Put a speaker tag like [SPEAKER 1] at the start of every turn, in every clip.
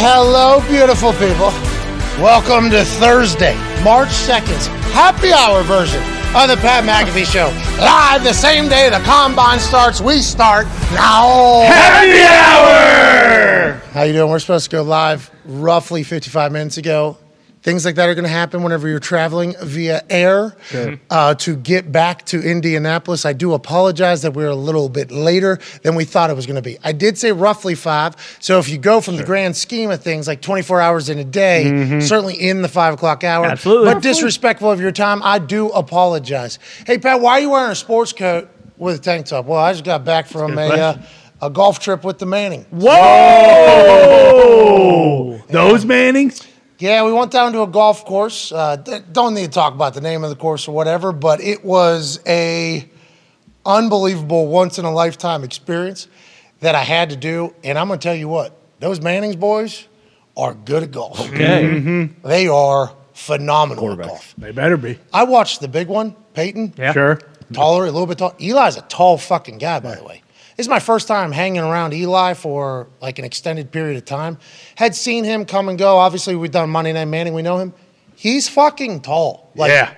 [SPEAKER 1] Hello, beautiful people. Welcome to Thursday, March 2nd's happy hour version of the Pat McAfee Show. Live the same day the combine starts, we start now.
[SPEAKER 2] Happy hour!
[SPEAKER 1] How you doing? We're supposed to go live roughly 55 minutes ago. Things like that are going to happen whenever you're traveling via air uh, to get back to Indianapolis. I do apologize that we're a little bit later than we thought it was going to be. I did say roughly five. So if you go from the grand scheme of things, like 24 hours in a day, certainly in the five o'clock hour,
[SPEAKER 2] Absolutely.
[SPEAKER 1] but disrespectful of your time, I do apologize. Hey, Pat, why are you wearing a sports coat with a tank top? Well, I just got back from a, uh, a golf trip with the Manning.
[SPEAKER 2] Whoa! Those Mannings?
[SPEAKER 1] Yeah, we went down to a golf course. Uh, d- don't need to talk about the name of the course or whatever, but it was a unbelievable once in a lifetime experience that I had to do. And I'm going to tell you what, those Manning's boys are good at golf. They are phenomenal at golf.
[SPEAKER 2] They better be.
[SPEAKER 1] I watched the big one, Peyton.
[SPEAKER 3] Yeah.
[SPEAKER 2] Sure.
[SPEAKER 1] Taller, a little bit tall. Eli's a tall fucking guy, by the way. This is my first time hanging around Eli for like an extended period of time. Had seen him come and go. Obviously, we've done Monday Night Manning. We know him. He's fucking tall. Like
[SPEAKER 2] yeah.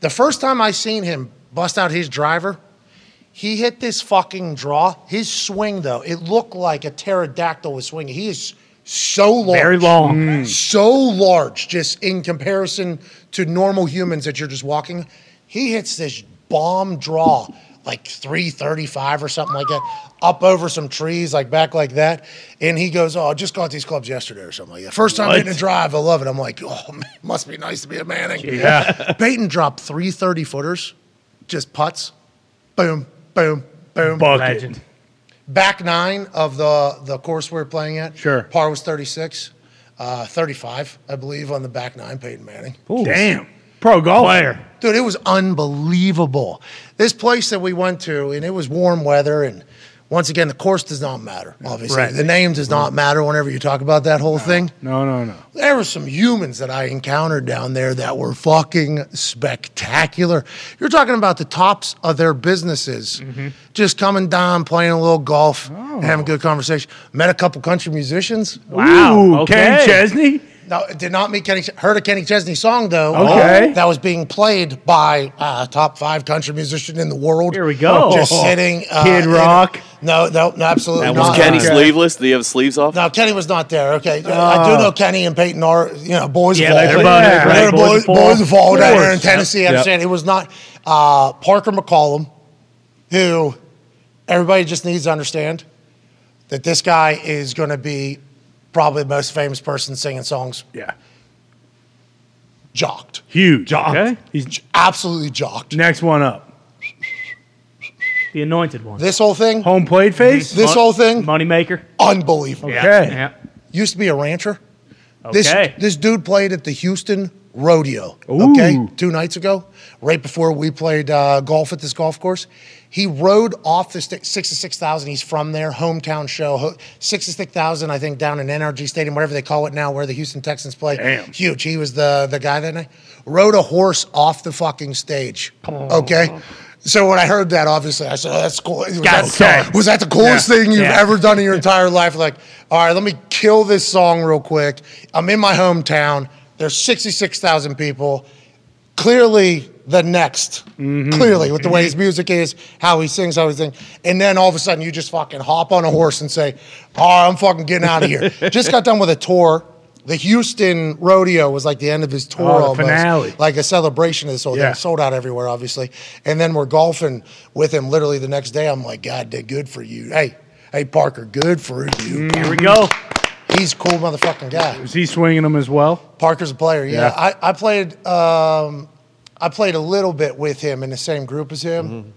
[SPEAKER 1] the first time I seen him bust out his driver, he hit this fucking draw. His swing though, it looked like a pterodactyl was swinging. He is so large
[SPEAKER 3] Very long.
[SPEAKER 2] Mm.
[SPEAKER 1] so large just in comparison to normal humans that you're just walking. He hits this bomb draw like 335 or something like that up over some trees like back like that and he goes oh I just got these clubs yesterday or something like that first time
[SPEAKER 2] What?
[SPEAKER 1] hitting a drive I love it I'm like oh man, must be nice to be a Manning
[SPEAKER 2] Yeah.
[SPEAKER 1] Peyton dropped 330 footers just putts boom boom boom
[SPEAKER 2] Bucket.
[SPEAKER 3] Legend.
[SPEAKER 1] back nine of the the course we are playing at.
[SPEAKER 2] Sure.
[SPEAKER 1] Par was 36, uh, 35, I believe, on the back nine. Peyton Manning.
[SPEAKER 2] Damn. Pro golf.
[SPEAKER 3] Player.
[SPEAKER 1] Dude, it was unbelievable. This place that we went to, and it was warm weather, and once again, the course does not matter. Obviously,
[SPEAKER 3] Right.
[SPEAKER 1] the name does not matter. Whenever you talk about that whole thing,
[SPEAKER 2] No, no, no.
[SPEAKER 1] there were some humans that I encountered down there that were fucking spectacular. You're talking about the tops of their businesses just coming down, playing a little golf, and having a good conversation. Met a couple country musicians.
[SPEAKER 3] Wow.
[SPEAKER 2] Ooh,
[SPEAKER 3] okay.
[SPEAKER 2] Ken Chesney?
[SPEAKER 1] No, did not meet Kenny. Heard a Kenny Chesney song though.
[SPEAKER 2] Okay.
[SPEAKER 1] that was being played by uh, top five country musician in the world.
[SPEAKER 3] Here we go.
[SPEAKER 1] Just sitting. Uh,
[SPEAKER 2] Kid
[SPEAKER 1] in-
[SPEAKER 2] Rock.
[SPEAKER 1] No, no, no, absolutely
[SPEAKER 4] That was
[SPEAKER 1] not.
[SPEAKER 4] Kenny
[SPEAKER 2] Okay.
[SPEAKER 4] sleeveless. Do you have sleeves off?
[SPEAKER 1] No, Kenny was not there. Okay, I do know Kenny and Peyton are you know boys.
[SPEAKER 3] Yeah,
[SPEAKER 1] of all.
[SPEAKER 3] they're
[SPEAKER 2] both- Yeah.
[SPEAKER 1] They're
[SPEAKER 3] right,
[SPEAKER 1] boys,
[SPEAKER 3] boys of all.
[SPEAKER 1] boys of all down there in
[SPEAKER 3] Yep.
[SPEAKER 1] Tennessee. I
[SPEAKER 4] Yep.
[SPEAKER 1] understand it was not uh, Parker McCollum, who everybody just needs to understand that this guy is going to be probably the most famous person singing songs.
[SPEAKER 2] Yeah.
[SPEAKER 1] Jocked,
[SPEAKER 2] Huge.
[SPEAKER 3] Okay.
[SPEAKER 2] He's
[SPEAKER 1] absolutely jocked.
[SPEAKER 2] next one up.
[SPEAKER 3] The anointed one.
[SPEAKER 1] This whole thing,
[SPEAKER 2] Home plate face?
[SPEAKER 1] this whole thing,
[SPEAKER 3] Moneymaker.
[SPEAKER 1] unbelievable.
[SPEAKER 3] Yeah.
[SPEAKER 2] Okay.
[SPEAKER 3] Yeah.
[SPEAKER 1] Used to be a rancher.
[SPEAKER 3] Okay.
[SPEAKER 1] This this dude played at the Houston Rodeo. Okay,
[SPEAKER 2] Ooh.
[SPEAKER 1] two nights ago, right before we played uh, golf at this golf course, he rode off the sti- sixty-six thousand. He's from there, hometown show. Ho- sixty-six thousand, I think, down in NRG Stadium, whatever they call it now, where the Houston Texans play.
[SPEAKER 2] Damn.
[SPEAKER 1] Huge. He was the the guy that night. Rode a horse off the fucking stage. Okay. So when I heard that, obviously, I said, oh, "That's cool." Was that,
[SPEAKER 2] Okay.
[SPEAKER 1] was that the coolest
[SPEAKER 2] Yeah.
[SPEAKER 1] thing you've
[SPEAKER 2] Yeah.
[SPEAKER 1] ever done in your entire life? Like, all right, let me kill this song real quick. I'm in my hometown. There's 66,000 people. Clearly, the next.
[SPEAKER 2] Mm-hmm.
[SPEAKER 1] Clearly, with the way his music is, how he sings, how he sings. And then all of a sudden, you just fucking hop on a horse and say, all right, I'm fucking getting out of here. just got done with a tour. The Houston rodeo was like the end of his tour
[SPEAKER 2] Oh, the
[SPEAKER 1] almost
[SPEAKER 2] finale.
[SPEAKER 1] like a celebration of this whole
[SPEAKER 2] Yeah.
[SPEAKER 1] thing. Sold out everywhere, obviously. And then we're golfing with him literally the next day. I'm like, God, did good for you. Hey, hey, Parker, good for you.
[SPEAKER 3] Here we go.
[SPEAKER 1] He's a cool motherfucking guy.
[SPEAKER 2] Is he swinging them as well?
[SPEAKER 1] Parker's a player. Yeah,
[SPEAKER 2] Yeah.
[SPEAKER 1] I, I played. Um, I played a little bit with him in the same group as him,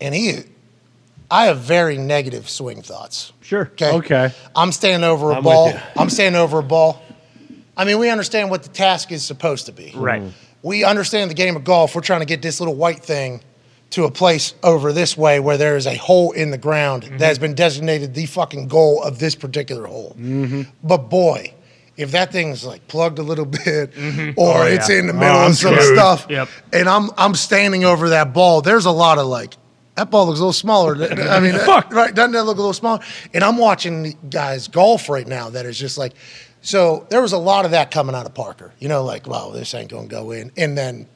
[SPEAKER 1] and he. I have very negative swing thoughts.
[SPEAKER 3] Sure.
[SPEAKER 1] Okay.
[SPEAKER 2] Okay.
[SPEAKER 1] I'm standing over a
[SPEAKER 4] I'm with
[SPEAKER 1] ball.
[SPEAKER 4] ya.
[SPEAKER 1] I'm standing over a ball. I mean, we understand what the task is supposed to be.
[SPEAKER 3] Right.
[SPEAKER 1] We understand the game of golf. We're trying to get this little white thing to a place over this way where there is a hole in the ground that has been designated the fucking goal of this particular hole. But boy, if that thing's like plugged a little bit or it's in the middle
[SPEAKER 2] Mm-hmm. Oh, I'm
[SPEAKER 1] of some
[SPEAKER 2] screwed.
[SPEAKER 1] stuff
[SPEAKER 3] Yep.
[SPEAKER 1] and I'm I'm standing over that ball, there's a lot of like that ball looks a little smaller. I mean,
[SPEAKER 2] Fuck.
[SPEAKER 1] right? Doesn't that look a little smaller? And I'm watching guys golf right now that is just like, so there was a lot of that coming out of Parker. You know, like, wow, this ain't gonna go in, and then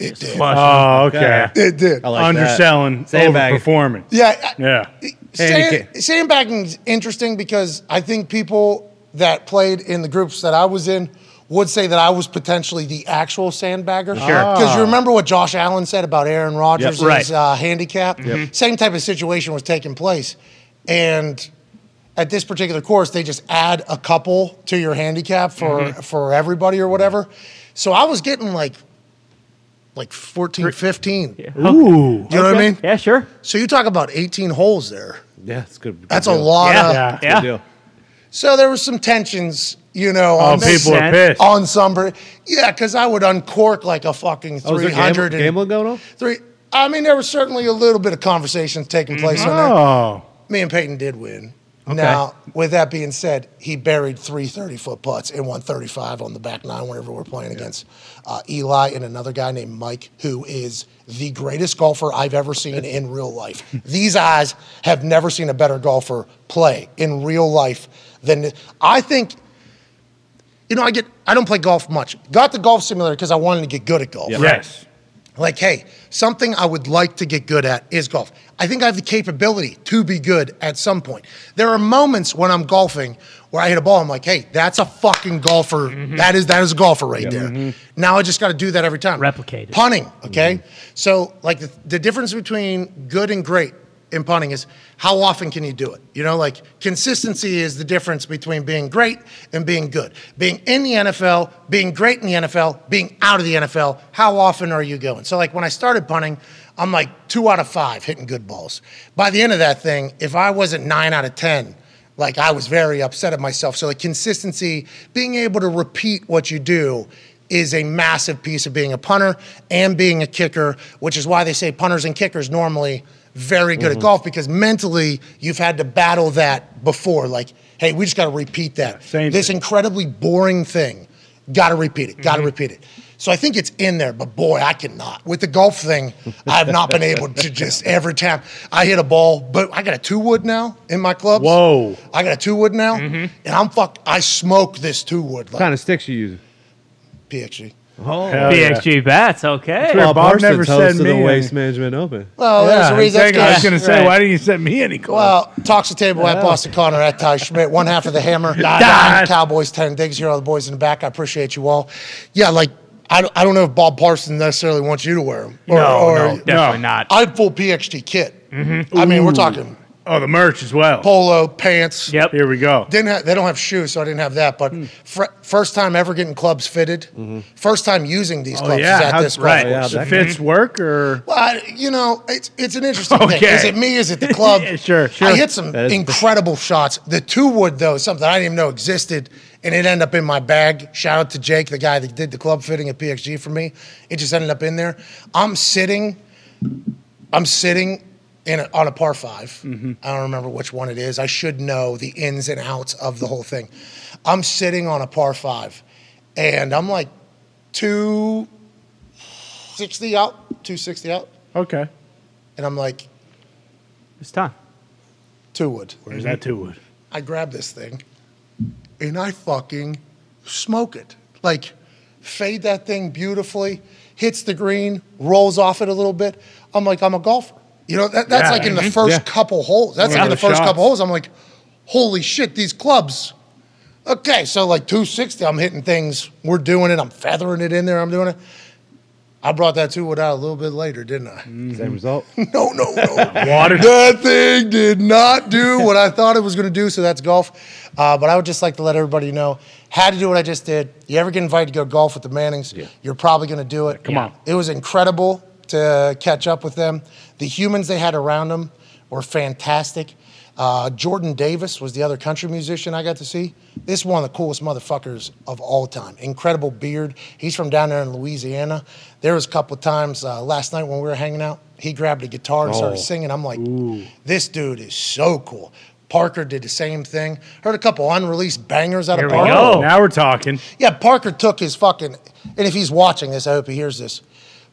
[SPEAKER 1] it did.
[SPEAKER 2] Oh, okay.
[SPEAKER 1] It did.
[SPEAKER 4] I like
[SPEAKER 2] Underselling,
[SPEAKER 4] that. Sandbagging.
[SPEAKER 2] overperforming.
[SPEAKER 1] yeah. I-
[SPEAKER 2] Yeah.
[SPEAKER 1] Sand,
[SPEAKER 4] Handicap.
[SPEAKER 1] sandbagging's interesting because I think people that played in the groups that I was in would say that I was potentially the actual sandbagger.
[SPEAKER 4] Sure.
[SPEAKER 1] Because you remember what Josh Allen said about Aaron Rodgers'
[SPEAKER 2] right.
[SPEAKER 1] uh, handicap? Same type of situation was taking place. And at this particular course, they just add a couple to your handicap for, for everybody or whatever. So I was getting like like 14, 15.
[SPEAKER 2] Ooh.
[SPEAKER 1] Do you know what I mean?
[SPEAKER 3] Yeah, sure.
[SPEAKER 1] So you talk about 18 holes there.
[SPEAKER 4] Yeah, it's good. good
[SPEAKER 1] That's a
[SPEAKER 4] deal.
[SPEAKER 1] lot
[SPEAKER 3] Yeah.
[SPEAKER 1] of
[SPEAKER 2] Yeah.
[SPEAKER 4] Good
[SPEAKER 3] Yeah.
[SPEAKER 4] deal.
[SPEAKER 1] So there was some tensions, you know,
[SPEAKER 2] Oh,
[SPEAKER 1] on, this-
[SPEAKER 2] people are
[SPEAKER 3] Sand-
[SPEAKER 2] pissed.
[SPEAKER 1] on some. ver- Yeah, because I would uncork like a fucking
[SPEAKER 4] Oh, is there
[SPEAKER 1] 300.
[SPEAKER 4] gambling,
[SPEAKER 1] and-
[SPEAKER 4] gambling going on?
[SPEAKER 1] three, I mean, there was certainly a little bit of conversations taking place
[SPEAKER 4] Mm-hmm.
[SPEAKER 1] on that.
[SPEAKER 2] Oh.
[SPEAKER 1] Me and Peyton did win. Now, with that being said, he buried three 30 foot putts and won 35 on the back nine whenever we're playing against uh, Eli and another guy named Mike, who is the greatest golfer I've ever seen in real life. These eyes have never seen a better golfer play in real life than I think. You know, I get I don't play golf much. Got the golf simulator because I wanted to get good at golf.
[SPEAKER 2] Yes.
[SPEAKER 1] Like, hey, something I would like to get good at is golf. I think I have the capability to be good at some point. There are moments when I'm golfing where I hit a ball, I'm like, hey, that's a fucking golfer.
[SPEAKER 3] Mm-hmm.
[SPEAKER 1] That is that is a golfer right there. Now I just got to do that every time.
[SPEAKER 3] Replicate it.
[SPEAKER 1] Punting, okay? So, like, the, the difference between good and great in punting is how often can you do it? You know, like, consistency is the difference between being great and being good. Being in the NFL, being great in the NFL, being out of the NFL, how often are you going? So, like, when I started punting, I'm like two out of five hitting good balls. By the end of that thing, if I wasn't nine out of 10, like I was very upset at myself. So like consistency, being able to repeat what you do is a massive piece of being a punter and being a kicker, which is why they say punters and kickers normally very good
[SPEAKER 2] Mm-hmm.
[SPEAKER 1] at golf because mentally you've had to battle that before. Like, hey, we just got to repeat that.
[SPEAKER 2] same
[SPEAKER 1] this
[SPEAKER 2] thing. Mm-hmm.
[SPEAKER 1] incredibly boring thing, got to repeat it. Got to repeat it. So I think it's in there, but boy, I cannot. With the golf thing, I have not been able to just every time I hit a ball, but I got a two wood now in my clubs.
[SPEAKER 2] Whoa.
[SPEAKER 1] I got a two wood now,
[SPEAKER 2] Mm-hmm.
[SPEAKER 1] and I'm fuck. I smoke this two wood
[SPEAKER 4] What
[SPEAKER 1] like
[SPEAKER 4] kind of sticks you using?
[SPEAKER 1] PXG.
[SPEAKER 4] Oh,
[SPEAKER 2] Hell yeah.
[SPEAKER 3] BXG bats. Okay.
[SPEAKER 2] Well,
[SPEAKER 4] Bob,
[SPEAKER 2] Bob
[SPEAKER 4] Parsons
[SPEAKER 2] never said
[SPEAKER 4] hosted the
[SPEAKER 2] me
[SPEAKER 4] Waste
[SPEAKER 2] any-
[SPEAKER 4] Management Open.
[SPEAKER 1] Well, there's a
[SPEAKER 2] Yeah,
[SPEAKER 1] reason.
[SPEAKER 2] exactly. I was
[SPEAKER 1] yeah.
[SPEAKER 2] going to say,
[SPEAKER 3] Right.
[SPEAKER 2] why didn't you send me any calls?
[SPEAKER 1] Well, talks the table at Boston Connor at Ty Schmidt. One half of the hammer. Don, Cowboys 10 digs here. All the boys in the back. I appreciate you all. Yeah, like, I don't, I don't know if Bob Parsons necessarily wants you to wear them. Or,
[SPEAKER 3] no,
[SPEAKER 1] or-
[SPEAKER 3] no, definitely
[SPEAKER 2] No. Mm-hmm.
[SPEAKER 3] not.
[SPEAKER 1] I have full PXG kit. I mean, we're talking
[SPEAKER 2] oh, the merch as well.
[SPEAKER 1] polo, pants.
[SPEAKER 3] Yep.
[SPEAKER 2] Here we go.
[SPEAKER 1] Didn't ha- they don't have shoes, so I didn't have that.
[SPEAKER 2] Hmm.
[SPEAKER 1] But fr- first time ever getting clubs fitted, first time using these clubs is at
[SPEAKER 2] Mm-hmm. Oh, how-
[SPEAKER 1] this golf
[SPEAKER 2] right.
[SPEAKER 1] course.
[SPEAKER 4] Yeah,
[SPEAKER 2] So
[SPEAKER 4] that-
[SPEAKER 2] fits work or
[SPEAKER 1] Well, I- you know, it's it's an interesting thing.
[SPEAKER 2] Okay.
[SPEAKER 1] Is it me? Is it the club?
[SPEAKER 2] Yeah, sure, sure.
[SPEAKER 1] I hit some
[SPEAKER 4] That is-
[SPEAKER 1] incredible shots. The two wood though, is something I didn't even know existed, and it ended up in my bag. Shout out to Jake, the guy that did the club fitting at PXG for me. It just ended up in there. I'm sitting, I'm sitting in a, on a par 5
[SPEAKER 2] Mm-hmm.
[SPEAKER 1] I don't remember which one it is. I should know the ins and outs of the whole thing. I'm sitting on a par five, and I'm like two sixty out, two sixty out.
[SPEAKER 2] okay.
[SPEAKER 1] And I'm like,
[SPEAKER 3] It's time.
[SPEAKER 1] two wood.
[SPEAKER 2] Where's that two wood?
[SPEAKER 1] I grab this thing and I fucking smoke it. Like, fade that thing beautifully, hits the green, rolls off it a little bit. I'm like, I'm a golfer. You know, that, that's
[SPEAKER 2] Yeah,
[SPEAKER 1] like in the
[SPEAKER 2] mhm.
[SPEAKER 1] first
[SPEAKER 4] Yeah.
[SPEAKER 1] couple holes. That's
[SPEAKER 2] Yeah.
[SPEAKER 1] like in the
[SPEAKER 2] Those
[SPEAKER 1] first
[SPEAKER 2] shots.
[SPEAKER 1] couple holes. I'm like, holy shit, these clubs. Okay, so like 260, I'm hitting things. We're doing it. I'm feathering it in there. I'm doing it. I brought that two wood out a little bit later, didn't I?
[SPEAKER 4] Same result.
[SPEAKER 1] No, no, no.
[SPEAKER 2] Water.
[SPEAKER 1] That thing did not do what I thought it was going to do, so that's golf. Uh, but I would just like to let everybody know had to do what I just did. You ever get invited to go golf with the Mannings, you're probably going to do it.
[SPEAKER 3] Come on.
[SPEAKER 1] It was incredible to catch up with them. The humans they had around them were fantastic. Uh, Jordan Davis was the other country musician I got to see. This is one of the coolest motherfuckers of all time. Incredible beard. He's from down there in Louisiana. There was a couple of times uh, last night when we were hanging out, he grabbed a guitar and started
[SPEAKER 4] Oh.
[SPEAKER 1] singing. I'm like, this dude is so cool. Parker did the same thing. Heard a couple unreleased bangers out
[SPEAKER 3] Here
[SPEAKER 1] of
[SPEAKER 3] we
[SPEAKER 1] Parker.
[SPEAKER 3] go.
[SPEAKER 2] Oh, Now we're talking.
[SPEAKER 1] Yeah, Parker took his fucking. And if he's watching this, I hope he hears this.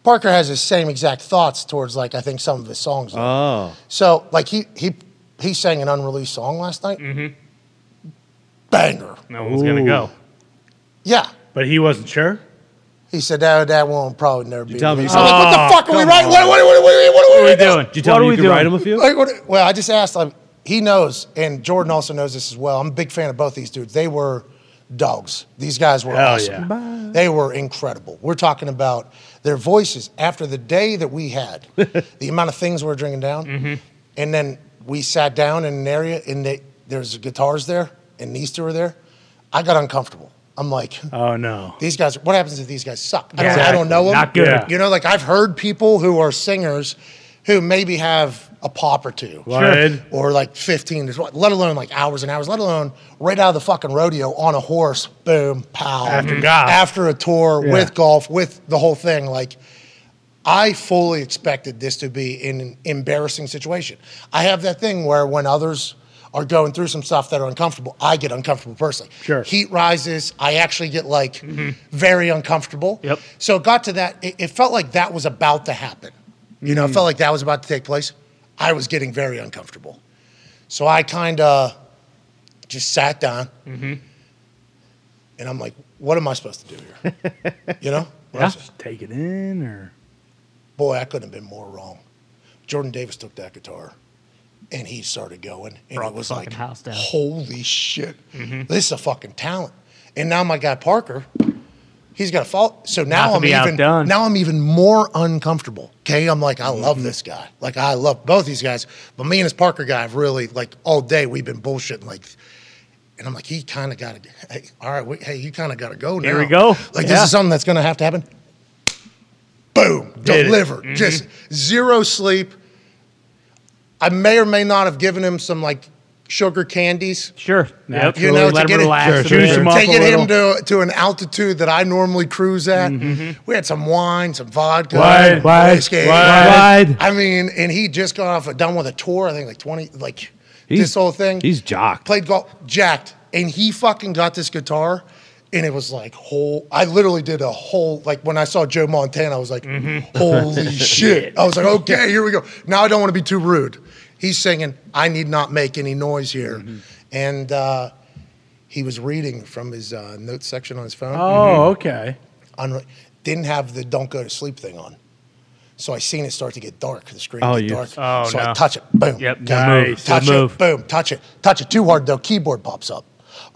[SPEAKER 1] Parker has the same exact thoughts towards like I think some of his songs. are.
[SPEAKER 4] Oh,
[SPEAKER 1] So like he he he sang an unreleased song last night. Mm-hmm. Banger.
[SPEAKER 2] No one's gonna
[SPEAKER 4] Ooh.
[SPEAKER 2] go.
[SPEAKER 1] Yeah.
[SPEAKER 2] But he wasn't sure.
[SPEAKER 1] He said that that won't probably never be.
[SPEAKER 4] tell me you
[SPEAKER 1] released." I'm like, what
[SPEAKER 2] said-
[SPEAKER 1] the fuck are we
[SPEAKER 2] Oh,
[SPEAKER 1] right?
[SPEAKER 2] come
[SPEAKER 1] What, what, what, what, what
[SPEAKER 3] What are we
[SPEAKER 1] doing?
[SPEAKER 3] doing?
[SPEAKER 4] did you tell
[SPEAKER 3] what
[SPEAKER 4] me
[SPEAKER 3] are
[SPEAKER 4] you
[SPEAKER 3] we
[SPEAKER 4] could
[SPEAKER 3] doing?
[SPEAKER 4] ride him a few?
[SPEAKER 1] Like, what- well, I just asked. Like, he knows, and Jordan also knows this as well. I'm a big fan of both these dudes. They were dogs. These guys were
[SPEAKER 2] Hell
[SPEAKER 1] awesome.
[SPEAKER 2] yeah.
[SPEAKER 1] They were incredible. We're talking about their voices after the day that we had, the amount of things we were drinking down, and then we sat down in an area, and they, there's guitars there, and these two were there. I got uncomfortable. I'm like,
[SPEAKER 2] Oh no.
[SPEAKER 1] these guys. What happens if these guys suck? I, don't, I
[SPEAKER 2] Exactly.
[SPEAKER 1] don't know them.
[SPEAKER 3] Not good.
[SPEAKER 2] Yeah.
[SPEAKER 1] You know, like I've heard people who are singers who maybe have a pop or two,
[SPEAKER 2] Right.
[SPEAKER 1] or like 15, there's what- let alone like hours and hours, let alone right out of the fucking rodeo on a horse, boom, pow.
[SPEAKER 2] After golf.
[SPEAKER 1] After a tour
[SPEAKER 2] Yeah.
[SPEAKER 1] with golf, with the whole thing. Like, I fully expected this to be an embarrassing situation. I have that thing where when others are going through some stuff that are uncomfortable, I get uncomfortable personally.
[SPEAKER 2] Sure.
[SPEAKER 1] Heat rises. I actually get like very uncomfortable.
[SPEAKER 3] Mm-hmm. Yep.
[SPEAKER 1] So it got to that. It, it felt like that was about to happen. You
[SPEAKER 3] Mm.
[SPEAKER 1] know, it felt like that was about to take place. I was getting very uncomfortable. So I kind of just sat down
[SPEAKER 3] Mm-hmm.
[SPEAKER 1] and I'm like, what am I supposed to do here? you know? What
[SPEAKER 3] Yeah.
[SPEAKER 1] else is-
[SPEAKER 2] Just take it in, or
[SPEAKER 1] boy, I couldn't have been more wrong. Jordan Davis took that guitar and he started going. And it was
[SPEAKER 3] fucking
[SPEAKER 1] like,
[SPEAKER 3] house down. Mm-hmm.
[SPEAKER 1] holy shit, this is a fucking talent. And now my guy Parker, he's got a fault. So now
[SPEAKER 3] to
[SPEAKER 1] I'm
[SPEAKER 3] be
[SPEAKER 1] even
[SPEAKER 3] outdone. Mm-hmm.
[SPEAKER 1] now I'm even more uncomfortable. Okay, I'm like, I love this guy. Like I love both these guys, but me and this Parker guy have really like all day we've been bullshitting like. And I'm like, he kind of got to. Hey, all right, wait, hey, you kind of got to go now.
[SPEAKER 3] Here we go.
[SPEAKER 1] Like this
[SPEAKER 3] Yeah.
[SPEAKER 1] is something that's going to have to happen boom,
[SPEAKER 2] Did it.
[SPEAKER 1] delivered.
[SPEAKER 3] Mm-hmm.
[SPEAKER 1] Just zero sleep. I may or may not have given him some like sugar candies.
[SPEAKER 3] Sure. Yep.
[SPEAKER 1] You know,
[SPEAKER 3] let
[SPEAKER 1] to
[SPEAKER 3] him
[SPEAKER 1] get it,
[SPEAKER 3] relax. a
[SPEAKER 2] Sure,
[SPEAKER 3] bit.
[SPEAKER 2] juice him up. a
[SPEAKER 1] taking him
[SPEAKER 2] little.
[SPEAKER 1] to, to an altitude that I normally cruise at.
[SPEAKER 3] Mm-hmm.
[SPEAKER 1] We had some wine, some vodka,
[SPEAKER 2] Wine,
[SPEAKER 4] wine,
[SPEAKER 1] whiskey.
[SPEAKER 2] wine.
[SPEAKER 4] Wine.
[SPEAKER 1] I mean, and he just got off a, done with a tour. I think like twenty, like
[SPEAKER 4] He's-
[SPEAKER 1] this whole thing.
[SPEAKER 4] he's jocked.
[SPEAKER 1] played golf, jacked, and he fucking got this guitar. And it was like whole. I literally did a whole like when I saw Joe Montana, I was like, "Holy shit!" I was like, "Okay, here we go." Now I don't want to be too rude. He's singing, "I need not make any noise here," and uh, he was reading from his uh, notes section on his phone.
[SPEAKER 2] oh okay.
[SPEAKER 1] Unre- didn't have the "Don't go to sleep" thing on, so I seen it start to get dark. The screen
[SPEAKER 4] Oh,
[SPEAKER 1] get
[SPEAKER 4] you-
[SPEAKER 1] dark.
[SPEAKER 3] Oh,
[SPEAKER 1] so I
[SPEAKER 3] no.
[SPEAKER 1] touch it. Boom.
[SPEAKER 3] Yep.
[SPEAKER 1] Okay.
[SPEAKER 3] Good move.
[SPEAKER 2] Nice.
[SPEAKER 3] Good
[SPEAKER 1] Touch
[SPEAKER 3] move.
[SPEAKER 1] it. Boom. Touch it. Touch it too hard though. Keyboard pops up.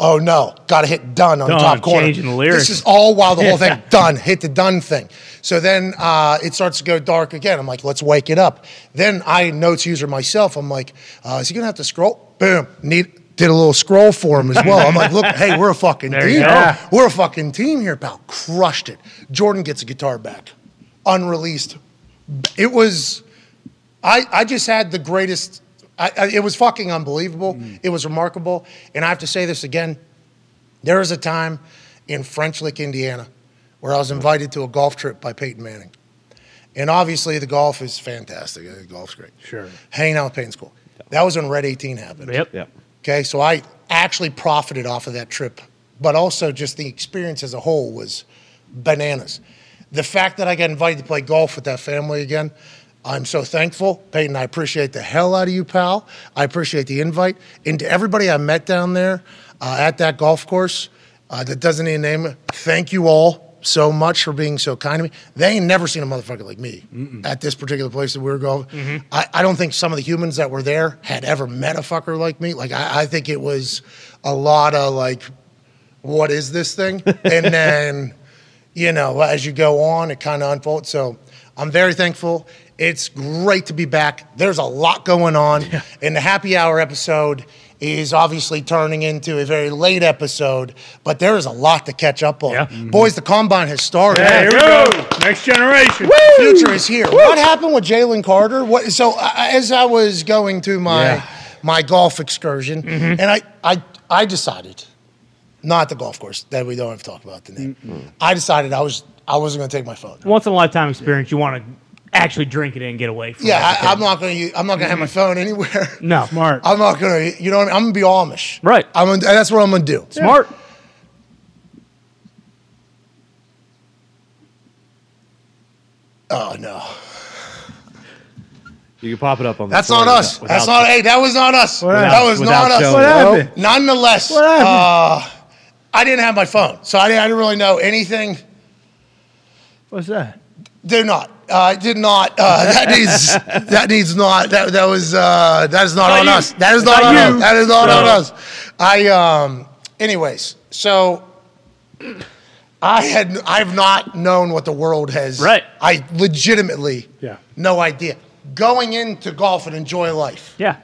[SPEAKER 1] Oh no! Got to hit done on the
[SPEAKER 2] Done.
[SPEAKER 1] top corner.
[SPEAKER 3] Changing the lyrics.
[SPEAKER 1] This is all while the whole
[SPEAKER 2] Yeah.
[SPEAKER 1] thing done. Hit the done thing. So then uh, it starts to go dark again. I'm like, let's wake it up. Then I notes user myself. I'm like, uh, is he gonna have to scroll? Boom. Need did a little scroll for him as well. I'm like, look, hey, we're a fucking
[SPEAKER 3] There you
[SPEAKER 1] team.
[SPEAKER 3] go.
[SPEAKER 1] We're a fucking team here, pal. Crushed it. Jordan gets a guitar back, unreleased. It was. I, I just had the greatest. I, I, it was fucking unbelievable. It was remarkable. And I have to say this again. There was a time in French Lick, Indiana, where I was invited to a golf trip by Peyton Manning. And obviously, the golf is fantastic. Uh, Golf's great.
[SPEAKER 2] Sure.
[SPEAKER 1] Hanging out with Peyton's cool. That was when Red 18 happened.
[SPEAKER 3] Yep.
[SPEAKER 4] yep.
[SPEAKER 1] Okay, so I actually profited off of that trip, but also just the experience as a whole was bananas. The fact that I got invited to play golf with that family again, I'm so thankful. Peyton, I appreciate the hell out of you, pal. I appreciate the invite. And to everybody I met down there uh, at that golf course uh, that doesn't need a name, thank you all so much for being so kind to me. They ain't never seen a motherfucker like me at this particular place that we were going. I, I don't think some of the humans that were there had ever met a fucker like me. Like I, I think it was a lot of like, what is this thing? and then, you know, as you go on, it kind of unfolds. So I'm very thankful. It's great to be back. There's a lot going on. And the happy hour episode is obviously turning into a very late episode, but there is a lot to catch up on.
[SPEAKER 3] Yeah.
[SPEAKER 1] Boys, the combine has started.
[SPEAKER 2] Yeah, here we go. Next generation. Woo!
[SPEAKER 1] Future is here. What happened with Jalen Carter? What? So I as I was going to my
[SPEAKER 2] Yeah.
[SPEAKER 1] my golf excursion,
[SPEAKER 4] Mm-hmm.
[SPEAKER 1] and I, I I decided, not the golf course that we don't have to talk about the name. I decided I was I wasn't going to take my phone.
[SPEAKER 3] Once in a lifetime experience, you want to actually drink it in and get away from
[SPEAKER 1] Yeah,
[SPEAKER 3] it.
[SPEAKER 1] I, I'm not going to I'm not going to have my phone anywhere.
[SPEAKER 3] no.
[SPEAKER 2] Smart.
[SPEAKER 1] I'm not going to. You know what I mean? I'm going to be Amish.
[SPEAKER 3] Right.
[SPEAKER 1] I'm gonna, that's what I'm going to do.
[SPEAKER 3] Smart.
[SPEAKER 1] Oh no,
[SPEAKER 4] You can pop it up on. the
[SPEAKER 1] that's
[SPEAKER 4] story
[SPEAKER 1] on us.
[SPEAKER 4] without-
[SPEAKER 1] That's
[SPEAKER 4] without-
[SPEAKER 1] not. Hey, that was not us.
[SPEAKER 2] happened?
[SPEAKER 1] that was
[SPEAKER 4] Without
[SPEAKER 1] not us.
[SPEAKER 4] showing
[SPEAKER 2] What happened?
[SPEAKER 1] Nonetheless,
[SPEAKER 2] What happened?
[SPEAKER 1] uh, I didn't have my phone, so I didn't, I didn't really know anything.
[SPEAKER 2] What's that?
[SPEAKER 1] They're not. Uh, I did not. Uh, that needs. that needs not. That that was. Uh, that is not,
[SPEAKER 3] Not
[SPEAKER 1] on
[SPEAKER 3] you.
[SPEAKER 1] us. That is not, on
[SPEAKER 3] Not you.
[SPEAKER 1] us. That is not on
[SPEAKER 3] No.
[SPEAKER 1] us. I. Um. Anyways, so I had. I have not known what the world has.
[SPEAKER 3] Right.
[SPEAKER 1] I legitimately.
[SPEAKER 2] Yeah.
[SPEAKER 1] No idea. Going into golf and enjoy life
[SPEAKER 3] Yeah.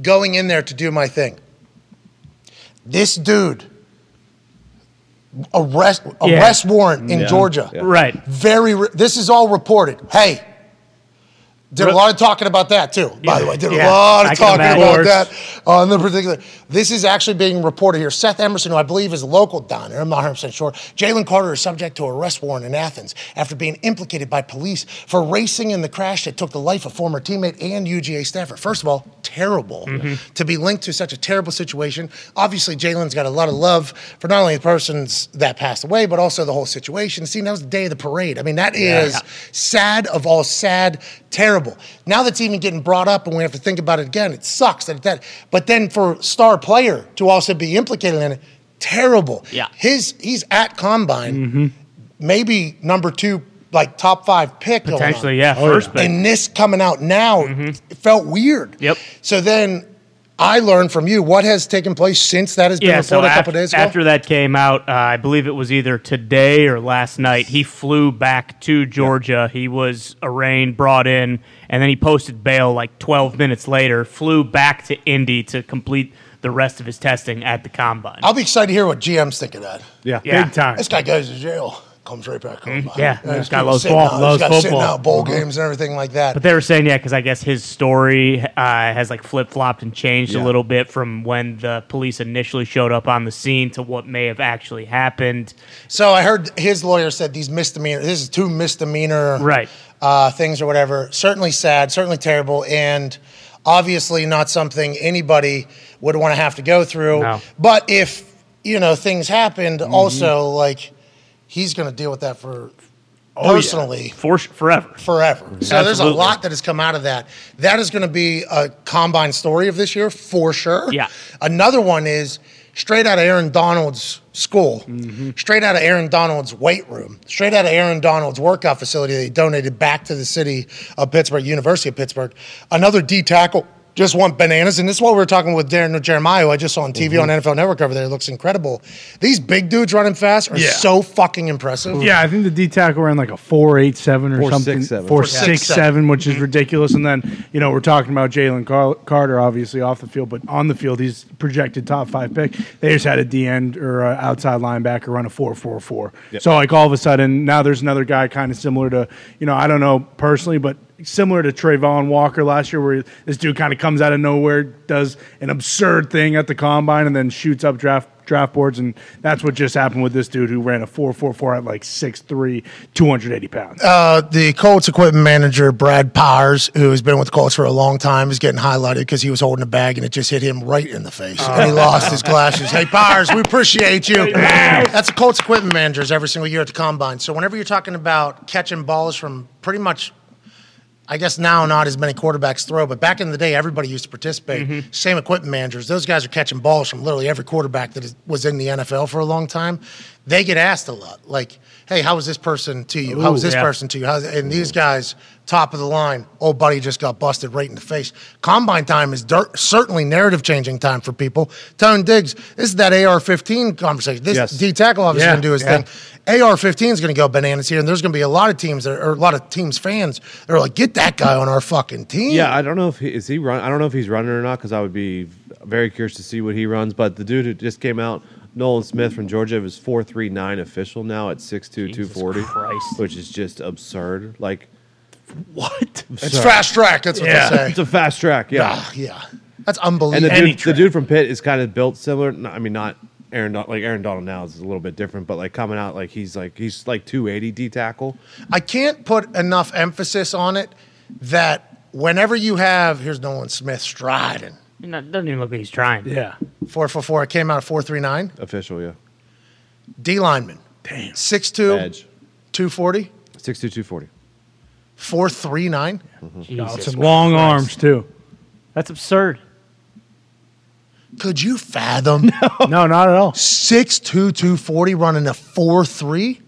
[SPEAKER 1] going in there to do my thing. This dude, arrest
[SPEAKER 3] Yeah.
[SPEAKER 1] arrest warrant in
[SPEAKER 4] Yeah.
[SPEAKER 1] Georgia.
[SPEAKER 4] Yeah.
[SPEAKER 3] Right.
[SPEAKER 1] Very. Re- this is all reported. Hey, did
[SPEAKER 3] Re-
[SPEAKER 1] a lot of talking about that too. By the way, did
[SPEAKER 3] Yeah.
[SPEAKER 1] a lot
[SPEAKER 3] I
[SPEAKER 1] of
[SPEAKER 3] can
[SPEAKER 1] talking
[SPEAKER 3] imagine.
[SPEAKER 1] about
[SPEAKER 3] Of
[SPEAKER 1] that on the particular. This is actually being reported here. Seth Emerson, who I believe is local down there, I'm not 100 percent sure. Jalen Carter is subject to arrest warrant in Athens after being implicated by police for racing in the crash that took the life of former teammate and UGA staffer. First of all, terrible
[SPEAKER 3] Mm-hmm.
[SPEAKER 1] to be linked to such a terrible situation. Obviously, Jalen's got a lot of love for not only the persons that passed away, but also the whole situation. See, that was the day of the parade. I mean, that is sad of all sad, terrible. Now that's even getting brought up, and we have to think about it again. It sucks that that. But then for star player to also be implicated in it, terrible.
[SPEAKER 3] Yeah. Mm-hmm.
[SPEAKER 1] his he's at combine, maybe number two, like top five pick going on.
[SPEAKER 3] Potentially, yeah. First pick.
[SPEAKER 1] Oh, And this coming out now it felt weird.
[SPEAKER 3] Mm-hmm. Yep.
[SPEAKER 1] So then. I learned from you what has taken place since that has been
[SPEAKER 3] Yeah,
[SPEAKER 1] reported
[SPEAKER 3] so
[SPEAKER 1] a couple
[SPEAKER 3] after,
[SPEAKER 1] days ago.
[SPEAKER 3] after that came out, uh, I believe it was either today or last night, he flew back to Georgia. He was arraigned, brought in, and then he posted bail like 12 minutes later, flew back to Indy to complete the rest of his testing at the combine.
[SPEAKER 1] I'll be excited to hear what GM's thinking of that.
[SPEAKER 2] Yeah.
[SPEAKER 3] Yeah.
[SPEAKER 2] Big time.
[SPEAKER 1] This guy goes to jail, comes right back home.
[SPEAKER 3] Mm-hmm. Yeah,
[SPEAKER 1] And
[SPEAKER 3] this
[SPEAKER 1] he's
[SPEAKER 3] guy
[SPEAKER 1] got
[SPEAKER 3] loves
[SPEAKER 1] sitting
[SPEAKER 3] football, Mm-hmm.
[SPEAKER 1] out-
[SPEAKER 2] loves
[SPEAKER 1] he's got sitting
[SPEAKER 2] football.
[SPEAKER 1] out bowl games and everything like that.
[SPEAKER 3] But they were saying, yeah, because I guess his story uh, has like flip flopped and changed a
[SPEAKER 4] Yeah.
[SPEAKER 3] little bit from when the police initially showed up on the scene to what may have actually happened.
[SPEAKER 1] so I heard his lawyer said these misdemeanor, this is two misdemeanor
[SPEAKER 3] Right.
[SPEAKER 1] uh, things or whatever. Certainly sad, certainly terrible, and obviously not something anybody would want to have to go through.
[SPEAKER 3] No.
[SPEAKER 1] But if you know things happened, also like he's going to deal with that for personally.
[SPEAKER 3] For, forever.
[SPEAKER 1] forever. So there's a
[SPEAKER 3] Absolutely.
[SPEAKER 1] lot that has come out of that. That is going to be a combine story of this year for sure.
[SPEAKER 3] Yeah.
[SPEAKER 1] Another one is straight out of Aaron Donald's school,
[SPEAKER 3] Mm-hmm.
[SPEAKER 1] straight out of Aaron Donald's weight room, straight out of Aaron Donald's workout facility that he donated back to the city of Pittsburgh, University of Pittsburgh. Another D tackle. Just want bananas, and this is what we were talking with Darren Jeremiah, who I just saw on TV
[SPEAKER 3] Mm-hmm.
[SPEAKER 1] on NFL Network over there. It looks incredible. These big dudes running fast are
[SPEAKER 2] Yeah.
[SPEAKER 1] so fucking impressive.
[SPEAKER 3] Mm-hmm.
[SPEAKER 2] Yeah, I think the D tackle ran like a four eight seven or
[SPEAKER 4] Four, six,
[SPEAKER 2] something,
[SPEAKER 4] seven.
[SPEAKER 2] four
[SPEAKER 4] Four,
[SPEAKER 1] six,
[SPEAKER 2] six,
[SPEAKER 1] seven.
[SPEAKER 2] seven, which is
[SPEAKER 3] Mm-hmm.
[SPEAKER 2] ridiculous. And then you know we're talking about Jalen Car- Carter, obviously off the field, but on the field he's projected top five pick. They just had a D end or a outside linebacker run a four four four. So like all of a sudden now there's another guy kind of similar to you know I don't know personally, but similar to Trayvon Walker last year, where this dude kind of comes out of nowhere, does an absurd thing at the combine, and then shoots up draft draft boards, and that's what just happened with this dude who ran a 4.44 at like 6'3", 280 pounds.
[SPEAKER 1] uh, the Colts equipment manager, Brad Powers, who has been with the Colts for a long time, is getting highlighted because he was holding a bag and it just hit him right in the face. And he lost his glasses. Hey, Powers, we appreciate you. That's the Colts equipment managers every single year at the combine. So whenever you're talking about catching balls from pretty much I guess now not as many quarterbacks throw, but back in the day, everybody used to participate. Same equipment managers; those guys are catching balls from literally every quarterback that is, was in the NFL for a long time. They get asked a lot, like, "Hey, how was this person to you? how was this
[SPEAKER 3] yeah.
[SPEAKER 1] person to you?" How's, and these guys, top of the line, old buddy just got busted right in the face. Combine time is dirt, certainly narrative changing time for people. Tone Diggs, this is that AR-15 conversation. This
[SPEAKER 4] Yes.
[SPEAKER 1] D tackle obviously
[SPEAKER 2] Yeah,
[SPEAKER 1] going to do his
[SPEAKER 2] yeah.
[SPEAKER 1] thing. AR-15 is going to go bananas here, and there's going to be a lot of teams that, or a lot of teams fans that are like, "Get that guy on our fucking team."
[SPEAKER 4] Yeah, I don't know if he is he run. I don't know if he's running or not because I would be very curious to see what he runs. But the dude who just came out, Nolan Smith from Georgia, was four three nine official now at six two two forty,
[SPEAKER 3] Jesus Christ.
[SPEAKER 4] which is just absurd. Like
[SPEAKER 2] What?
[SPEAKER 1] it's fast track. That's what
[SPEAKER 2] Yeah.
[SPEAKER 1] they
[SPEAKER 4] it's
[SPEAKER 1] say.
[SPEAKER 4] a fast track, yeah.
[SPEAKER 1] Ah, yeah, that's
[SPEAKER 4] And the
[SPEAKER 1] unbelievable.
[SPEAKER 2] Any
[SPEAKER 4] dude, the
[SPEAKER 2] track.
[SPEAKER 4] dude from Pitt is kind of built similar. No, I mean, not Aaron Don- like Aaron Donald now is a little bit different, but like coming out like he's like he's like two eighty D tackle.
[SPEAKER 1] I can't put enough emphasis on it that whenever you have here's Nolan Smith striding
[SPEAKER 3] No, it doesn't even look like he's trying.
[SPEAKER 2] Yeah.
[SPEAKER 1] four four four. It came out at four three nine.
[SPEAKER 4] Official, yeah.
[SPEAKER 1] D lineman,
[SPEAKER 2] Damn.
[SPEAKER 1] six two,
[SPEAKER 4] Edge
[SPEAKER 1] two forty.
[SPEAKER 4] six two two forty.
[SPEAKER 1] Four three nine.
[SPEAKER 2] Got
[SPEAKER 3] Jesus
[SPEAKER 2] some long
[SPEAKER 3] Christ.
[SPEAKER 2] arms too.
[SPEAKER 3] That's absurd.
[SPEAKER 1] Could you fathom
[SPEAKER 2] No, not at all.
[SPEAKER 1] six two two forty running a four three?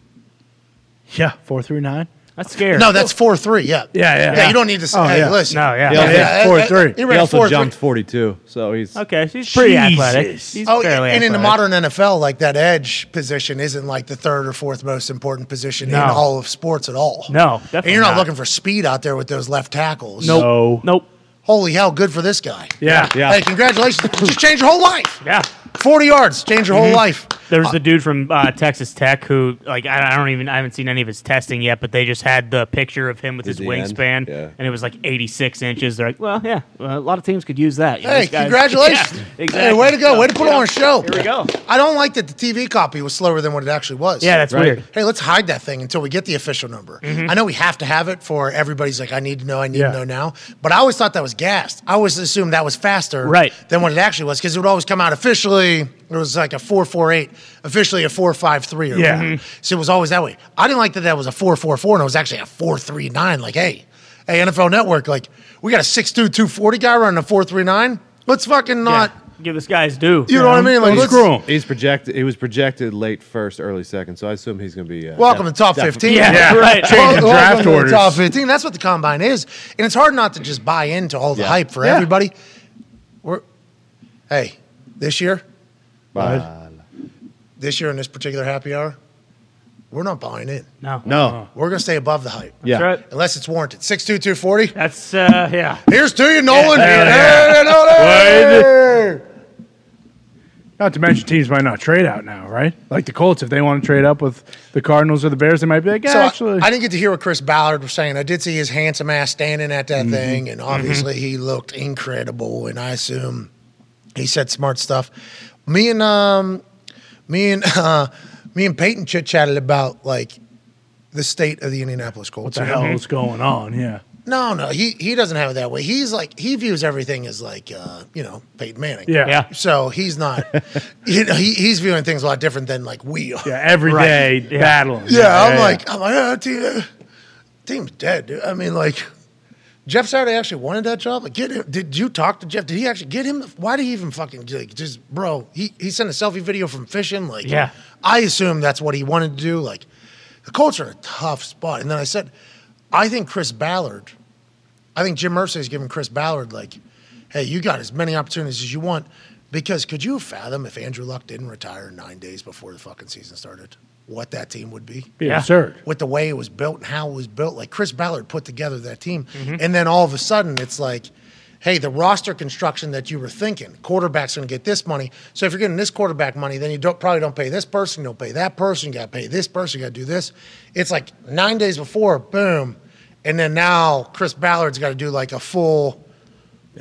[SPEAKER 2] Yeah, four three nine.
[SPEAKER 3] That's scary.
[SPEAKER 1] No, that's four three. Yeah.
[SPEAKER 2] Yeah, yeah.
[SPEAKER 1] Yeah. You don't need to. Say,
[SPEAKER 2] Oh,
[SPEAKER 1] hey,
[SPEAKER 2] yeah.
[SPEAKER 1] listen.
[SPEAKER 3] No, yeah.
[SPEAKER 4] Yeah.
[SPEAKER 2] Yeah,
[SPEAKER 1] uh, uh,
[SPEAKER 2] 4'3".
[SPEAKER 1] He
[SPEAKER 4] He
[SPEAKER 1] ran
[SPEAKER 4] also
[SPEAKER 1] 4'3".
[SPEAKER 4] jumped 42, so he's
[SPEAKER 3] Okay, so he's pretty athletic.
[SPEAKER 2] Jesus.
[SPEAKER 3] He's
[SPEAKER 1] Oh, yeah,
[SPEAKER 3] fairly
[SPEAKER 1] and in the
[SPEAKER 3] athletic.
[SPEAKER 1] modern NFL, like that edge position isn't like the third or fourth most important position
[SPEAKER 3] No.
[SPEAKER 1] in all of sports at all.
[SPEAKER 3] No, definitely
[SPEAKER 1] and you're not,
[SPEAKER 3] not.
[SPEAKER 1] looking for speed out there with those left tackles.
[SPEAKER 2] Nope.
[SPEAKER 3] Nope. Nope.
[SPEAKER 1] Holy hell, good for this guy.
[SPEAKER 2] Yeah.
[SPEAKER 4] Yeah.
[SPEAKER 1] Hey, congratulations! Just change your whole life.
[SPEAKER 3] Yeah.
[SPEAKER 1] Forty yards, change your whole life.
[SPEAKER 3] There's the dude from uh, Texas Tech who, like, I, I don't even, I haven't seen any of his testing yet, but they just had the picture of him with his
[SPEAKER 4] the
[SPEAKER 3] wingspan,
[SPEAKER 4] end, yeah.
[SPEAKER 3] and it was like 86 inches. They're like, well, oh, yeah, well, a lot of teams could use that. You know,
[SPEAKER 1] Hey,
[SPEAKER 3] this guy's-
[SPEAKER 1] congratulations!
[SPEAKER 3] Yeah, exactly.
[SPEAKER 1] Hey, way to go! way to put
[SPEAKER 3] Yeah.
[SPEAKER 1] on a show.
[SPEAKER 3] Here we go.
[SPEAKER 1] I don't like that the TV copy was slower than what it actually was.
[SPEAKER 3] Yeah, that's
[SPEAKER 4] Right.
[SPEAKER 3] weird. Mm-hmm.
[SPEAKER 1] Hey, let's hide that thing until we get the official number. I know we have to have it for everybody's like, I need to know, I need
[SPEAKER 2] Yeah.
[SPEAKER 1] to know now. But I always thought that was gassed. I always assumed that was faster
[SPEAKER 3] Right.
[SPEAKER 1] than what it actually was because it would always come out officially. It was like a 448, officially a 453 or
[SPEAKER 2] Yeah.
[SPEAKER 3] Mm-hmm.
[SPEAKER 1] whatever. So it was always that way. I didn't like that that was a 444 and it was actually a 439. Like, hey, hey, NFL Network, like, we got a 6'2, 240 guy running a 439. Let's fucking not,
[SPEAKER 3] Yeah. Give this guy's due.
[SPEAKER 1] you know what I mean? Like,
[SPEAKER 2] Don't
[SPEAKER 1] let's-
[SPEAKER 2] screw 'em.
[SPEAKER 4] he's projected. He was projected late first, early second. So I assume he's going to be uh,
[SPEAKER 1] Welcome
[SPEAKER 4] def-
[SPEAKER 1] to top
[SPEAKER 4] def-
[SPEAKER 1] 15.
[SPEAKER 3] Yeah, right.
[SPEAKER 2] Change
[SPEAKER 1] Well,
[SPEAKER 2] the
[SPEAKER 1] welcome
[SPEAKER 2] draft
[SPEAKER 1] to the
[SPEAKER 2] orders.
[SPEAKER 1] Top 15. That's what the combine is. And it's hard not to just buy into all the
[SPEAKER 4] Yeah.
[SPEAKER 1] hype for
[SPEAKER 2] Yeah.
[SPEAKER 1] everybody. We're, hey, this year,
[SPEAKER 4] Uh,
[SPEAKER 1] this year in this particular happy hour, we're not buying in.
[SPEAKER 3] No.
[SPEAKER 4] no,
[SPEAKER 1] We're going to stay above the hype.
[SPEAKER 4] yeah,
[SPEAKER 3] That's right.
[SPEAKER 1] Unless it's warranted. 62240.
[SPEAKER 3] That's, uh, yeah.
[SPEAKER 1] Here's to you, Nolan.
[SPEAKER 2] Yeah.
[SPEAKER 1] Hey, Nolan.
[SPEAKER 2] Not to mention teams might not trade out now, right? Like the Colts, if they want to trade up with the Cardinals or the Bears, they might be like, yeah,
[SPEAKER 1] So I-
[SPEAKER 2] actually.
[SPEAKER 1] I, didn't get to hear what Chris Ballard was saying. I did see his handsome ass standing at
[SPEAKER 2] Mm-hmm.
[SPEAKER 1] that thing, and obviously he looked incredible. And I assume he said smart stuff. Me and um, me and uh, me and Peyton chit chatted about like the state of the Indianapolis Colts.
[SPEAKER 2] what the
[SPEAKER 1] you know?
[SPEAKER 2] hell is going on? Yeah.
[SPEAKER 1] No, no, he he doesn't have it that way. He's like he views everything as like uh, you know Peyton Manning.
[SPEAKER 2] Yeah.
[SPEAKER 3] Yeah.
[SPEAKER 1] So he's not, you know, he, he's viewing things a lot different than like we are.
[SPEAKER 2] Yeah. Every
[SPEAKER 3] Right.
[SPEAKER 2] day
[SPEAKER 3] Yeah.
[SPEAKER 2] battling.
[SPEAKER 1] Yeah, I'm like, I'm like, oh, team, uh, team's dead, dude. I mean, like, Jeff Saturday actually wanted that job. Like, get him. Did you talk to Jeff? Did he actually get him? Why did he even fucking like, just, bro? He he sent a selfie video from fishing. Like,
[SPEAKER 3] Yeah.
[SPEAKER 1] I assume that's what he wanted to do. Like, the Colts are in a tough spot. And then I said, I think Chris Ballard, I think Jim Mercer is giving Chris Ballard like, hey, you got as many opportunities as you want. Because could you fathom if Andrew Luck didn't retire nine days before the fucking season started? What that team would be?
[SPEAKER 2] Be
[SPEAKER 3] Yeah.
[SPEAKER 2] absurd.
[SPEAKER 1] with the way it was built and how it was built. Like Chris Ballard put together that team, and then all of a sudden it's like, hey, the roster construction that you were thinking, quarterback's going to get this money. So if you're getting this quarterback money, then you don't probably don't pay this person, you don't pay that person, you got to pay this person, you got to do this. It's like nine days before, boom, and then now Chris Ballard's got to do like a full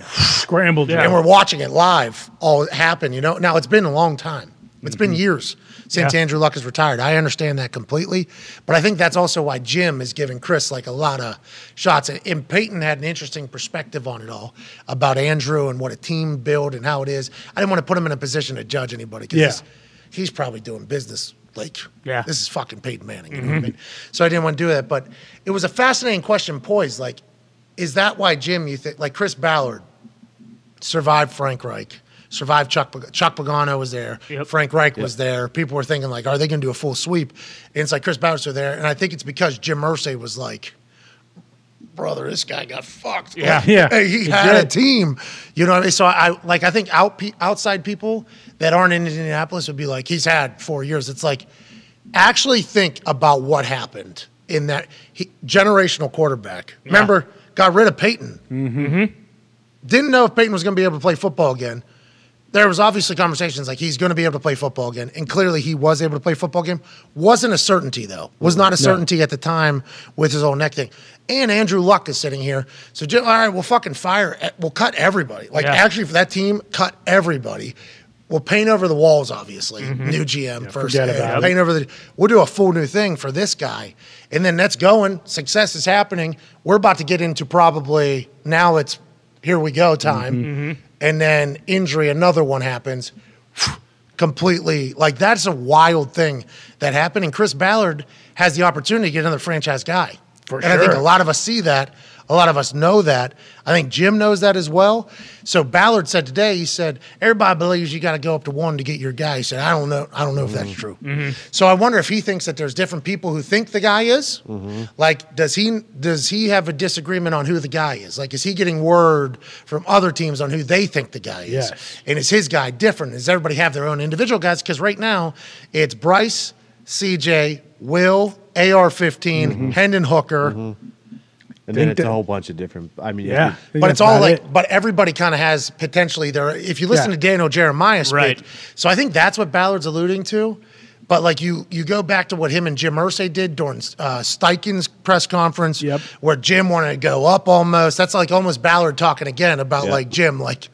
[SPEAKER 2] Scrambled.
[SPEAKER 1] and we're watching it live all happen you know now it's been a long time It's been years since
[SPEAKER 3] Mm-hmm. Yeah.
[SPEAKER 1] andrew luck has retired i understand that completely but i think that's also why jim is giving chris like a lot of shots and, and peyton had an interesting perspective on it all about andrew and what a team build and how it is i didn't want to put him in a position to judge anybody
[SPEAKER 2] Yeah.
[SPEAKER 1] because he's probably doing business like
[SPEAKER 3] Yeah. Mm-hmm.
[SPEAKER 1] this is fucking Peyton Manning. You know what I mean? So I didn't want to do that, but it was a fascinating question poised. Like, is that why Jim? You think like Chris Ballard survived Frank Reich, survived Chuck Pag- Chuck Pagano was there,
[SPEAKER 3] Yep.
[SPEAKER 1] Frank Reich was there. People were thinking like, are they going to do a full sweep? And it's like Chris Ballard's are there, and I think it's because Jim Irsay was like. Brother, this guy got fucked.
[SPEAKER 3] Yeah,
[SPEAKER 1] Like,
[SPEAKER 2] yeah.
[SPEAKER 1] hey, he
[SPEAKER 2] He
[SPEAKER 1] had a
[SPEAKER 2] did.
[SPEAKER 1] team. You know what I mean? So I like I think out pe- outside people that aren't in Indianapolis would be like, he's had four years. It's like actually think about what happened in that he, generational quarterback. Remember, got rid of Peyton. Mm-hmm. Didn't know if Peyton was going to be able to play football again. There was obviously conversations like he's going to be able to play football again, and clearly he was able to play football again. Wasn't a certainty though. Was not a certainty at the time with his own neck thing. And Andrew Luck is sitting here, so Jim, all right, we'll fucking fire, e, we'll cut everybody. Like
[SPEAKER 3] Yeah.
[SPEAKER 1] actually for that team, cut everybody. We'll paint over the walls, obviously. New GM first,
[SPEAKER 2] forget
[SPEAKER 1] day.
[SPEAKER 2] about it.
[SPEAKER 1] paint over the. We'll do a full new thing for this guy, and then that's going. Success is happening. We're about to get into probably now. It's here we go time,
[SPEAKER 2] Mm-hmm.
[SPEAKER 1] and then injury. Another one happens. Completely like that's a wild thing that happened. And Chris Ballard has the opportunity to get another franchise guy. and I think a lot of us see that. A lot of us know that. I think Jim knows that as well. So Ballard said today, he said, everybody believes you got to go up to one to get your guy. He said, I don't know. I don't know if that's true. So I wonder if he thinks that there's different people who think the guy is. Like, does he does he have a disagreement on who the guy is? Like, is he getting word from other teams on who they think the guy is?
[SPEAKER 2] Yes.
[SPEAKER 1] And is his guy different? Does everybody have their own individual guys? Because right now, it's Bryce, CJ, Will, AR 15, Hendon Hooker.
[SPEAKER 4] And then
[SPEAKER 2] Think
[SPEAKER 4] it's a
[SPEAKER 2] that-
[SPEAKER 4] whole bunch of different. I mean,
[SPEAKER 2] Yeah.
[SPEAKER 4] if
[SPEAKER 2] I think
[SPEAKER 1] But it's
[SPEAKER 2] that's
[SPEAKER 1] all
[SPEAKER 2] about
[SPEAKER 1] like,
[SPEAKER 2] it.
[SPEAKER 1] but everybody kind of has potentially their. If you listen
[SPEAKER 2] Yeah.
[SPEAKER 1] to Daniel Jeremiah speak,
[SPEAKER 3] Right.
[SPEAKER 1] so I think that's what Ballard's alluding to. But like you, you go back to what him and Jim Irsay did during uh, Steichen's press conference,
[SPEAKER 2] Yep.
[SPEAKER 1] where Jim wanted to go up almost. That's like almost Ballard talking again about
[SPEAKER 4] Yeah.
[SPEAKER 1] like Jim, like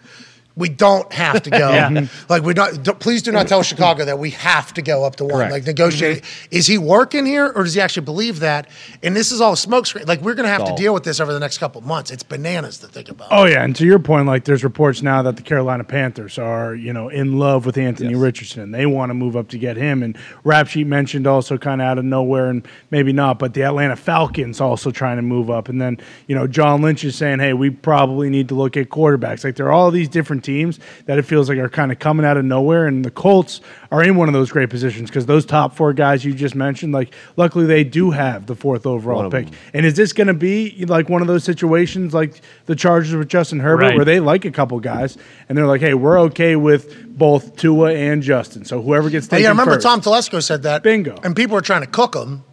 [SPEAKER 1] we don't have to go.
[SPEAKER 3] Yeah. Mhm.
[SPEAKER 1] Like we don't. d- Please do not tell Chicago that we have to go up to one.
[SPEAKER 4] Correct.
[SPEAKER 1] Like negotiate.
[SPEAKER 2] Mm-hmm.
[SPEAKER 1] Is he working here, or does he actually believe that? And this is all smokescreen. Like we're gonna have to
[SPEAKER 4] all-
[SPEAKER 1] deal with this over the next couple of months. It's bananas to think about.
[SPEAKER 2] Oh yeah, and to your point, like there's reports now that the Carolina Panthers are, you know, in love with Anthony
[SPEAKER 4] Yes.
[SPEAKER 2] Richardson. They want to move up to get him. And Rap Sheet mentioned also kind of out of nowhere, and maybe not, but the Atlanta Falcons also trying to move up. And then you know, John Lynch is saying, hey, we probably need to look at quarterbacks. Like there are all these different teams that it feels like are kind of coming out of nowhere, and the Colts are in one of those great positions because those top four guys you just mentioned, like luckily they do have the fourth
[SPEAKER 4] One
[SPEAKER 2] overall
[SPEAKER 4] of
[SPEAKER 2] pick.
[SPEAKER 4] them.
[SPEAKER 2] And is this going to be like one of those situations like the Chargers with Justin Herbert,
[SPEAKER 3] Right.
[SPEAKER 2] where they like a couple guys and they're like, "Hey, we're okay with both Tua and Justin." So whoever gets
[SPEAKER 1] Oh,
[SPEAKER 2] taken
[SPEAKER 1] yeah, I remember
[SPEAKER 2] first.
[SPEAKER 1] Tom Telesco said that.
[SPEAKER 2] Bingo.
[SPEAKER 1] And people were trying to cook him,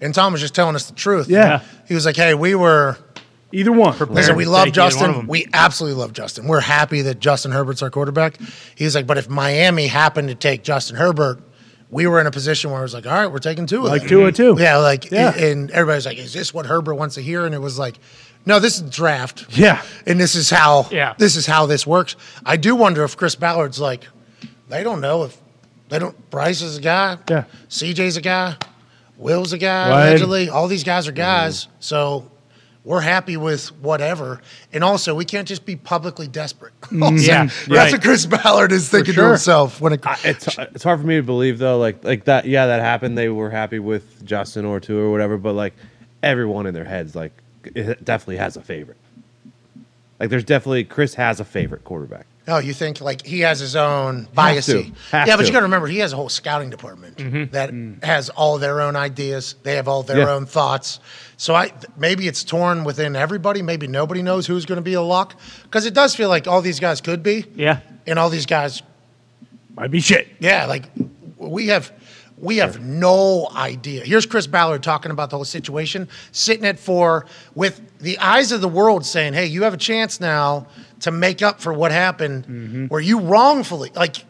[SPEAKER 1] and Tom was just telling us the truth.
[SPEAKER 2] Yeah.
[SPEAKER 1] He was like, "Hey, we were.
[SPEAKER 2] Either one.
[SPEAKER 1] Listen, we
[SPEAKER 3] to
[SPEAKER 1] love
[SPEAKER 3] take either one of
[SPEAKER 1] Justin.
[SPEAKER 3] them.
[SPEAKER 1] We absolutely love Justin. We're happy that Justin Herbert's our quarterback." He was like, "But if Miami happened to take Justin Herbert, we were in a position where it was like, all right, we're taking two of
[SPEAKER 2] Like
[SPEAKER 1] them.
[SPEAKER 2] Tua, too.
[SPEAKER 1] Yeah, like
[SPEAKER 2] Yeah.
[SPEAKER 1] and everybody's like, "Is this what Herbert wants to hear?" And it was like, "No, this is draft."
[SPEAKER 2] Yeah.
[SPEAKER 1] and this is how
[SPEAKER 3] Yeah.
[SPEAKER 1] this is how this works. I do wonder if Chris Ballard's like, they don't know if they don't. Bryce is a guy.
[SPEAKER 2] Yeah.
[SPEAKER 1] CJ's a guy. Will's a guy.
[SPEAKER 2] Right. Mm-hmm.
[SPEAKER 1] Allegedly, all these guys are guys. So we're happy with whatever. And also, we can't just be publicly desperate. Also,
[SPEAKER 3] Yeah,
[SPEAKER 1] that's
[SPEAKER 3] right.
[SPEAKER 1] what Chris Ballard is thinking to
[SPEAKER 2] Mm-hmm. sure.
[SPEAKER 1] himself when it.
[SPEAKER 4] I- it's it's hard for me to believe though, like like that. Yeah, that happened. They were happy with Justin or two or whatever, but like everyone in their heads, like it definitely has a favorite. Like there's definitely Chris has a favorite quarterback.
[SPEAKER 1] No, Oh, you think like he has his own bias.
[SPEAKER 4] to. Have
[SPEAKER 1] Yeah, but
[SPEAKER 4] to. Mm-hmm. Mm.
[SPEAKER 1] you got to remember he has a whole scouting department that has all their own ideas. They have all their
[SPEAKER 4] Yeah.
[SPEAKER 1] own thoughts. So I th- maybe it's torn within everybody. Maybe nobody knows who's going to be a lock because it does feel like all these guys could be.
[SPEAKER 3] Yeah.
[SPEAKER 1] and all these guys,
[SPEAKER 2] Might be shit.
[SPEAKER 1] yeah, like we have. We have no idea. Here's Chris Ballard talking about the whole situation, sitting at four with the eyes of the world saying, Hey, you have a chance now to make up for what happened where you wrongfully, like,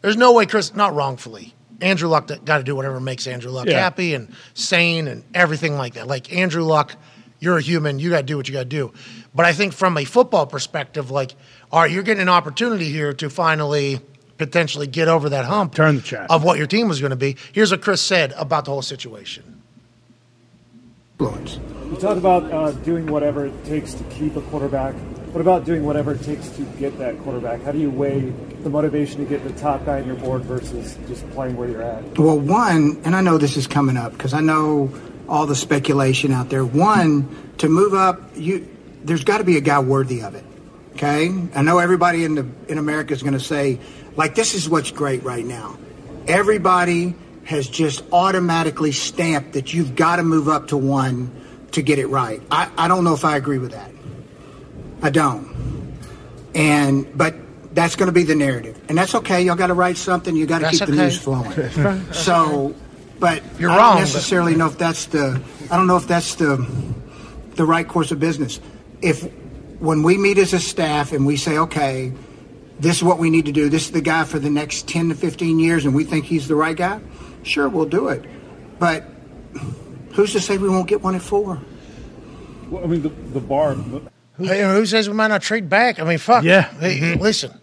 [SPEAKER 1] there's no way Chris, not wrongfully. Andrew Luck got to do whatever makes Andrew Luck
[SPEAKER 2] Yeah.
[SPEAKER 1] happy and sane and everything like that. Like, Andrew Luck, you're a human, you got to do what you got to do. But I think from a football perspective, like, all right, you're getting an opportunity here to finally potentially get over that hump
[SPEAKER 2] Turn the chat.
[SPEAKER 1] of what your team was going to be. Here's what Chris said about the whole situation.
[SPEAKER 5] You talk about uh, doing whatever it takes to keep a quarterback. What about doing whatever it takes to get that quarterback? How do you weigh the motivation to get the top guy on your board versus just playing where you're at?
[SPEAKER 6] Well, one, and I know this is coming up because I know all the speculation out there. One, to move up, you there's got to be a guy worthy of it. Okay, I know everybody in the in America is going to say, like, this is what's great right now. Everybody has just automatically stamped that you've got to move up to one to get it right. I, I don't know if I agree with that. I don't and but that's going to be the narrative, and that's okay. Y'all got to write something. You got to
[SPEAKER 1] That's
[SPEAKER 6] keep the
[SPEAKER 1] okay.
[SPEAKER 6] news flowing. so, but
[SPEAKER 1] You're
[SPEAKER 6] I
[SPEAKER 1] wrong, but-
[SPEAKER 6] don't necessarily know if that's the. I don't know if that's the the right course of business. If when we meet as a staff and we say, okay, this is what we need to do. This is the guy for the next ten to fifteen years, and we think he's the right guy. Sure, we'll do it. But who's to say we won't get one at four?
[SPEAKER 5] Well, I mean, the, the bar.
[SPEAKER 1] Hey, who says we might not trade back? I mean, fuck.
[SPEAKER 2] Yeah. Mm-hmm.
[SPEAKER 1] Hey, Listen,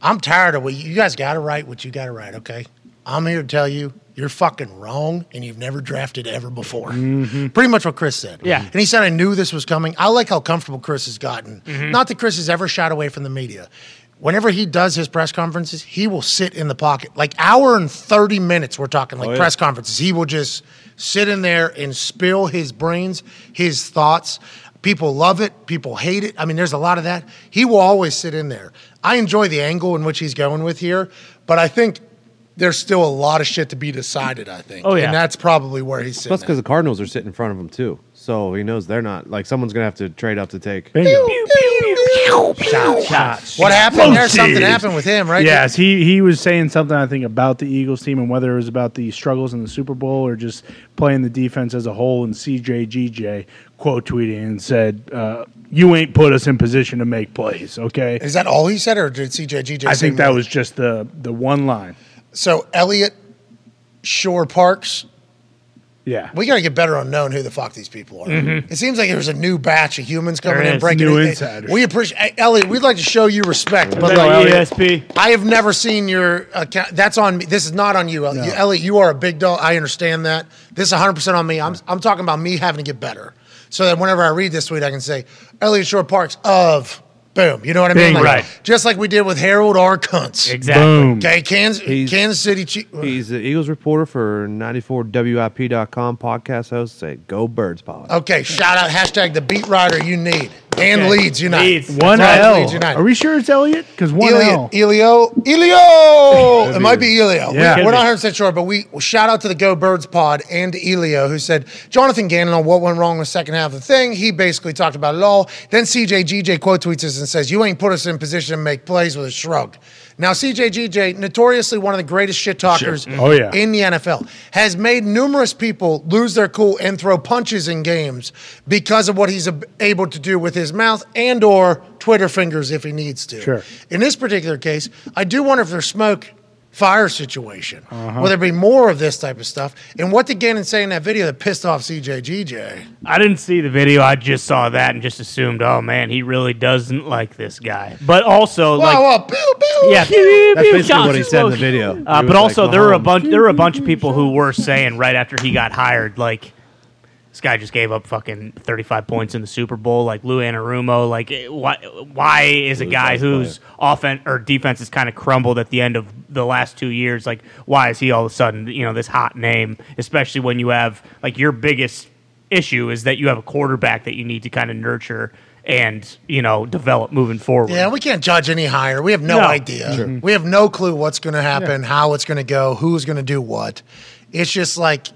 [SPEAKER 1] I'm tired of what you guys got to write. What you got to write, okay? I'm here to tell you you're fucking wrong, and you've never drafted ever before.
[SPEAKER 2] Mm.
[SPEAKER 1] Pretty much what Chris said.
[SPEAKER 3] Mm-hmm. Yeah.
[SPEAKER 1] And he said
[SPEAKER 3] Mm-hmm.
[SPEAKER 1] I knew this was coming. I like how comfortable Chris has gotten. Not that Chris has ever shied away from the media. whenever he does his press conferences, he will sit in the pocket. Like hour and 30 minutes, we're talking
[SPEAKER 3] Oh,
[SPEAKER 1] like
[SPEAKER 4] yeah.
[SPEAKER 1] press conferences. He will just sit in there and spill his brains, his thoughts. People love it, people hate it. I mean, there's a lot of that. He will always sit in there. I enjoy the angle in which he's going with here, but I think there's still a lot of shit to be decided, I think.
[SPEAKER 3] Oh, yeah.
[SPEAKER 1] And that's probably where he's sitting.
[SPEAKER 4] Plus,
[SPEAKER 1] at.
[SPEAKER 4] because the Cardinals are sitting in front of him too, so he knows they're not like someone's gonna have to trade up to take.
[SPEAKER 2] Bingo.
[SPEAKER 3] Shot, shot.
[SPEAKER 1] What happened there?
[SPEAKER 2] Explosives.
[SPEAKER 1] Something happened with him, right?
[SPEAKER 2] Yes, he he was saying something I think about the Eagles team and whether it was about the struggles in the Super Bowl or just playing the defense as a whole. And CJGJ quote tweeting and said, uh, "You ain't put us in position to make plays." Okay,
[SPEAKER 1] Is that all he said, or did CJ GJ?
[SPEAKER 2] I
[SPEAKER 1] say
[SPEAKER 2] think that
[SPEAKER 1] more?
[SPEAKER 2] was just the the one line.
[SPEAKER 1] so. Elliot Shore Parks.
[SPEAKER 2] Yeah,
[SPEAKER 1] We got to get better on knowing who the fuck these people are. It seems like there's a new batch of humans coming
[SPEAKER 3] There
[SPEAKER 1] in,
[SPEAKER 3] is.
[SPEAKER 1] breaking
[SPEAKER 2] Mm-hmm. New
[SPEAKER 1] in.
[SPEAKER 2] insiders.
[SPEAKER 1] We appreciate Elliot. We'd like to show you respect, but
[SPEAKER 3] Is
[SPEAKER 1] like,
[SPEAKER 3] that ESP.
[SPEAKER 1] I have never seen your account. That's on me. This is not on you, Elliot. You, Elliot, you are a big dog. I understand that. This is 100% on me. I'm, I'm talking about me having to get better. So that whenever I read this tweet, I can say, Elliot Shore Parks of, boom. You know what I mean?
[SPEAKER 3] Bing,
[SPEAKER 1] Like,
[SPEAKER 3] right.
[SPEAKER 1] Just like we did with Harold R. Kuntz.
[SPEAKER 3] Exactly.
[SPEAKER 2] boom.
[SPEAKER 1] Okay, Kansas,
[SPEAKER 4] He's-
[SPEAKER 1] Kansas City Chiefs.
[SPEAKER 4] He's the Eagles reporter for 94WIP.com podcast host. Say, go birds, Polly.
[SPEAKER 1] Okay, shout out, hashtag the beat rider you need. And
[SPEAKER 3] Okay.
[SPEAKER 1] Leeds Unite.
[SPEAKER 3] Leeds.
[SPEAKER 2] One
[SPEAKER 1] That's right,
[SPEAKER 2] L.
[SPEAKER 1] Leeds United. E-
[SPEAKER 2] Are we sure it's Elliot? Because one
[SPEAKER 1] Elio,
[SPEAKER 2] L.
[SPEAKER 1] Elio, Elio. It might be Elio.
[SPEAKER 2] Yeah.
[SPEAKER 1] We, are not 100 percent sure, but we well, shout out to the Go Birds Pod and Elio, who said Jonathan Gannon on what went wrong with second half of the thing. He basically talked about it all. Then CJ GJ quote tweets us and says, "You ain't put us in position to make plays with a shrug." Now CJ GJ, notoriously one of the greatest shit talkers
[SPEAKER 2] Oh, yeah.
[SPEAKER 1] in the NFL, has made numerous people lose their cool and throw punches in games because of what he's ab- able to do with his mouth and or Twitter fingers if he needs to.
[SPEAKER 2] Sure.
[SPEAKER 1] In this particular case, I do wonder if there's smoke fire situation.
[SPEAKER 3] Uh-huh.
[SPEAKER 1] Will there be more of this type of stuff? And what did Gannon say in that video that pissed off CJGJ?
[SPEAKER 3] I didn't see the video. I just saw that and just assumed, oh man, he really doesn't like this guy. But also, like,
[SPEAKER 1] wow, wow, pew, pew.
[SPEAKER 3] yeah, pew, pew,
[SPEAKER 4] That's
[SPEAKER 3] pew,
[SPEAKER 4] basically
[SPEAKER 3] shots
[SPEAKER 4] what he
[SPEAKER 3] and
[SPEAKER 4] said in the
[SPEAKER 3] smokes.
[SPEAKER 4] video. He
[SPEAKER 3] Uh,
[SPEAKER 4] was
[SPEAKER 3] but
[SPEAKER 4] like,
[SPEAKER 3] also, there were a
[SPEAKER 4] Mahomes-
[SPEAKER 3] bunch. There were a bunch of people who were saying right after he got hired, like, this guy just gave up fucking thirty-five points in the Super Bowl. Like Lou Anarumo, like, eh, why? Why is a guy
[SPEAKER 4] best player.
[SPEAKER 3] whose offense or defense has kind of crumbled at the end of the last two years? Like, why is he all of a sudden, you know, this hot name? Especially when you have like your biggest issue is that you have a quarterback that you need to kind of nurture and you know develop moving forward.
[SPEAKER 1] Yeah, we can't judge any higher. We have no,
[SPEAKER 3] No.
[SPEAKER 1] idea. Mm-hmm. We have no clue what's going to happen, how it's going to go, who's going to do what. It's just like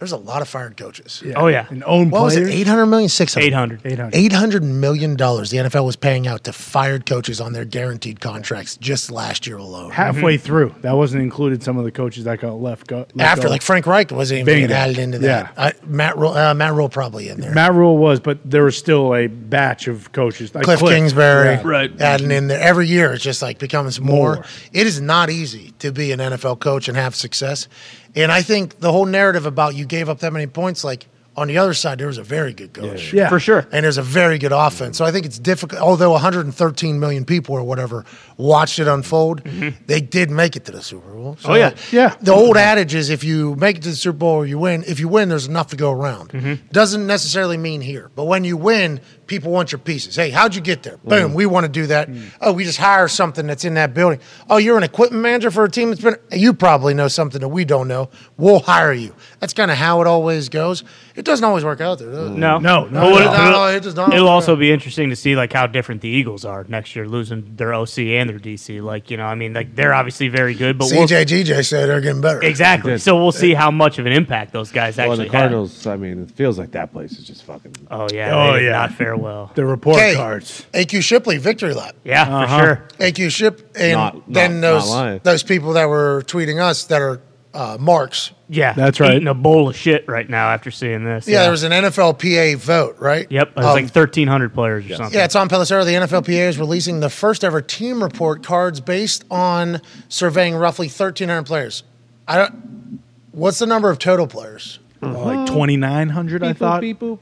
[SPEAKER 1] there's a lot of fired coaches.
[SPEAKER 2] Yeah.
[SPEAKER 3] Oh, yeah.
[SPEAKER 2] and own
[SPEAKER 1] What was
[SPEAKER 2] players.
[SPEAKER 1] it? 800 million, 600.
[SPEAKER 3] Eight hundred.
[SPEAKER 2] 800.
[SPEAKER 1] Eight hundred million dollars the NFL was paying out to fired coaches on their guaranteed contracts just last year alone.
[SPEAKER 2] Halfway through, that wasn't included. Some of the coaches that got left go let
[SPEAKER 1] After
[SPEAKER 2] go.
[SPEAKER 1] like Frank Reich wasn't even
[SPEAKER 2] Bingo.
[SPEAKER 1] getting added into that.
[SPEAKER 2] Yeah.
[SPEAKER 1] I, Matt Rule, uh, Matt Rule probably in there.
[SPEAKER 2] Matt Rule was, but there was still a batch of coaches. Like
[SPEAKER 1] Cliff, Kingsbury,
[SPEAKER 2] Yeah.
[SPEAKER 3] Right.
[SPEAKER 1] adding in there every year. It just like becomes more.
[SPEAKER 2] More.
[SPEAKER 1] It is not easy to be an NFL coach and have success. And I think the whole narrative about you gave up that many points, like on the other side, there was a very good coach.
[SPEAKER 2] Yeah.
[SPEAKER 3] for sure.
[SPEAKER 1] and there's a very good offense. So I think it's difficult. Although 113 million people or whatever watched it unfold, they did make it to the Super Bowl. So
[SPEAKER 3] Mm-hmm. Oh, yeah.
[SPEAKER 2] Yeah.
[SPEAKER 1] The old adage is if you make it to the Super Bowl or you win, if you win, there's enough to go around.
[SPEAKER 3] Mm-hmm.
[SPEAKER 1] Doesn't necessarily mean here, but when you win, people want your pieces. Hey, how'd you get there?
[SPEAKER 3] Mm-hmm.
[SPEAKER 1] Boom, we want to do that. Oh, we just hire something that's in that building. Oh, you're an equipment manager for a team that's been. You probably know something that we don't know. We'll hire you. That's kind of how it always goes. It doesn't always work out there. Does it?
[SPEAKER 3] No,
[SPEAKER 2] No, no, no.
[SPEAKER 3] But it'll-
[SPEAKER 1] No, it does not.
[SPEAKER 3] It'll also be interesting to see like how different the Eagles are next year, losing their OC and their DC. Like you know, I mean, like they're obviously very good, but we'll,
[SPEAKER 1] CJ GJ said they're getting better.
[SPEAKER 3] exactly. So we'll see how much of an impact those guys
[SPEAKER 4] Well, and
[SPEAKER 3] actually
[SPEAKER 4] the Cardinals. I mean, it feels like that place is just fucking.
[SPEAKER 3] have. Oh yeah,
[SPEAKER 2] Oh,
[SPEAKER 3] they did
[SPEAKER 2] yeah.
[SPEAKER 3] not fare well.
[SPEAKER 2] The report
[SPEAKER 1] Okay.
[SPEAKER 2] cards.
[SPEAKER 1] AQ Shipley victory lap.
[SPEAKER 3] Yeah,
[SPEAKER 2] Uh-huh.
[SPEAKER 3] for sure.
[SPEAKER 1] AQ Ship and
[SPEAKER 4] Not- not-
[SPEAKER 1] then
[SPEAKER 4] not
[SPEAKER 1] those
[SPEAKER 4] lying.
[SPEAKER 1] those people that were tweeting us that are uh, marks.
[SPEAKER 3] Yeah,
[SPEAKER 2] That's right.
[SPEAKER 3] Eating a bowl of shit right now after seeing this.
[SPEAKER 1] Yeah, there was an NFLPA vote, right?
[SPEAKER 3] Yep, it was
[SPEAKER 1] Um,
[SPEAKER 3] like thirteen hundred players or something.
[SPEAKER 1] yeah, Tom Pelissero, the NFLPA, is releasing the first ever team report cards based on surveying roughly 1,300 players. I don't. What's the number of total players?
[SPEAKER 2] Like 2,900, I thought,
[SPEAKER 4] boop.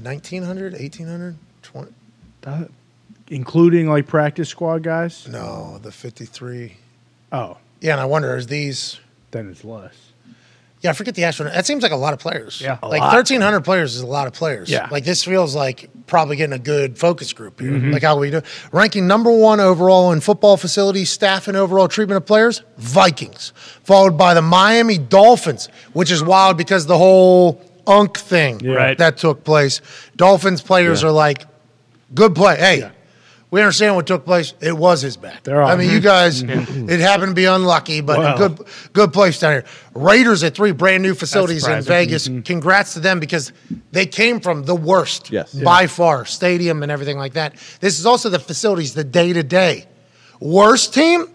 [SPEAKER 1] 1,900, 1,800, 20?
[SPEAKER 2] including like practice squad guys.
[SPEAKER 1] No, the 53.
[SPEAKER 2] Oh,
[SPEAKER 1] Yeah, and I wonder, is these.
[SPEAKER 2] then it's less.
[SPEAKER 1] Yeah, I forget the actual. That seems like a lot of players.
[SPEAKER 2] Yeah, a
[SPEAKER 1] like
[SPEAKER 2] lot.
[SPEAKER 1] thirteen hundred players is a lot of players.
[SPEAKER 2] Yeah.
[SPEAKER 1] like this feels like probably getting a good focus group here.
[SPEAKER 2] Mm-hmm.
[SPEAKER 1] Like how we do ranking number one overall in football facility staff and overall treatment of players, Vikings, followed by the Miami Dolphins, which is wild because the whole Unk thing
[SPEAKER 3] Right.
[SPEAKER 1] that took place. Dolphins players are like, good play. Hey. We understand what took place. It was his back.
[SPEAKER 2] They're all-
[SPEAKER 1] I mean, you guys, it happened to be unlucky, but
[SPEAKER 2] Wow.
[SPEAKER 1] good good place down here. Raiders at three brand new facilities in
[SPEAKER 3] surprising.
[SPEAKER 1] Vegas. Congrats to them because they came from the worst
[SPEAKER 4] Yes.
[SPEAKER 1] by far, stadium and everything like that. This is also the facilities, the day to day. Worst team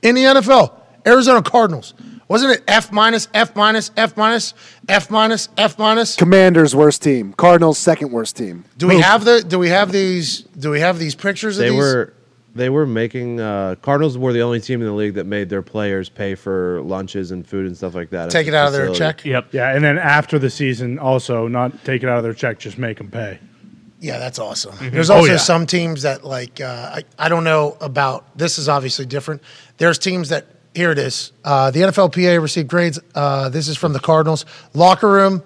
[SPEAKER 1] in the NFL, Arizona Cardinals. Wasn't it F minus, F minus, F minus, F minus, F minus?
[SPEAKER 7] Commanders worst team. Cardinals second worst team.
[SPEAKER 1] Do we have the do we have these do we have these pictures of
[SPEAKER 4] They
[SPEAKER 1] these?
[SPEAKER 4] were they were making uh, Cardinals were the only team in the league that made their players pay for lunches and food and stuff like that. at
[SPEAKER 1] Take it
[SPEAKER 4] the
[SPEAKER 1] out of their
[SPEAKER 4] facility.
[SPEAKER 1] check.
[SPEAKER 3] Yep.
[SPEAKER 2] Yeah, and then after the season, also not take it out of their check, just make them pay.
[SPEAKER 1] Yeah, that's awesome. There's
[SPEAKER 2] Oh,
[SPEAKER 1] also
[SPEAKER 2] yeah.
[SPEAKER 1] some teams that like uh, I, I don't know about this is obviously different. There's teams that here it is. Uh, the NFLPA received grades. Uh, this is from the Cardinals locker room.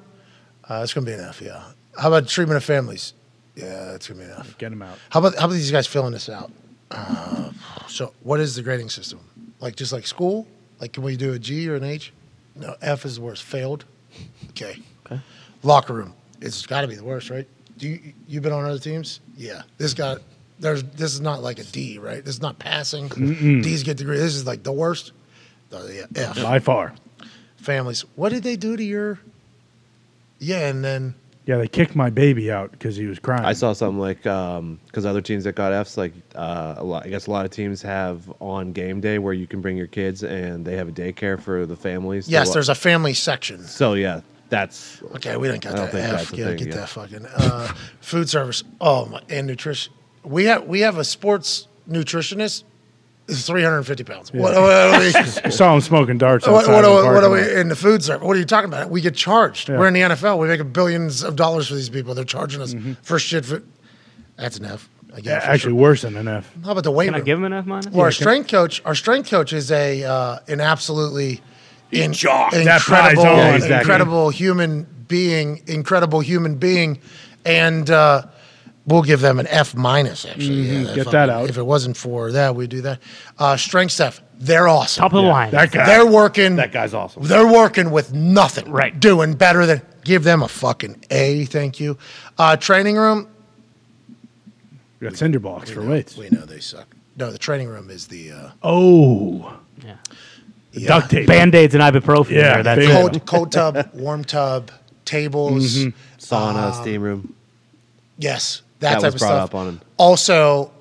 [SPEAKER 1] Uh, it's gonna be an F. Yeah. How about treatment of families? Yeah, it's gonna be an F.
[SPEAKER 2] Get them out.
[SPEAKER 1] How about how about these guys filling this out? Uh, so what is the grading system? Like just like school? Like can we do a G or an H? No, F is the worst. Failed. Okay. Okay. Locker room. It's got to be the worst, right? Do you you've been on other teams? Yeah. This got there's this is not like a D, right? This is not passing. D's get degree. This is like the worst. Uh, yeah, F
[SPEAKER 2] By far.
[SPEAKER 1] families. What did they do to your? Yeah, and then
[SPEAKER 2] Yeah, they kicked my baby out because he was crying.
[SPEAKER 4] I saw something like because other teams that got Fs, like uh, a lot, I guess a lot of teams have on game day where you can bring your kids and they have a daycare for the families. to
[SPEAKER 1] yes,
[SPEAKER 4] wa-
[SPEAKER 1] there's a family section.
[SPEAKER 4] so yeah, that's
[SPEAKER 1] Okay, we didn't
[SPEAKER 4] I
[SPEAKER 1] got that.
[SPEAKER 4] don't think
[SPEAKER 1] F.
[SPEAKER 4] that's a
[SPEAKER 1] yeah,
[SPEAKER 4] thing,
[SPEAKER 1] get
[SPEAKER 4] yeah.
[SPEAKER 1] that fucking uh, food service. Oh my, and nutrition. We have we have a sports nutritionist. Three hundred and fifty pounds. What, what are we?
[SPEAKER 2] I saw him smoking darts
[SPEAKER 1] What,
[SPEAKER 2] outside
[SPEAKER 1] what,
[SPEAKER 2] of the
[SPEAKER 1] are, what are
[SPEAKER 2] parking lot.
[SPEAKER 1] we in the food service? What are you talking about? We get charged.
[SPEAKER 2] Yeah.
[SPEAKER 1] We're in the NFL. We make billions of dollars for these people. They're charging us for shit. For, that's an F. I
[SPEAKER 2] Mm-hmm. Yeah,
[SPEAKER 1] guess, for
[SPEAKER 2] actually,
[SPEAKER 1] sure.
[SPEAKER 2] worse than an F.
[SPEAKER 1] how about the weight
[SPEAKER 3] Can I
[SPEAKER 1] room?
[SPEAKER 3] give him an F minus?
[SPEAKER 1] Well, our strength coach, our strength coach is a uh, an absolutely in,
[SPEAKER 2] That prize
[SPEAKER 1] incredible,
[SPEAKER 2] on. Yeah,
[SPEAKER 4] exactly.
[SPEAKER 1] incredible human being, incredible human being, and uh, we'll give them an F minus. Actually, Yeah,
[SPEAKER 2] Mm-hmm. Get
[SPEAKER 1] if-
[SPEAKER 2] that out.
[SPEAKER 1] If it wasn't for that, we would do that. Uh, strength staff, they're awesome.
[SPEAKER 3] Top of the line.
[SPEAKER 2] That guy.
[SPEAKER 1] They're working.
[SPEAKER 4] that guy's awesome.
[SPEAKER 1] They're working with nothing.
[SPEAKER 3] Right.
[SPEAKER 1] Doing better than give them a fucking A. Thank you. Uh, training room.
[SPEAKER 2] We got cinder blocks for weights.
[SPEAKER 1] We know they suck. No, the training room is the uh,
[SPEAKER 2] Oh,
[SPEAKER 3] yeah.
[SPEAKER 1] yeah.
[SPEAKER 2] duct tape.
[SPEAKER 3] Band aids and ibuprofen.
[SPEAKER 2] Yeah, Mm-hmm.
[SPEAKER 3] there, that's
[SPEAKER 2] big-
[SPEAKER 3] it.
[SPEAKER 1] cold cold tub, warm tub, tables.
[SPEAKER 4] Sauna, steam room.
[SPEAKER 1] Yes, that,
[SPEAKER 4] That
[SPEAKER 1] type
[SPEAKER 4] was
[SPEAKER 1] of
[SPEAKER 4] brought
[SPEAKER 1] stuff.
[SPEAKER 4] up on him.
[SPEAKER 1] Also,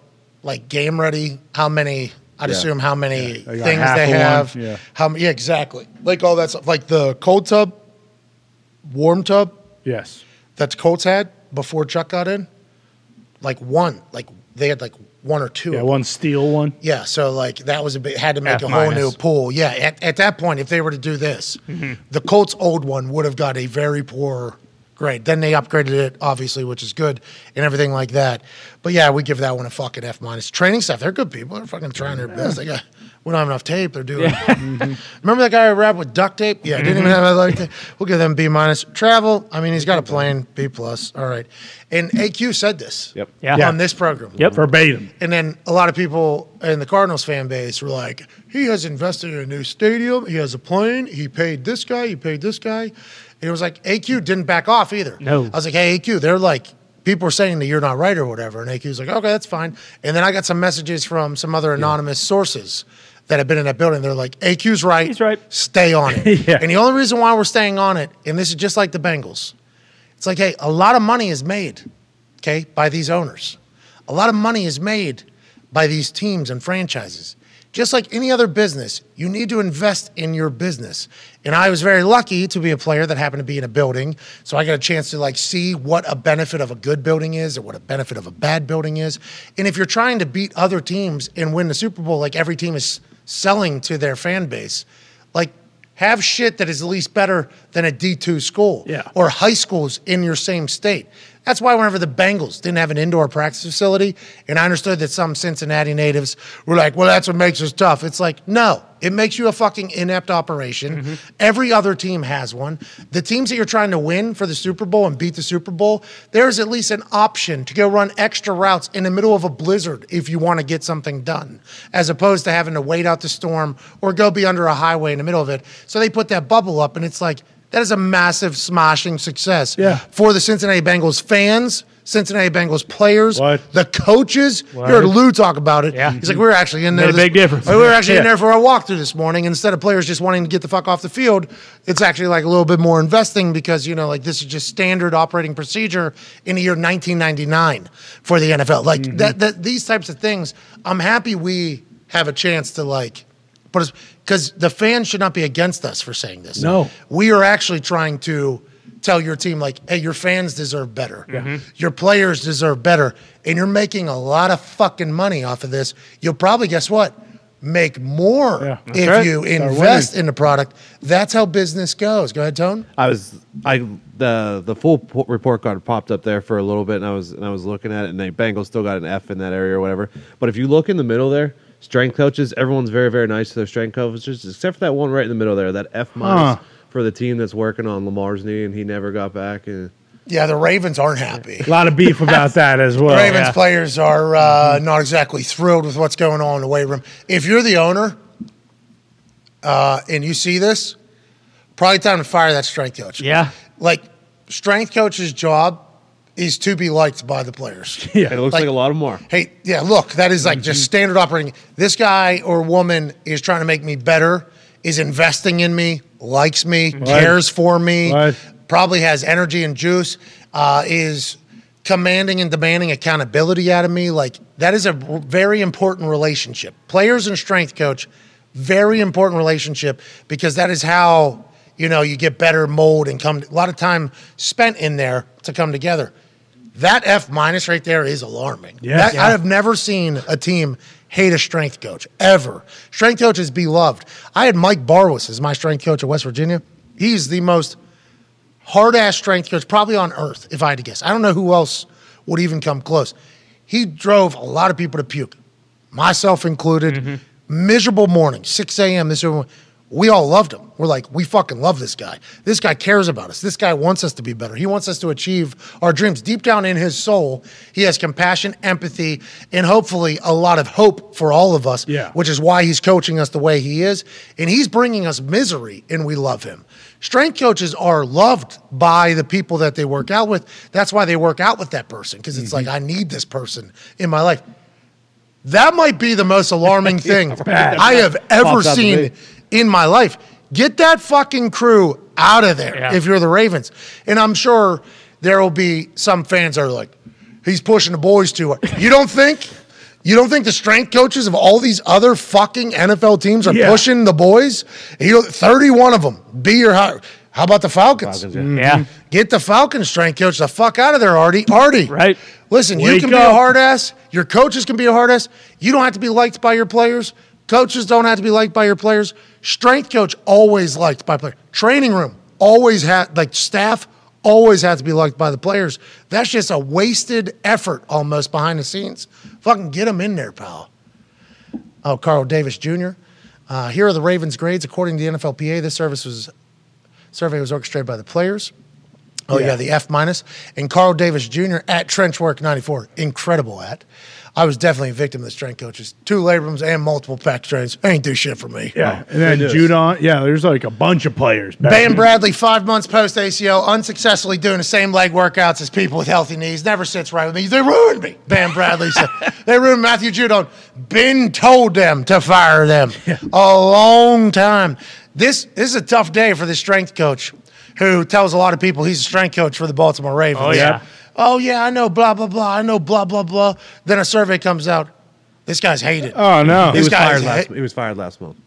[SPEAKER 1] like game ready. How many? I'd
[SPEAKER 4] Yeah.
[SPEAKER 1] assume how many
[SPEAKER 2] They got
[SPEAKER 1] things
[SPEAKER 2] half
[SPEAKER 1] they
[SPEAKER 2] of one,
[SPEAKER 1] have.
[SPEAKER 2] yeah.
[SPEAKER 1] How? Yeah, exactly. Like all that stuff. Like the cold tub, warm tub
[SPEAKER 2] Yes.
[SPEAKER 1] that the Colts had before Chuck got in. Like one. Like they had like one or two.
[SPEAKER 2] Yeah,
[SPEAKER 1] of them.
[SPEAKER 2] one steel one.
[SPEAKER 1] Yeah, so like that was a bit had to make
[SPEAKER 3] F
[SPEAKER 1] a whole new
[SPEAKER 3] minus. Mm-hmm.
[SPEAKER 1] pool. Yeah, at, at that point, if they were to do this, the Colts' old one would have got a very poor grade. Then they upgraded it, obviously, which is good and everything like that. But yeah, we give that one a fucking F minus. Training staff, they're good people. They're fucking trying their best. They got we don't have enough tape. They're doing. Remember that guy who wrapped with duct tape? Yeah, didn't
[SPEAKER 3] Mm-hmm.
[SPEAKER 1] even have that duct tape. We'll give them B minus. Travel, I mean, he's got a plane, B plus. All right, and AQ said this.
[SPEAKER 4] Yep.
[SPEAKER 3] Yeah.
[SPEAKER 1] on this program.
[SPEAKER 3] Yep.
[SPEAKER 2] Verbatim.
[SPEAKER 1] And then a lot of people in the Cardinals fan base were like, he has invested in a new stadium. He has a plane. He paid this guy. He paid this guy. And it was like, AQ didn't back off either.
[SPEAKER 3] No.
[SPEAKER 1] I was like, hey, AQ, they're like, people were saying that you're not right or whatever. And AQ's like, okay, that's fine. And then I got some messages from some other anonymous sources that have been in that building. They're like, AQ's right.
[SPEAKER 3] He's right.
[SPEAKER 1] Stay on it.
[SPEAKER 2] Yeah.
[SPEAKER 1] And the only reason why we're staying on it, and this is just like the Bengals, it's like, hey, a lot of money is made, okay, by these owners. A lot of money is made by these teams and franchises. Just like any other business, you need to invest in your business. And I was very lucky to be a player that happened to be in a building. So I got a chance to like see what a benefit of a good building is or what a benefit of a bad building is. And if you're trying to beat other teams and win the Super Bowl, like every team is selling to their fan base, like have shit that is at least better than a D2 school
[SPEAKER 2] Yeah.
[SPEAKER 1] or high schools in your same state. That's why whenever the Bengals didn't have an indoor practice facility, and I understood that some Cincinnati natives were like, well, that's what makes us tough. It's like, no, it makes you a fucking inept operation. Every other team has one. The teams that you're trying to win for the Super Bowl and beat the Super Bowl, there's at least an option to go run extra routes in the middle of a blizzard if you want to get something done, as opposed to having to wait out the storm or go be under a highway in the middle of it. So they put that bubble up, and it's like, that is a massive smashing success
[SPEAKER 2] Yeah.
[SPEAKER 1] for the Cincinnati Bengals fans, Cincinnati Bengals players,
[SPEAKER 2] What?
[SPEAKER 1] the coaches. You heard Lou talk about it.
[SPEAKER 3] Yeah.
[SPEAKER 1] He's like, we were actually in there.
[SPEAKER 3] Made a
[SPEAKER 1] this-
[SPEAKER 3] big difference.
[SPEAKER 1] We were actually in
[SPEAKER 2] Yeah.
[SPEAKER 1] there for a walkthrough this morning. Instead of players just wanting to get the fuck off the field, it's actually like a little bit more investing because, you know, like this is just standard operating procedure in the year 1999 for the NFL. Like
[SPEAKER 3] Mm-hmm.
[SPEAKER 1] that, that, these types of things, I'm happy we have a chance to like, but because the fans should not be against us for saying this.
[SPEAKER 2] No.
[SPEAKER 1] We are actually trying to tell your team, like, hey, your fans deserve better.
[SPEAKER 2] Mm-hmm.
[SPEAKER 1] Your players deserve better. And you're making a lot of fucking money off of this. You'll probably, guess what? Make more
[SPEAKER 2] Yeah, that's
[SPEAKER 1] if
[SPEAKER 2] right.
[SPEAKER 1] you
[SPEAKER 2] winning.
[SPEAKER 1] invest in the product. That's how business goes. Go ahead, Tone.
[SPEAKER 4] I was I the the full po- report card popped up there for a little bit, and I was and I was looking at it, and the Bengals still got an F in that area or whatever. But if you look in the middle there, strength coaches, everyone's very very nice to their strength coaches, except for that one right in the middle there, that F minus
[SPEAKER 2] Huh.
[SPEAKER 4] for the team that's working on Lamar's knee, and he never got back. And
[SPEAKER 1] Yeah, the Ravens aren't happy.
[SPEAKER 2] A lot of beef about that as well.
[SPEAKER 1] Ravens
[SPEAKER 2] Yeah. Mm-hmm.
[SPEAKER 1] players are uh, not exactly thrilled with what's going on in the weight room. If you're the owner uh, and you see this, probably time to fire that strength coach.
[SPEAKER 3] Yeah.
[SPEAKER 1] Like, strength coach's job is to be liked by the players.
[SPEAKER 2] Yeah.
[SPEAKER 4] it looks
[SPEAKER 1] Like-
[SPEAKER 4] like, a lot of more.
[SPEAKER 1] hey, yeah, look, that is like just standard operating. This guy or woman is trying to make me better, is investing in me, likes me, cares for me,
[SPEAKER 2] Right.
[SPEAKER 1] probably has energy and juice, uh, is commanding and demanding accountability out of me. Like, that is a r- very important relationship. Players and strength coach, very important relationship because that is how. You know, you get better mold and come. A lot of time spent in there to come together. That F minus right there is alarming.
[SPEAKER 2] Yeah.
[SPEAKER 1] That-
[SPEAKER 2] Yeah.
[SPEAKER 1] I have never seen a team hate a strength coach ever. Strength coach is beloved. I had Mike Barwis as my strength coach at West Virginia. He's the most hard ass strength coach probably on earth, if I had to guess. I don't know who else would even come close. He drove a lot of people to puke, myself included. Miserable morning, 6 a.m. This morning. we all loved him. We're like, we fucking love this guy. This guy cares about us. This guy wants us to be better. He wants us to achieve our dreams. Deep down in his soul, he has compassion, empathy, and hopefully a lot of hope for all of us,
[SPEAKER 2] Yeah.
[SPEAKER 1] which is why he's coaching us the way he is. And he's bringing us misery, and we love him. Strength coaches are loved by the people that they work out with. That's why they work out with that person, because it's like, I need this person in my life. That might be the most alarming thing I have ever
[SPEAKER 4] Popped out to
[SPEAKER 1] seen
[SPEAKER 4] me.
[SPEAKER 1] in my life. Get that fucking crew out of there
[SPEAKER 3] Yeah.
[SPEAKER 1] if you're the Ravens. And I'm sure there will be some fans that are like, he's pushing the boys too hard. You don't think? You don't think the strength coaches of all these other fucking NFL teams are
[SPEAKER 2] Yeah.
[SPEAKER 1] pushing the boys? You know, 31 of them. Be your high. How about the Falcons?
[SPEAKER 4] Falcons, yeah.
[SPEAKER 3] Yeah.
[SPEAKER 1] Get the Falcons strength coach the fuck out of there, Artie. Artie.
[SPEAKER 3] Right.
[SPEAKER 1] Listen, you
[SPEAKER 3] Wake
[SPEAKER 1] can be a
[SPEAKER 3] up.
[SPEAKER 1] hard ass. Your coaches can be a hard ass. You don't have to be liked by your players. Coaches don't have to be liked by your players. Strength coach always liked by players. Training room always had like staff always had to be liked by the players. That's just a wasted effort almost behind the scenes. Fucking get them in there, pal. Oh, Carl Davis Jr. Uh, here are the Ravens' grades according to the NFLPA. This service was survey was orchestrated by the players. Oh yeah, the F minus and Carl Davis Jr. at Trenchwork '94, incredible at. I was definitely a victim of the strength coaches, two labrums and multiple pack trains. Ain't do shit for me.
[SPEAKER 2] Yeah. And then Judon. Yeah, there's like a bunch of players. back
[SPEAKER 1] Oh, Ban
[SPEAKER 2] then.
[SPEAKER 1] Bradley, five months post ACL, unsuccessfully doing the same leg workouts as people with healthy knees. Never sits right with me. They ruined me. Ban Bradley said. They ruined Matthew Judon. Been told them to fire them a long time. This, this is a tough day for the strength coach who tells a lot of people he's a strength coach for the Baltimore Ravens.
[SPEAKER 3] Oh, yeah.
[SPEAKER 1] Oh, yeah, I know, blah, blah, blah. I know, blah, blah, blah. Then a survey comes out. This guy's hated.
[SPEAKER 2] Oh no.
[SPEAKER 4] He
[SPEAKER 1] This
[SPEAKER 4] was
[SPEAKER 1] guy is
[SPEAKER 4] fired
[SPEAKER 1] a
[SPEAKER 4] last.
[SPEAKER 1] hit-
[SPEAKER 4] He was fired last month.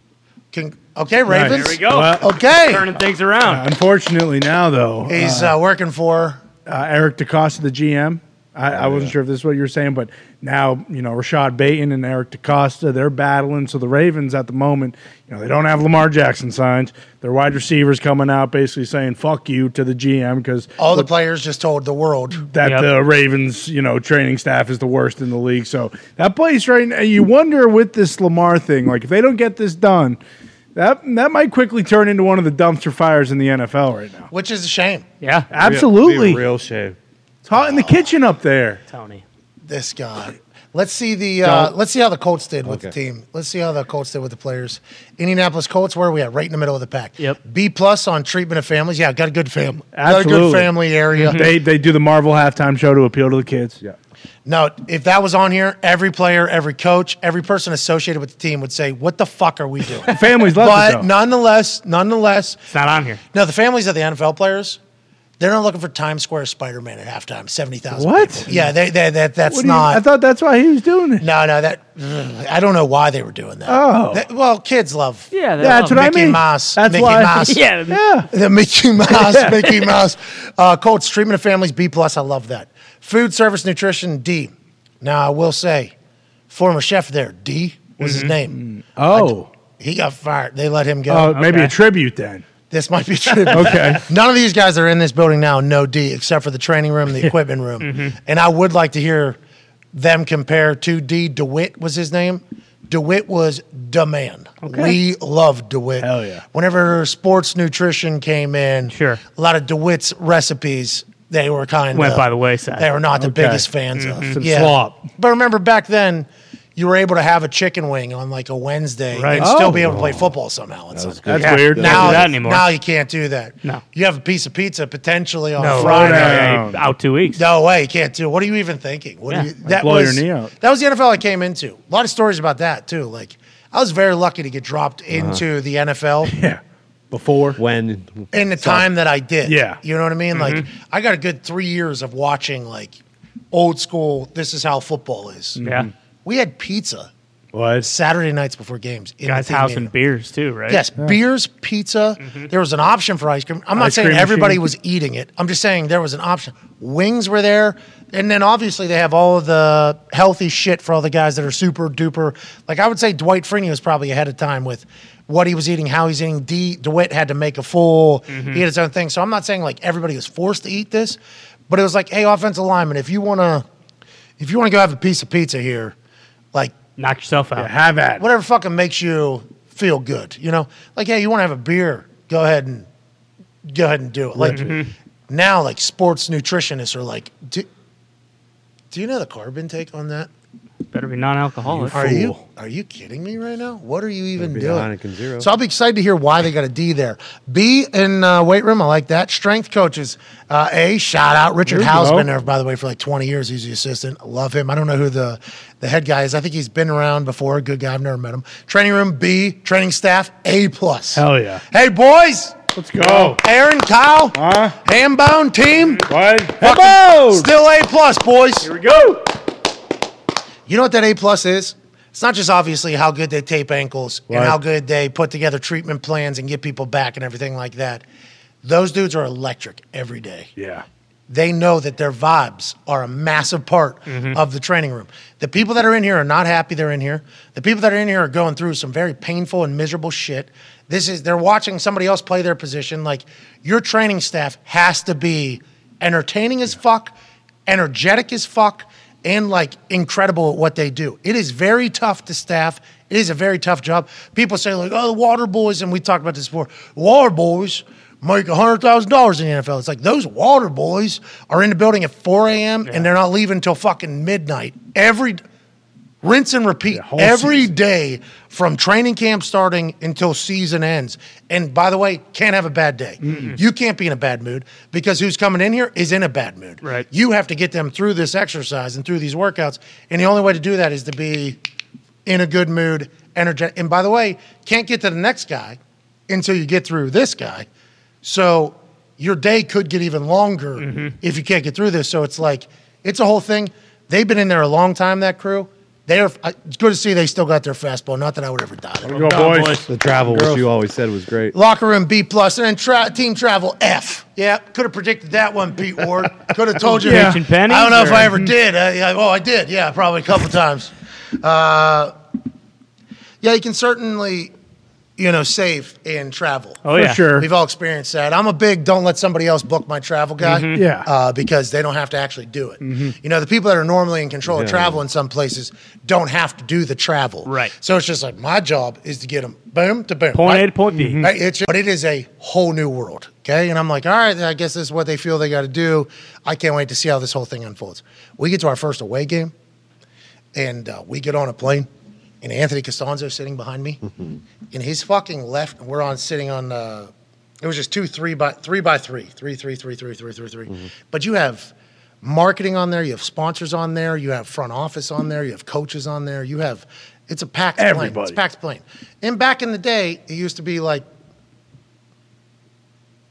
[SPEAKER 1] Can- okay, Ravens.
[SPEAKER 2] There
[SPEAKER 3] There we go.
[SPEAKER 2] Well- Uh,
[SPEAKER 1] Okay.
[SPEAKER 3] Turning things around.
[SPEAKER 2] Unfortunately, now though,
[SPEAKER 1] He's uh, working for
[SPEAKER 2] uh, Eric DaCosta, the GM, I, I wasn't sure if this is what you were saying, but now you know Rashad Bateman and Eric DaCosta, they're battling. So the Ravens at the moment, you know, they don't have Lamar Jackson signed. Their wide receivers coming out basically saying "fuck you" to the GM because
[SPEAKER 1] All the players just told the world.
[SPEAKER 2] that
[SPEAKER 3] Yep.
[SPEAKER 2] the Ravens, you know, training staff is the worst in the league. So that place right now, you wonder with this Lamar thing, like if they don't get this done, that that might quickly turn into one of the dumpster fires in the NFL right now.
[SPEAKER 1] Which is a shame.
[SPEAKER 3] Yeah,
[SPEAKER 2] Absolutely,
[SPEAKER 4] Be real shame.
[SPEAKER 2] it's hot in the kitchen up there.
[SPEAKER 3] Tony.
[SPEAKER 1] This guy. Let's see the uh, let's see how the Colts did with the
[SPEAKER 4] Okay.
[SPEAKER 1] team. Let's see how the Colts did with the players. Indianapolis Colts, where are we at? Right in the middle of the pack.
[SPEAKER 3] Yep.
[SPEAKER 1] B plus on treatment of families. Yeah, got a good family. Got a
[SPEAKER 2] Absolutely.
[SPEAKER 1] good family area.
[SPEAKER 2] They they do the Marvel halftime show to appeal to the kids.
[SPEAKER 4] Yeah.
[SPEAKER 1] No, if that was on here, every player, every coach, every person associated with the team would say, "What the fuck are we doing?"
[SPEAKER 2] Families love it,
[SPEAKER 1] but
[SPEAKER 2] though.
[SPEAKER 1] nonetheless, nonetheless,
[SPEAKER 3] It's not on here.
[SPEAKER 1] no, the families of the NFL players, they're not looking for Times Square Spider Man at halftime. Seventy thousand.
[SPEAKER 2] What?
[SPEAKER 1] Yeah, they, they, that that's
[SPEAKER 2] What do you-
[SPEAKER 1] not.
[SPEAKER 2] I thought that's why he was doing it.
[SPEAKER 1] no, no, that ugh, I don't know why they were doing that.
[SPEAKER 2] Oh.
[SPEAKER 1] That- well, kids love.
[SPEAKER 3] Yeah, they
[SPEAKER 2] That's
[SPEAKER 3] love
[SPEAKER 2] what I
[SPEAKER 3] it.
[SPEAKER 1] Mickey
[SPEAKER 2] mean.
[SPEAKER 1] Mouse.
[SPEAKER 2] That's
[SPEAKER 1] Mickey
[SPEAKER 2] why.
[SPEAKER 1] Mouse.
[SPEAKER 3] Yeah,
[SPEAKER 2] Yeah.
[SPEAKER 1] The Mickey Mouse, Mickey Mouse. Uh, Colts, treatment of families, B plus. I love that. Food service nutrition, D. Now I will say, former chef there, D was
[SPEAKER 3] Mm-hmm.
[SPEAKER 1] his name.
[SPEAKER 2] Oh.
[SPEAKER 1] He got fired. They let him go.
[SPEAKER 2] Uh, Maybe
[SPEAKER 3] Okay.
[SPEAKER 2] a tribute then.
[SPEAKER 1] this might be true.
[SPEAKER 2] Okay.
[SPEAKER 1] None of these guys that are in this building now know D except for the training room, the equipment room.
[SPEAKER 3] Mm-hmm.
[SPEAKER 1] And I would like to hear them compare to D. DeWitt was his name. DeWitt was the man. We love DeWitt.
[SPEAKER 2] Hell yeah.
[SPEAKER 1] Whenever sports nutrition came in,
[SPEAKER 3] Sure.
[SPEAKER 1] a lot of DeWitt's recipes, they were kind of
[SPEAKER 3] Went by the wayside. Mm-hmm.
[SPEAKER 1] They were not the
[SPEAKER 2] Okay.
[SPEAKER 1] biggest fans of.
[SPEAKER 2] Some slop.
[SPEAKER 1] But remember back then, you were able to have a chicken wing on like a Wednesday
[SPEAKER 3] Right.
[SPEAKER 1] and still be
[SPEAKER 2] Oh.
[SPEAKER 1] able to play football somehow. on Sunday.
[SPEAKER 2] That's
[SPEAKER 3] Yeah.
[SPEAKER 2] weird.
[SPEAKER 3] Now-
[SPEAKER 1] Now,
[SPEAKER 3] do that anymore.
[SPEAKER 1] now you can't do that.
[SPEAKER 3] No.
[SPEAKER 1] You have a piece of pizza potentially on
[SPEAKER 3] No,
[SPEAKER 1] Friday.
[SPEAKER 2] down.
[SPEAKER 3] yeah, out two weeks.
[SPEAKER 1] Oh, No way, you can't do. it. What are you even thinking? What
[SPEAKER 3] Yeah,
[SPEAKER 1] are you,
[SPEAKER 3] like
[SPEAKER 1] that
[SPEAKER 2] blow your
[SPEAKER 1] was
[SPEAKER 2] knee out.
[SPEAKER 1] that was the NFL I came into. A lot of stories about that too. Like I was very lucky to get dropped
[SPEAKER 3] Uh-huh.
[SPEAKER 1] into the NFL
[SPEAKER 2] yeah. Before.
[SPEAKER 4] When
[SPEAKER 1] in the time that I did.
[SPEAKER 2] Yeah.
[SPEAKER 1] you know what I mean. Like
[SPEAKER 3] Mm-hmm.
[SPEAKER 1] I got a good three years of watching like old school. This is how football is.
[SPEAKER 3] Yeah,
[SPEAKER 1] we had pizza
[SPEAKER 2] Was.
[SPEAKER 1] Saturday nights before games. In
[SPEAKER 3] guys,
[SPEAKER 1] the team
[SPEAKER 3] house
[SPEAKER 1] meeting
[SPEAKER 3] and beers too, right?
[SPEAKER 1] Yes, beers, pizza. There was an option for ice cream. I'm not
[SPEAKER 2] Ice
[SPEAKER 1] saying
[SPEAKER 2] cream
[SPEAKER 1] everybody
[SPEAKER 2] machine.
[SPEAKER 1] was eating it. I'm just saying there was an option. Wings were there, and then obviously they have all of the healthy shit for all the guys that are super duper. Like I would say, Dwight Freeney was probably ahead of time with what he was eating, how he's eating. D. Dewitt had to make a full. He had his own thing. So I'm not saying like everybody was forced to eat this, but it was like, hey, offensive lineman, if you wanna, if you wanna go have a piece of pizza here, like
[SPEAKER 3] Knock yourself out.
[SPEAKER 2] Have at. it.
[SPEAKER 1] whatever fucking makes you feel good. You know, like hey, you want to have a beer? Go ahead and go ahead and do it. Like now, like sports nutritionists are like, do, do you know the carb intake on that?
[SPEAKER 3] Better be non-alcoholic.
[SPEAKER 1] Are you are you kidding me right now? What are you even
[SPEAKER 4] Maybe a
[SPEAKER 1] doing?
[SPEAKER 4] Heineken Zero.
[SPEAKER 1] So I'll be excited to hear why they got a D there. B in uh, weight room, I like that. Strength coaches, uh, A shout out Richard
[SPEAKER 2] There you
[SPEAKER 1] Howe's
[SPEAKER 2] go.
[SPEAKER 1] been there by the way for like twenty years. He's the assistant. I love him. I don't know who the the head guy is. I think he's been around before. Good guy. I've never met him. Training room B. Training staff A plus.
[SPEAKER 2] Hell yeah.
[SPEAKER 1] Hey boys,
[SPEAKER 2] Let's go.
[SPEAKER 1] Aaron, Kyle,
[SPEAKER 2] Huh?
[SPEAKER 1] Hambound team,
[SPEAKER 2] What?
[SPEAKER 1] still A plus boys.
[SPEAKER 2] Here we go.
[SPEAKER 1] You know what that A plus is? It's not just obviously how good they tape ankles and
[SPEAKER 2] Right.
[SPEAKER 1] how good they put together treatment plans and get people back and everything like that. Those dudes are electric every day.
[SPEAKER 2] Yeah.
[SPEAKER 1] They know that their vibes are a massive part of the training room. The people that are in here are not happy they're in here. The people that are in here are going through some very painful and miserable shit. This is they're watching somebody else play their position. Like your training staff has to be entertaining as fuck, energetic as fuck, and like incredible at what they do. It is very tough to staff. It is a very tough job. People say like, "Oh, the water boys," and we talked about this before. Water boys make hundred thousand dollars in the NFL. It's like those water boys are in the building at four a.m. and they're not leaving until fucking midnight every. Rinse and repeat every
[SPEAKER 2] whole
[SPEAKER 1] day from training camp starting until season ends. And by the way, can't have a bad day. You can't be in a bad mood because who's coming in here is in a bad mood.
[SPEAKER 3] Right.
[SPEAKER 1] You have to get them through this exercise and through these workouts. And the only way to do that is to be in a good mood, energetic. And by the way, can't get to the next guy until you get through this guy. So your day could get even longer if you can't get through this. So it's like, it's a whole thing. They've been in there a long time, that crew. They're uh, it's good to see they still got their fastball. Not that I would ever doubt it.
[SPEAKER 2] Go, boys.
[SPEAKER 4] The travel, which you always said was great.
[SPEAKER 1] Locker room B plus, and then tra- team travel F. Yeah, could have predicted that one, Pete Ward. Could have told you.
[SPEAKER 3] Peach and pennies,
[SPEAKER 1] I don't know if
[SPEAKER 3] or-
[SPEAKER 1] I ever did. Uh, yeah, oh, I did. Yeah, probably a couple times. Uh, yeah, you can certainly, you know, save in travel.
[SPEAKER 3] Oh
[SPEAKER 2] For
[SPEAKER 3] yeah,
[SPEAKER 2] sure.
[SPEAKER 1] We've all experienced that. I'm a big don't let somebody else book my travel guy.
[SPEAKER 3] Mm-hmm.
[SPEAKER 2] Yeah.
[SPEAKER 1] Uh, because they don't have to actually do it. You know, the people that are normally in control of
[SPEAKER 4] Yeah.
[SPEAKER 1] travel in some places don't have to do the travel.
[SPEAKER 3] Right.
[SPEAKER 1] So it's just like my job is to get them boom to boom.
[SPEAKER 3] Point
[SPEAKER 1] right? Mm-hmm.
[SPEAKER 3] A to point B.
[SPEAKER 1] Right? It's, but it is a whole new world. Okay. And I'm like, all right, I guess this is what they feel they got to do. I can't wait to see how this whole thing unfolds. We get to our first away game and uh, we get on a plane, and Anthony Costanzo sitting behind
[SPEAKER 3] Mm-hmm.
[SPEAKER 1] me, in his fucking left, and we're on sitting on. Uh, it was just two three by three by three, three three three three three three three.
[SPEAKER 2] Mm-hmm.
[SPEAKER 1] But you have marketing on there, you have sponsors on there, you have front office on there, you have coaches on there, you have. It's a packed plane. It's
[SPEAKER 2] Everybody.
[SPEAKER 1] a packed plane. And back in the day, it used to be like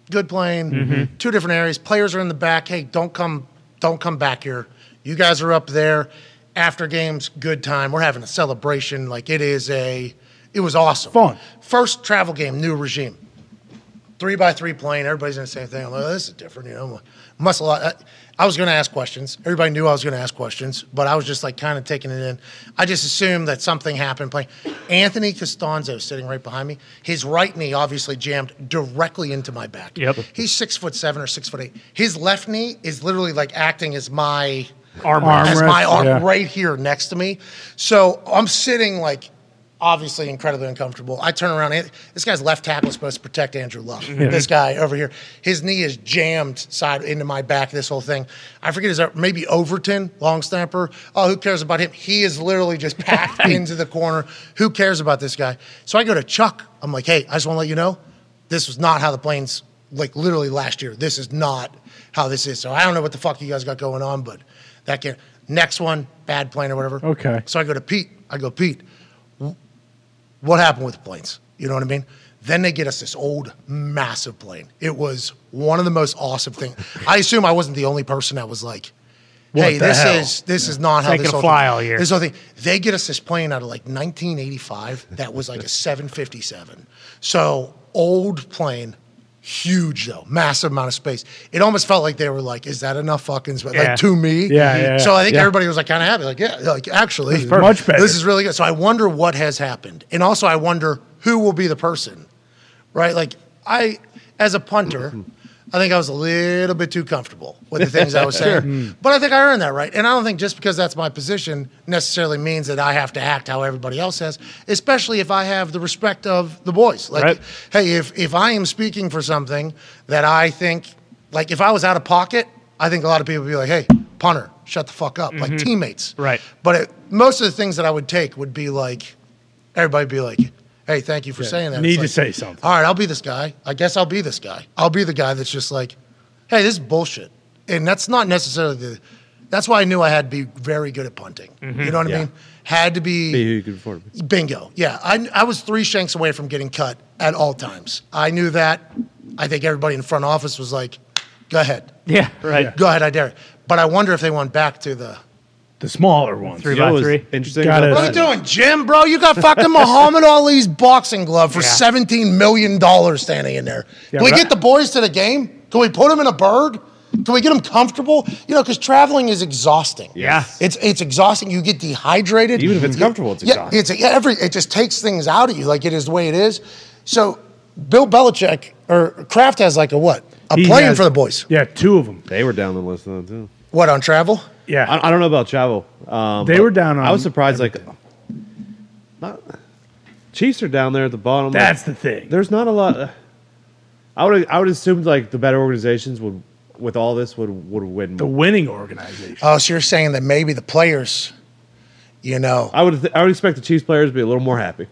[SPEAKER 1] good plane,
[SPEAKER 2] Mm-hmm.
[SPEAKER 1] two different areas. Players are in the back. Hey, don't come, don't come back here. You guys are up there. After games, good time. We're having a celebration. Like it is a, it was awesome.
[SPEAKER 2] Fun.
[SPEAKER 1] First travel game, new regime. Three by three plane. Everybody's in the same thing. I'm like, oh, this is different. You know, muscle. I, I was going to ask questions. Everybody knew I was going to ask questions, but I was just like kind of taking it in. I just assumed that something happened. Playing Anthony Costanzo sitting right behind me. His right knee obviously jammed directly into my back.
[SPEAKER 3] Yep.
[SPEAKER 1] He's six foot seven or six foot eight. His left knee is literally like acting as my
[SPEAKER 3] Armor.
[SPEAKER 1] as
[SPEAKER 2] Armrest,
[SPEAKER 1] my arm
[SPEAKER 2] yeah.
[SPEAKER 1] right here next to me. So I'm sitting like obviously incredibly uncomfortable. I turn around. and- This guy's left tackle is supposed to protect Andrew Luck. This guy over here, his knee is jammed side into my back. This whole thing. I forget is that maybe Overton long snapper. Oh, who cares about him? He is literally just packed into the corner. Who cares about this guy? So I go to Chuck. I'm like, hey, I just want to let you know, this was not how the planes like literally last year. This is not how this is. So I don't know what the fuck you guys got going on, but that can next one bad plane or whatever.
[SPEAKER 2] Okay.
[SPEAKER 1] So I go to Pete. I go Pete. wh- What happened with the planes? You know what I mean? Then they get us this old massive plane. It was one of the most awesome things. I assume I wasn't the only person that was like, "Hey,
[SPEAKER 2] the
[SPEAKER 1] this
[SPEAKER 2] hell?
[SPEAKER 1] is this is not how
[SPEAKER 3] ain't
[SPEAKER 1] this whole
[SPEAKER 3] gonna fly
[SPEAKER 1] thing-
[SPEAKER 3] all year.
[SPEAKER 1] This whole thing. They get us this plane out of like 1985 that was like a 757. So old plane, huge though, massive amount of space. It almost felt like they were like, "Is that enough fucking space?"
[SPEAKER 3] Yeah.
[SPEAKER 1] Like to me,
[SPEAKER 2] Yeah, yeah, yeah.
[SPEAKER 1] So I think
[SPEAKER 2] Yeah.
[SPEAKER 1] everybody was like kind of happy, like, "Yeah, like actually, this is
[SPEAKER 2] perfect. Much better.
[SPEAKER 1] This is really good." So I wonder what has happened, and also I wonder who will be the person, right? Like I, as a punter. I think I was a little bit too comfortable with the things I was saying.
[SPEAKER 2] Hmm.
[SPEAKER 1] But I think I earned that right. And I don't think just because that's my position necessarily means that I have to act how everybody else has, especially if I have the respect of the boys. Like,
[SPEAKER 3] Right.
[SPEAKER 1] hey, if, if I am speaking for something that I think, like if I was out of pocket, I think a lot of people would be like, hey, punter, shut the fuck up,
[SPEAKER 2] Mm-hmm.
[SPEAKER 1] like teammates.
[SPEAKER 3] Right.
[SPEAKER 1] But it, most of the things that I would take would be like, everybody would be like, hey, thank you for saying that.
[SPEAKER 2] Need to
[SPEAKER 1] It's like,
[SPEAKER 2] say something.
[SPEAKER 1] all right, I'll be this guy. I guess I'll be this guy. I'll be the guy that's just like, hey, this is bullshit. And that's not necessarily the. That's why I knew I had to be very good at punting. You know what I mean? Had to be.
[SPEAKER 4] Mm-hmm. Be who you can perform.
[SPEAKER 1] Bingo. Yeah, I, I was three shanks away from getting cut at all times. I knew that. I think everybody in front office was like, go ahead.
[SPEAKER 3] Yeah, right.
[SPEAKER 1] Go ahead, I dare you. But I wonder if they went back to the.
[SPEAKER 2] The smaller ones.
[SPEAKER 3] Three
[SPEAKER 4] You know
[SPEAKER 3] by
[SPEAKER 4] what was
[SPEAKER 3] three.
[SPEAKER 4] Interesting.
[SPEAKER 2] Got
[SPEAKER 4] about
[SPEAKER 2] it.
[SPEAKER 1] What are
[SPEAKER 4] that?
[SPEAKER 1] you doing, Jim, bro? You got fucking Muhammad Ali's boxing glove for
[SPEAKER 3] Yeah.
[SPEAKER 1] $17 million standing in there. Can we
[SPEAKER 2] but I-
[SPEAKER 1] get the boys to the game? Can we put them in a bird? Can we get them comfortable? You know, because traveling is exhausting.
[SPEAKER 3] Yeah.
[SPEAKER 1] It's, it's exhausting. You get dehydrated.
[SPEAKER 4] Even if it's comfortable, it's
[SPEAKER 1] yeah,
[SPEAKER 4] exhausting.
[SPEAKER 1] it's yeah, every it just takes things out of you. Like it is the way it is. So Bill Belichick or Kraft has like a what? A
[SPEAKER 2] He
[SPEAKER 1] plane
[SPEAKER 2] has-
[SPEAKER 1] for the boys.
[SPEAKER 2] Yeah, two of them.
[SPEAKER 4] They were down the list though too.
[SPEAKER 1] What on travel?
[SPEAKER 2] Yeah.
[SPEAKER 4] I, I don't know about travel. Um,
[SPEAKER 2] They
[SPEAKER 4] but
[SPEAKER 2] were down
[SPEAKER 4] I
[SPEAKER 2] on
[SPEAKER 4] was surprised. Like, not Chiefs are down there at the bottom. Like,
[SPEAKER 2] That's the thing.
[SPEAKER 4] there's not a lot. I would I would assume like the better organizations would with all this would would win.
[SPEAKER 2] The
[SPEAKER 4] More.
[SPEAKER 2] winning organization.
[SPEAKER 1] Oh, so you're saying that maybe the players, you know,
[SPEAKER 4] I would th- I would expect the Chiefs players to be a little more happy.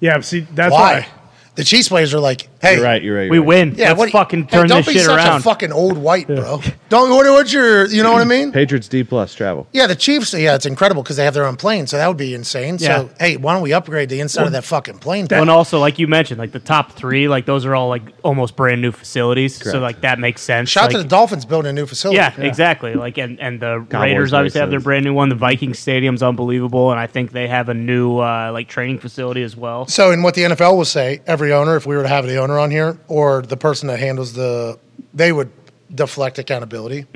[SPEAKER 2] Yeah, but see, that's
[SPEAKER 1] why?
[SPEAKER 2] why.
[SPEAKER 1] The Chiefs players are like, Hey,
[SPEAKER 4] You're right. You're right. You're
[SPEAKER 3] We
[SPEAKER 4] right.
[SPEAKER 3] win.
[SPEAKER 1] Yeah,
[SPEAKER 3] Let's
[SPEAKER 1] what,
[SPEAKER 3] fucking
[SPEAKER 1] hey,
[SPEAKER 3] turn
[SPEAKER 1] don't
[SPEAKER 3] this
[SPEAKER 1] be
[SPEAKER 3] shit
[SPEAKER 1] such
[SPEAKER 3] around.
[SPEAKER 1] a fucking old white, bro. don't what, what's your you know what I mean?
[SPEAKER 4] Patriots D plus travel.
[SPEAKER 1] Yeah, the Chiefs. Yeah, it's incredible because they have their own plane, so that would be insane.
[SPEAKER 3] Yeah.
[SPEAKER 1] So hey, why don't we upgrade the inside of that fucking plane?
[SPEAKER 3] Well,
[SPEAKER 1] bro?
[SPEAKER 3] and also, like you mentioned, like the top three, like those are all like almost brand new facilities. So
[SPEAKER 4] Correct.
[SPEAKER 3] like that makes sense.
[SPEAKER 1] Shout out to
[SPEAKER 3] Like,
[SPEAKER 1] the Dolphins building a new facility.
[SPEAKER 3] yeah, exactly. Like and and the
[SPEAKER 4] Cowboys
[SPEAKER 3] Raiders obviously
[SPEAKER 4] make
[SPEAKER 3] have their
[SPEAKER 4] sense.
[SPEAKER 3] brand new one. The Viking Stadium's unbelievable, and I think they have a new uh, like training facility as well.
[SPEAKER 1] So, in what the NFL will say, every owner, if we were to have the owner on here or the person that handles the, they would deflect accountability.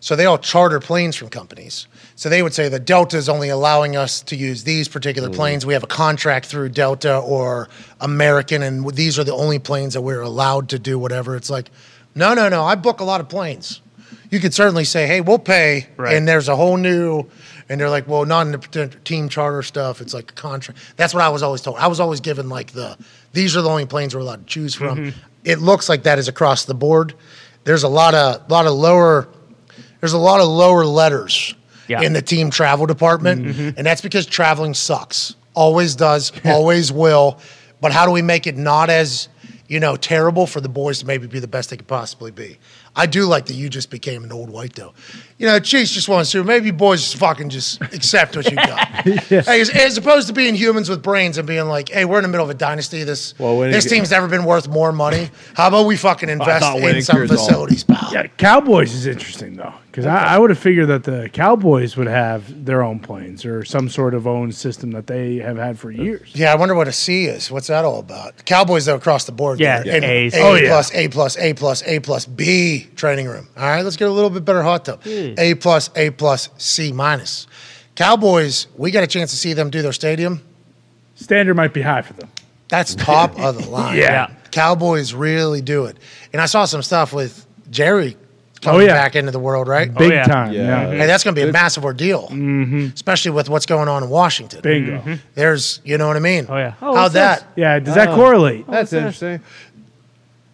[SPEAKER 1] So they all charter planes from companies. So they would say the Delta is only allowing us to use these particular planes. We have a contract through Delta or American, and these are the only planes that we're allowed to do whatever. It's like, no, no, no. I book a lot of planes. You could certainly say, hey, we'll pay,
[SPEAKER 3] Right.
[SPEAKER 1] and there's a whole new. And they're like, well, not in the p- team charter stuff. It's like a contract. That's what I was always told. I was always given like the these are the only planes we're allowed to choose from. It looks like that is across the board. There's a lot of lot of lower there's a lot of lower letters
[SPEAKER 3] Yeah.
[SPEAKER 1] in the team travel department,
[SPEAKER 4] Mm-hmm.
[SPEAKER 1] and that's because traveling sucks. Always does, always will. But how do we make it not as you know terrible for the boys to maybe be the best they could possibly be? I do like that you just became an old white though. You know, Chiefs just won to. Maybe boys just fucking just accept what you got. hey, as, as opposed to being humans with brains and being like, hey, we're in the middle of a dynasty. This
[SPEAKER 4] Well, when it
[SPEAKER 1] this
[SPEAKER 4] get-
[SPEAKER 1] team's never been worth more money. How about we fucking invest
[SPEAKER 4] thought
[SPEAKER 1] in
[SPEAKER 4] winning
[SPEAKER 1] some
[SPEAKER 4] cures all.
[SPEAKER 1] facilities, pal?
[SPEAKER 2] Yeah, Cowboys is interesting though, because I, I would have figured that the Cowboys would have their own planes or some sort of own system that they have had for years.
[SPEAKER 1] Yeah, I wonder what a C is. What's that all about? Cowboys though across the board.
[SPEAKER 3] Yeah,
[SPEAKER 1] they're
[SPEAKER 3] Yeah. A's.
[SPEAKER 1] A,
[SPEAKER 2] Oh, yeah.
[SPEAKER 1] plus, A plus, A plus, A plus, B training room. All right, let's get a little bit better hot tub.
[SPEAKER 2] Hmm.
[SPEAKER 1] A plus, A plus, C minus. Cowboys, we got a chance to see them do their stadium.
[SPEAKER 2] Standard might be high for them.
[SPEAKER 1] That's top of the line.
[SPEAKER 2] Yeah.
[SPEAKER 1] Cowboys really do it. And I saw some stuff with Jerry coming
[SPEAKER 2] Oh, yeah.
[SPEAKER 1] back into the world, right?
[SPEAKER 2] Big
[SPEAKER 3] yeah.
[SPEAKER 2] time.
[SPEAKER 4] Yeah.
[SPEAKER 2] Oh, Yeah.
[SPEAKER 1] Hey, that's going to be a massive ordeal, especially with what's going on in Washington.
[SPEAKER 2] Bingo.
[SPEAKER 1] There's, you know what I mean?
[SPEAKER 3] Oh, yeah. Oh,
[SPEAKER 1] How
[SPEAKER 3] what's
[SPEAKER 1] How'd that?
[SPEAKER 3] this?
[SPEAKER 2] Yeah. Does
[SPEAKER 1] Oh.
[SPEAKER 2] that correlate?
[SPEAKER 4] Oh,
[SPEAKER 1] Mm-hmm.
[SPEAKER 4] That's interesting.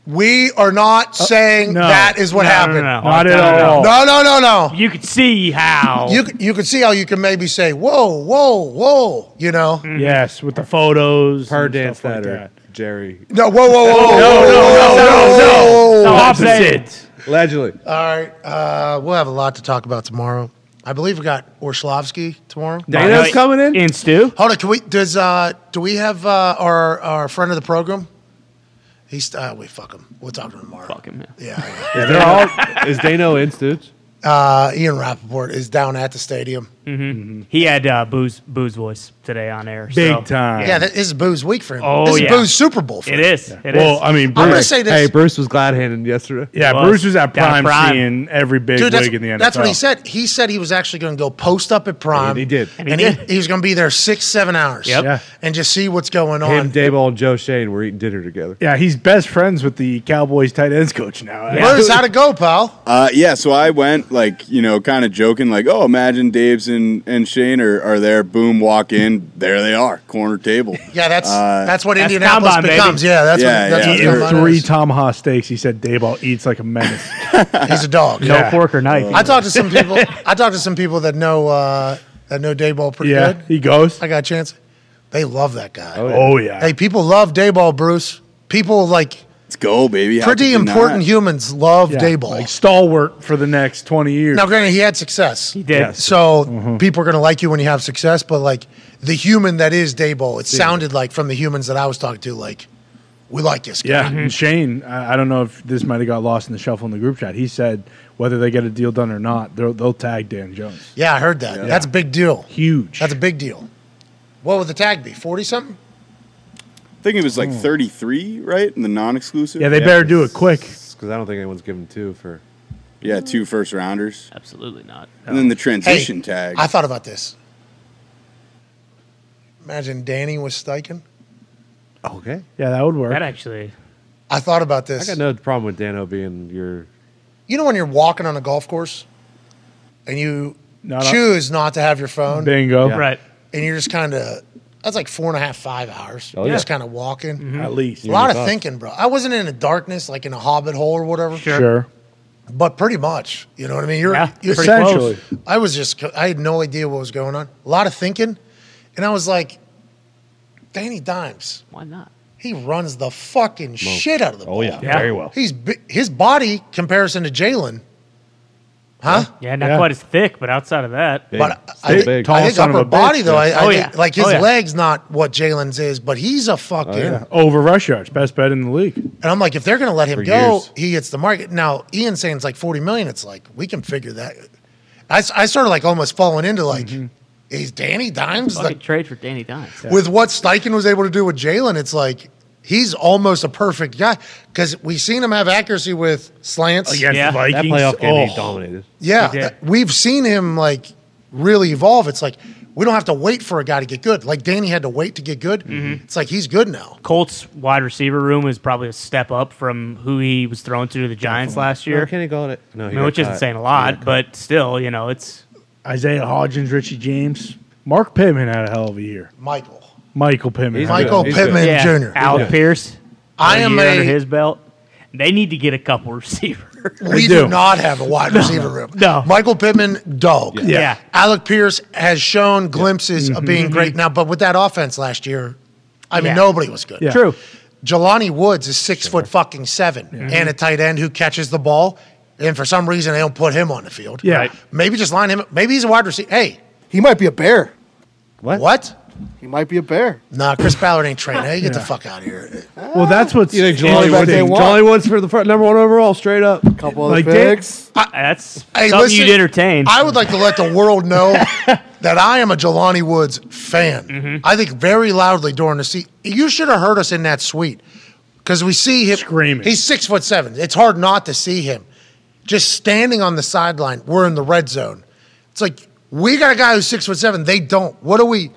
[SPEAKER 1] We are not saying
[SPEAKER 2] no.
[SPEAKER 1] that is what
[SPEAKER 3] No, no,
[SPEAKER 1] happened.
[SPEAKER 3] no, no.
[SPEAKER 2] Not at all.
[SPEAKER 1] No, no, no, no.
[SPEAKER 3] You could see how
[SPEAKER 1] You c- you could see how you can maybe say, whoa, whoa, whoa, you know?
[SPEAKER 2] Yes, with the photos.
[SPEAKER 4] Her
[SPEAKER 2] and
[SPEAKER 4] dance
[SPEAKER 2] stuff like
[SPEAKER 4] that or Jerry.
[SPEAKER 1] No, whoa, whoa, whoa, whoa,
[SPEAKER 2] No, no, no,
[SPEAKER 1] whoa.
[SPEAKER 2] no, no.
[SPEAKER 3] Opposite.
[SPEAKER 2] Opposite.
[SPEAKER 4] Allegedly.
[SPEAKER 1] All right, uh, we'll have a lot to talk about tomorrow. I believe we got Orslovsky tomorrow.
[SPEAKER 4] Dana's coming in.
[SPEAKER 3] in Stu.
[SPEAKER 1] Hold on, can we? Does uh, do we have uh, our our friend of the program? He's uh, we fuck him. We'll talk to him tomorrow.
[SPEAKER 3] Fuck him. yeah.
[SPEAKER 1] Yeah, yeah.
[SPEAKER 4] Is they're all is Dano in Stooge?
[SPEAKER 1] Uh, Ian Rappaport is down at the stadium.
[SPEAKER 3] He had uh, booze booze voice today on air.
[SPEAKER 2] Big
[SPEAKER 3] so-
[SPEAKER 2] time.
[SPEAKER 1] Yeah, that, this is Boo's week for him.
[SPEAKER 3] Oh,
[SPEAKER 1] this is
[SPEAKER 3] yeah.
[SPEAKER 1] Boo's Super Bowl. For
[SPEAKER 3] It
[SPEAKER 1] him.
[SPEAKER 3] is. It is.
[SPEAKER 2] Well, I mean,
[SPEAKER 1] I'm gonna
[SPEAKER 2] Bruce.
[SPEAKER 1] say this.
[SPEAKER 4] Hey, Bruce was glad handed yesterday.
[SPEAKER 2] yeah,
[SPEAKER 3] was.
[SPEAKER 2] Bruce was at
[SPEAKER 3] Down at
[SPEAKER 2] prime,
[SPEAKER 3] Prime.
[SPEAKER 2] seeing every big
[SPEAKER 1] Dude, that's,
[SPEAKER 2] wig in the NFL.
[SPEAKER 1] that's what he said. He said he was actually going to go post up at prime.
[SPEAKER 4] And he did.
[SPEAKER 1] And,
[SPEAKER 3] And he
[SPEAKER 1] he,
[SPEAKER 3] did.
[SPEAKER 1] he was going to be there six, seven hours.
[SPEAKER 3] Yep.
[SPEAKER 2] Yeah.
[SPEAKER 1] And just see what's going
[SPEAKER 4] Him,
[SPEAKER 1] on.
[SPEAKER 4] Dayball, and Joe Shane were eating dinner together.
[SPEAKER 2] Yeah, he's best friends with the Cowboys tight ends coach now.
[SPEAKER 1] Bruce, how'd it go, pal?
[SPEAKER 8] Uh, yeah, so I went like you know, kind of joking, like, "Oh, imagine Dave's and, and Shane are, are there." Boom, walk in, there they are, corner table.
[SPEAKER 1] Yeah, that's
[SPEAKER 8] Uh,
[SPEAKER 1] that's what
[SPEAKER 3] that's
[SPEAKER 1] Indianapolis
[SPEAKER 3] combine, baby.
[SPEAKER 1] becomes. Yeah, that's
[SPEAKER 8] Yeah,
[SPEAKER 1] what that's
[SPEAKER 8] yeah,
[SPEAKER 1] what
[SPEAKER 8] they're-
[SPEAKER 2] In
[SPEAKER 1] Carolina
[SPEAKER 2] three
[SPEAKER 1] is.
[SPEAKER 2] Tom Haas steaks, he said Dayball eats like a menace.
[SPEAKER 1] He's a dog.
[SPEAKER 3] no
[SPEAKER 2] yeah.
[SPEAKER 3] fork or knife.
[SPEAKER 1] I talked to some people. I talked to some people that know uh, that know Dayball pretty
[SPEAKER 2] yeah,
[SPEAKER 1] good.
[SPEAKER 2] he goes.
[SPEAKER 1] I got a chance. They love that guy.
[SPEAKER 2] Oh yeah.
[SPEAKER 1] Hey, people love Dayball, Bruce. People like
[SPEAKER 8] Let's go, baby. How could
[SPEAKER 1] pretty
[SPEAKER 8] you
[SPEAKER 1] important
[SPEAKER 8] not?
[SPEAKER 1] humans love
[SPEAKER 2] Yeah,
[SPEAKER 1] Dayball.
[SPEAKER 2] like stalwart for the next twenty years.
[SPEAKER 1] Now, granted, he had success. He
[SPEAKER 3] did. Yes.
[SPEAKER 1] So people are going to like you when you have success, but like the human that is Dayball, it sounded like from the humans that I was talking to, like we like this guy.
[SPEAKER 2] Yeah, and Shane, I, I don't know if this might have got lost in the shuffle in the group chat. He said whether they get a deal done or not, they'll, they'll tag Dan Jones.
[SPEAKER 1] Yeah, I heard that. That's a big deal.
[SPEAKER 2] Huge.
[SPEAKER 1] That's a big deal. What would the tag be? Forty something?
[SPEAKER 8] I think it was
[SPEAKER 1] Hmm.
[SPEAKER 8] like 33, right? In the non-exclusive.
[SPEAKER 2] yeah, they better do it quick.
[SPEAKER 4] Because I don't think anyone's giving two for.
[SPEAKER 8] yeah, two first rounders,
[SPEAKER 3] Absolutely not.
[SPEAKER 8] and then the transition tag.
[SPEAKER 1] I thought about this. Imagine Danny was Steichen.
[SPEAKER 4] Okay.
[SPEAKER 2] Yeah, that would work.
[SPEAKER 3] That actually.
[SPEAKER 1] I thought about
[SPEAKER 4] I
[SPEAKER 1] this.
[SPEAKER 4] got no problem with Dano being your.
[SPEAKER 1] You know when you're walking on a golf course and you
[SPEAKER 2] Not on-
[SPEAKER 1] choose not to have your phone?
[SPEAKER 2] Bingo.
[SPEAKER 4] Yeah.
[SPEAKER 3] Right.
[SPEAKER 1] and you're just kind of that's like four and a half five hours
[SPEAKER 4] Oh,
[SPEAKER 1] You're
[SPEAKER 4] yeah.
[SPEAKER 1] just kind of walking
[SPEAKER 3] Mm-hmm.
[SPEAKER 2] At least.
[SPEAKER 1] a lot of
[SPEAKER 4] thought.
[SPEAKER 1] thinking bro i wasn't in the darkness like in a hobbit hole or whatever
[SPEAKER 3] Sure.
[SPEAKER 2] Sure.
[SPEAKER 1] but pretty much you know what i mean you're,
[SPEAKER 3] Yeah,
[SPEAKER 1] you're
[SPEAKER 3] pretty close.
[SPEAKER 2] Essentially.
[SPEAKER 1] i was just i had no idea what was going on a lot of thinking and i was like danny dimes
[SPEAKER 3] Why not?
[SPEAKER 1] He runs the fucking shit out of the ball.
[SPEAKER 4] Oh yeah,
[SPEAKER 3] Yeah.
[SPEAKER 4] very well.
[SPEAKER 1] He's bi- his body comparison to Jalen, huh?
[SPEAKER 3] Yeah, not
[SPEAKER 2] Yeah.
[SPEAKER 3] quite as thick, but outside of that,
[SPEAKER 4] Big.
[SPEAKER 1] But I, think-
[SPEAKER 4] Big, big.
[SPEAKER 1] I
[SPEAKER 2] Tall
[SPEAKER 1] think
[SPEAKER 2] son of
[SPEAKER 1] upper
[SPEAKER 2] a bitch,
[SPEAKER 1] body though. I, I
[SPEAKER 3] Oh,
[SPEAKER 1] think,
[SPEAKER 3] yeah.
[SPEAKER 1] like his
[SPEAKER 3] Oh, yeah.
[SPEAKER 1] legs not what Jalen's is, but he's a fucking.
[SPEAKER 2] Oh, Yeah. Over rush yards, best bet in the league.
[SPEAKER 1] And I'm like, if they're going to let him go,
[SPEAKER 4] years.
[SPEAKER 1] he hits the market. Now, Ian saying it's like 40 million. It's like, we can figure that. I, sort of like almost falling into like,
[SPEAKER 2] Mm-hmm.
[SPEAKER 1] is Danny Dimes?
[SPEAKER 9] Fucking
[SPEAKER 1] Like,
[SPEAKER 9] trade for Danny Dimes.
[SPEAKER 1] With what Steichen was able to do with Jalen, it's like, he's almost a perfect guy because we seen him have accuracy with slants.
[SPEAKER 2] Against
[SPEAKER 3] Oh, Yeah.
[SPEAKER 2] the
[SPEAKER 3] That
[SPEAKER 4] That
[SPEAKER 2] Vikings.
[SPEAKER 4] playoff game he
[SPEAKER 2] Oh.
[SPEAKER 4] dominated.
[SPEAKER 1] Yeah,
[SPEAKER 3] He did.
[SPEAKER 1] that- we've seen him like really evolve. It's like, we don't have to wait for a guy to get good. Like Danny had to wait to get good.
[SPEAKER 3] Mm-hmm.
[SPEAKER 1] It's like, he's good now.
[SPEAKER 3] Colts wide receiver room is probably a step up from who he was thrown to the Giants last
[SPEAKER 4] Sure.
[SPEAKER 3] year.
[SPEAKER 4] Kenny got it. No,
[SPEAKER 3] I
[SPEAKER 4] he
[SPEAKER 3] mean,
[SPEAKER 4] got
[SPEAKER 3] which isn't
[SPEAKER 4] cut.
[SPEAKER 3] saying a lot, but still, you know, it's
[SPEAKER 2] Isaiah Hodgins, Richie James. Mark Pittman had a hell of a year.
[SPEAKER 1] Michael.
[SPEAKER 2] Michael Pittman.
[SPEAKER 4] He's
[SPEAKER 2] had a
[SPEAKER 4] good.
[SPEAKER 1] Michael
[SPEAKER 4] He's good.
[SPEAKER 1] Pittman
[SPEAKER 3] yeah,
[SPEAKER 1] Jr.
[SPEAKER 3] Alec
[SPEAKER 4] Yeah.
[SPEAKER 3] Pierce.
[SPEAKER 1] I
[SPEAKER 3] another
[SPEAKER 1] am
[SPEAKER 3] year
[SPEAKER 1] a-
[SPEAKER 3] under his belt. They need to get a couple receivers.
[SPEAKER 1] We
[SPEAKER 2] They
[SPEAKER 1] do.
[SPEAKER 2] do.
[SPEAKER 1] not have a wide receiver room.
[SPEAKER 3] No.
[SPEAKER 1] Michael Pittman, dog.
[SPEAKER 3] Yeah. Yeah. Mm-hmm.
[SPEAKER 1] Alec Pierce has shown glimpses of being great now, but with that offense last year, I mean,
[SPEAKER 3] Yeah.
[SPEAKER 1] nobody was good.
[SPEAKER 2] Yeah.
[SPEAKER 3] True.
[SPEAKER 1] Jelani Woods is six foot fucking seven and a tight end who catches the ball. And for some reason, they don't put him on the field.
[SPEAKER 2] Yeah. Right.
[SPEAKER 1] Maybe just line him. Maybe he's a wide receiver. Hey,
[SPEAKER 7] He might be a bear.
[SPEAKER 1] what?
[SPEAKER 7] He might be a bear.
[SPEAKER 1] Nah, Chris Ballard ain't training. Hey, get the fuck out of here.
[SPEAKER 2] well, that's what's
[SPEAKER 4] You think
[SPEAKER 7] Jelani
[SPEAKER 4] Jolly
[SPEAKER 7] Woods-
[SPEAKER 4] Woods?
[SPEAKER 7] Day one.
[SPEAKER 4] Jolly Woods for the fir- number one overall, straight up.
[SPEAKER 7] Couple other
[SPEAKER 2] Like that?
[SPEAKER 7] picks.
[SPEAKER 3] That's
[SPEAKER 1] Hey,
[SPEAKER 3] something
[SPEAKER 1] listen,
[SPEAKER 3] you'd entertain.
[SPEAKER 1] I would like to let the world know that I am a Jelani Woods fan. I think very loudly during the seat. You should have heard us in that suite because we see him
[SPEAKER 2] Screaming.
[SPEAKER 1] He's six foot seven. It's hard not to see him just standing on the sideline. We're in the red zone. It's like we got a guy who's six foot seven. They don't. What do we?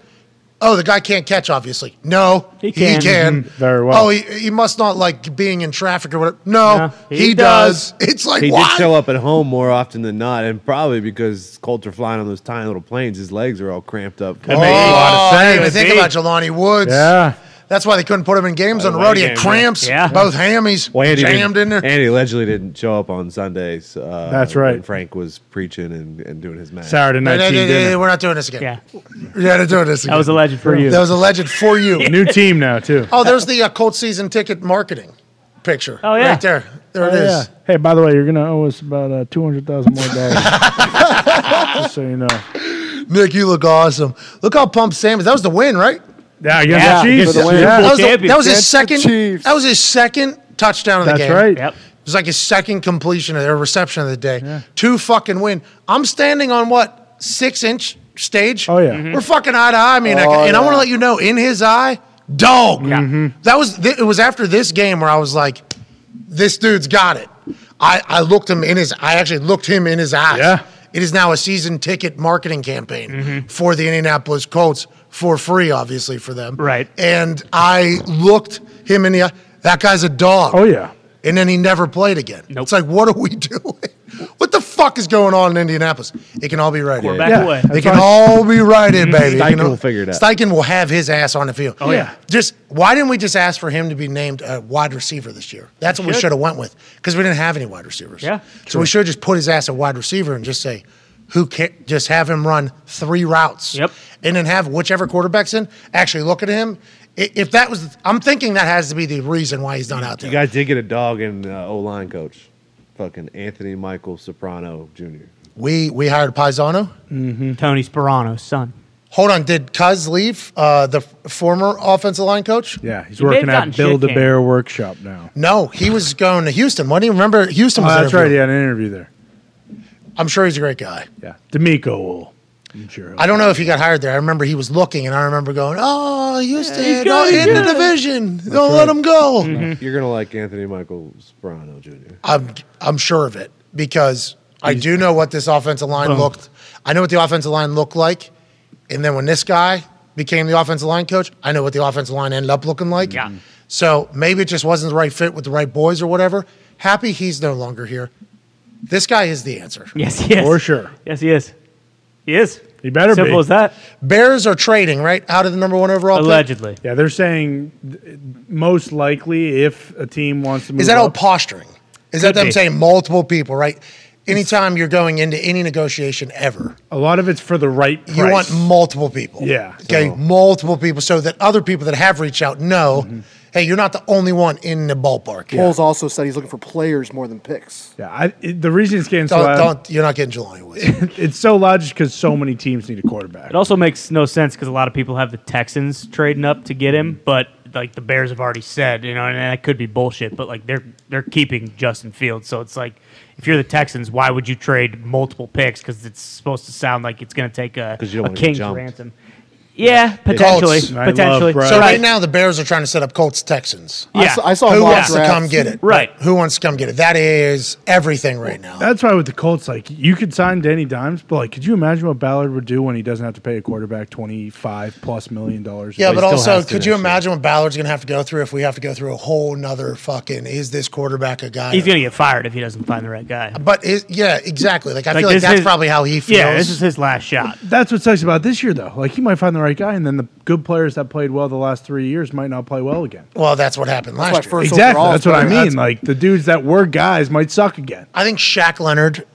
[SPEAKER 1] Oh, the guy can't catch. Obviously, no,
[SPEAKER 3] He can.
[SPEAKER 2] Mhm, very well.
[SPEAKER 1] Oh, he, he must not like being in traffic or whatever. No,
[SPEAKER 3] No,
[SPEAKER 1] he,
[SPEAKER 3] he
[SPEAKER 1] does. It's like
[SPEAKER 4] He
[SPEAKER 1] why?
[SPEAKER 4] did show up at home more often than not, and probably because Colts are flying on those tiny little planes, his legs are all cramped up.
[SPEAKER 2] That makes a lot
[SPEAKER 1] Oh,
[SPEAKER 2] of
[SPEAKER 1] I
[SPEAKER 2] sense.
[SPEAKER 1] didn't even think about Jelani Woods.
[SPEAKER 2] Yeah.
[SPEAKER 1] That's why they couldn't put him in games on the
[SPEAKER 4] away
[SPEAKER 1] road. He had
[SPEAKER 4] game,
[SPEAKER 1] cramps,
[SPEAKER 3] Oh, yeah.
[SPEAKER 1] both hammies
[SPEAKER 4] Well, Andy
[SPEAKER 1] jammed
[SPEAKER 4] didn't-
[SPEAKER 1] in there.
[SPEAKER 4] Andy allegedly didn't show up on Sundays. Uh,
[SPEAKER 2] That's right.
[SPEAKER 4] when Frank was preaching and, and doing his match.
[SPEAKER 2] Saturday
[SPEAKER 1] Hey,
[SPEAKER 2] night
[SPEAKER 1] hey, hey,
[SPEAKER 2] team
[SPEAKER 1] hey,
[SPEAKER 2] dinner.
[SPEAKER 1] we're not doing this again.
[SPEAKER 3] yeah,
[SPEAKER 1] Yeah, they're doing this again.
[SPEAKER 3] that was a legend for you.
[SPEAKER 1] That was alleged for you.
[SPEAKER 2] New team now too.
[SPEAKER 1] oh, there's the uh, Colt season ticket marketing picture.
[SPEAKER 3] Oh, yeah.
[SPEAKER 1] Right there. There it is.
[SPEAKER 2] Yeah. Hey, by the way, you're gonna owe us about uh, two hundred thousand more dollars. Just so you know.
[SPEAKER 1] Nick, you look awesome. Look how pumped Sam is. That was the win, right?
[SPEAKER 2] Yeah, against
[SPEAKER 3] Yeah,
[SPEAKER 2] the Chiefs.
[SPEAKER 3] against the
[SPEAKER 2] Yeah.
[SPEAKER 1] That was, the-
[SPEAKER 3] champion.
[SPEAKER 1] that was his
[SPEAKER 7] Against the
[SPEAKER 1] second.
[SPEAKER 7] Chiefs.
[SPEAKER 1] That was his second touchdown of the
[SPEAKER 2] That's
[SPEAKER 1] game.
[SPEAKER 2] right.
[SPEAKER 3] yep.
[SPEAKER 1] It was like his second completion or reception of the day. Two fucking win. I'm standing on what six inch stage.
[SPEAKER 2] Oh, yeah. Mhm.
[SPEAKER 1] we're fucking eye to eye. I mean,
[SPEAKER 7] Oh,
[SPEAKER 1] and I want to
[SPEAKER 7] yeah.
[SPEAKER 1] let you know, in his eye, dog.
[SPEAKER 3] Yeah. Mhm.
[SPEAKER 1] That was th- it. Was after this game where I was like, this dude's got it. I I looked him in his. I actually looked him in his eyes.
[SPEAKER 2] Yeah.
[SPEAKER 1] It is now a season ticket marketing campaign for the Indianapolis Colts for free, obviously for them.
[SPEAKER 3] Right.
[SPEAKER 1] And I looked him in the eye. That guy's a dog
[SPEAKER 2] Oh yeah.
[SPEAKER 1] and then he never played again.
[SPEAKER 3] Nope.
[SPEAKER 1] It's like, what are we doing? What the fuck is going on in Indianapolis? It can all be righted.
[SPEAKER 3] We're back
[SPEAKER 2] Yeah.
[SPEAKER 3] away.
[SPEAKER 1] It
[SPEAKER 2] That's
[SPEAKER 1] can
[SPEAKER 2] right.
[SPEAKER 1] all be
[SPEAKER 3] Mm-hmm.
[SPEAKER 1] righted, baby.
[SPEAKER 4] Steichen
[SPEAKER 1] You know,
[SPEAKER 4] will figure it out.
[SPEAKER 1] Steichen will have his ass on the field.
[SPEAKER 2] Oh, yeah.
[SPEAKER 1] Just why didn't we just ask for him to be named a wide receiver this year? That's what we
[SPEAKER 3] should.
[SPEAKER 1] should have went with because we didn't have any wide receivers.
[SPEAKER 3] Yeah.
[SPEAKER 1] So we should just put his ass at wide receiver and just say, who can just have him run three routes.
[SPEAKER 3] Yep.
[SPEAKER 1] And then have whichever quarterback's in actually look at him. I- If that was, I'm thinking that has to be the reason why he's not out there.
[SPEAKER 4] You guys did get a dog and uh, O line coach, fucking Anthony Michael Soprano Jr.
[SPEAKER 1] we we hired Paisano.
[SPEAKER 3] Tony Sperano's son.
[SPEAKER 1] Hold on, did Cuz leave? Uh, the f- former offensive line coach?
[SPEAKER 2] Yeah. He's
[SPEAKER 3] You may
[SPEAKER 2] working
[SPEAKER 3] have
[SPEAKER 2] at
[SPEAKER 3] gotten shit
[SPEAKER 2] Build a
[SPEAKER 3] canned.
[SPEAKER 2] Bear Workshop now.
[SPEAKER 1] No, he was going to Houston. What do you remember? Houston
[SPEAKER 2] Oh,
[SPEAKER 1] was
[SPEAKER 2] that's right. He
[SPEAKER 1] interviewing.
[SPEAKER 2] had an interview there.
[SPEAKER 1] I'm sure he's a great guy.
[SPEAKER 2] Yeah. D'Amico will. I'm sure. he'll-
[SPEAKER 1] I don't know if he got hired there. I remember he was looking, and I remember going, "Oh, Houston, oh, in the division, don't let him go."
[SPEAKER 2] Mm-hmm.
[SPEAKER 4] You're gonna like Anthony Michael Soprano Jr.
[SPEAKER 1] I'm I'm sure of it because I do know what this offensive line looked. I know what the offensive line looked like, and then when this guy became the offensive line coach, I know what the offensive line ended up looking like.
[SPEAKER 3] Yeah.
[SPEAKER 1] So maybe it just wasn't the right fit with the right boys or whatever. Happy he's no longer here. This guy is the answer.
[SPEAKER 3] Yes, yes.
[SPEAKER 2] For sure.
[SPEAKER 3] Yes, he is. He is.
[SPEAKER 2] He better
[SPEAKER 3] Simple
[SPEAKER 2] be.
[SPEAKER 3] as that.
[SPEAKER 1] Bears are trading right out of the number one overall. pick?
[SPEAKER 3] Allegedly.
[SPEAKER 2] Yeah, they're saying th- most likely if a team wants to move
[SPEAKER 1] Is that all
[SPEAKER 2] up,
[SPEAKER 1] posturing? Is that
[SPEAKER 3] Could
[SPEAKER 1] them
[SPEAKER 3] be.
[SPEAKER 1] saying multiple people? Right. Anytime you're going into any negotiation ever,
[SPEAKER 2] a lot of it's for the right price.
[SPEAKER 1] You want multiple people.
[SPEAKER 2] Yeah.
[SPEAKER 1] Okay, multiple people so that other people that have reached out know, hey, you're not the only one in the ballpark.
[SPEAKER 7] Polls also said he's looking for players more than picks.
[SPEAKER 2] Yeah, I, it, the reason it's getting so
[SPEAKER 1] Don't,
[SPEAKER 2] loud,
[SPEAKER 1] don't, you're not getting Jelani Woods.
[SPEAKER 2] it's so loud just because so many teams need a quarterback.
[SPEAKER 3] It also makes no sense because a lot of people have the Texans trading up to get him, but like the Bears have already said, you know, and that could be bullshit, but like they're they're keeping Justin Fields, so it's like if you're the Texans, why would you trade multiple picks? Because it's supposed to sound like it's going to take a,
[SPEAKER 4] 'Cause you
[SPEAKER 3] a
[SPEAKER 4] don't wanna get
[SPEAKER 3] king's
[SPEAKER 4] jumped.
[SPEAKER 3] ransom. Yeah, potentially,
[SPEAKER 1] Colts. I
[SPEAKER 2] love
[SPEAKER 3] potentially.
[SPEAKER 2] Brad.
[SPEAKER 1] So
[SPEAKER 2] Right.
[SPEAKER 1] right now, the Bears are trying to set up Colts Texans.
[SPEAKER 7] I
[SPEAKER 3] Yeah.
[SPEAKER 7] saw, I saw
[SPEAKER 1] Who
[SPEAKER 7] a mock
[SPEAKER 1] wants to
[SPEAKER 7] draft.
[SPEAKER 1] come get it?
[SPEAKER 3] Right.
[SPEAKER 1] Who wants to come get it? That is everything right now.
[SPEAKER 2] That's why with the Colts, like you could sign Danny Dimes, but like, could you imagine what Ballard would do when he doesn't have to pay a quarterback twenty five plus million dollars?
[SPEAKER 1] Yeah, but
[SPEAKER 4] still
[SPEAKER 1] also,
[SPEAKER 4] has to
[SPEAKER 1] could
[SPEAKER 4] next
[SPEAKER 1] you
[SPEAKER 4] year.
[SPEAKER 1] imagine what Ballard's going to have to go through if we have to go through a whole nother fucking? Is this quarterback a guy?
[SPEAKER 3] He's
[SPEAKER 1] or-
[SPEAKER 3] going to get fired if he doesn't find the right guy.
[SPEAKER 1] But is, yeah, exactly. Like I
[SPEAKER 3] Like,
[SPEAKER 1] feel like
[SPEAKER 3] this
[SPEAKER 1] that's
[SPEAKER 3] is-
[SPEAKER 1] probably how he feels.
[SPEAKER 3] Yeah, this is his last shot.
[SPEAKER 2] that's what sucks about this year, though. Like he might find the right guy, and then the good players that played well the last three years might not play well again.
[SPEAKER 1] well, that's what happened last
[SPEAKER 7] my
[SPEAKER 1] year.
[SPEAKER 7] first- It's
[SPEAKER 2] Exactly,
[SPEAKER 7] overall,
[SPEAKER 2] that's what I
[SPEAKER 7] but
[SPEAKER 2] mean.
[SPEAKER 7] that's-
[SPEAKER 2] like the dudes that were guys might suck again.
[SPEAKER 1] I think Shaq Leonard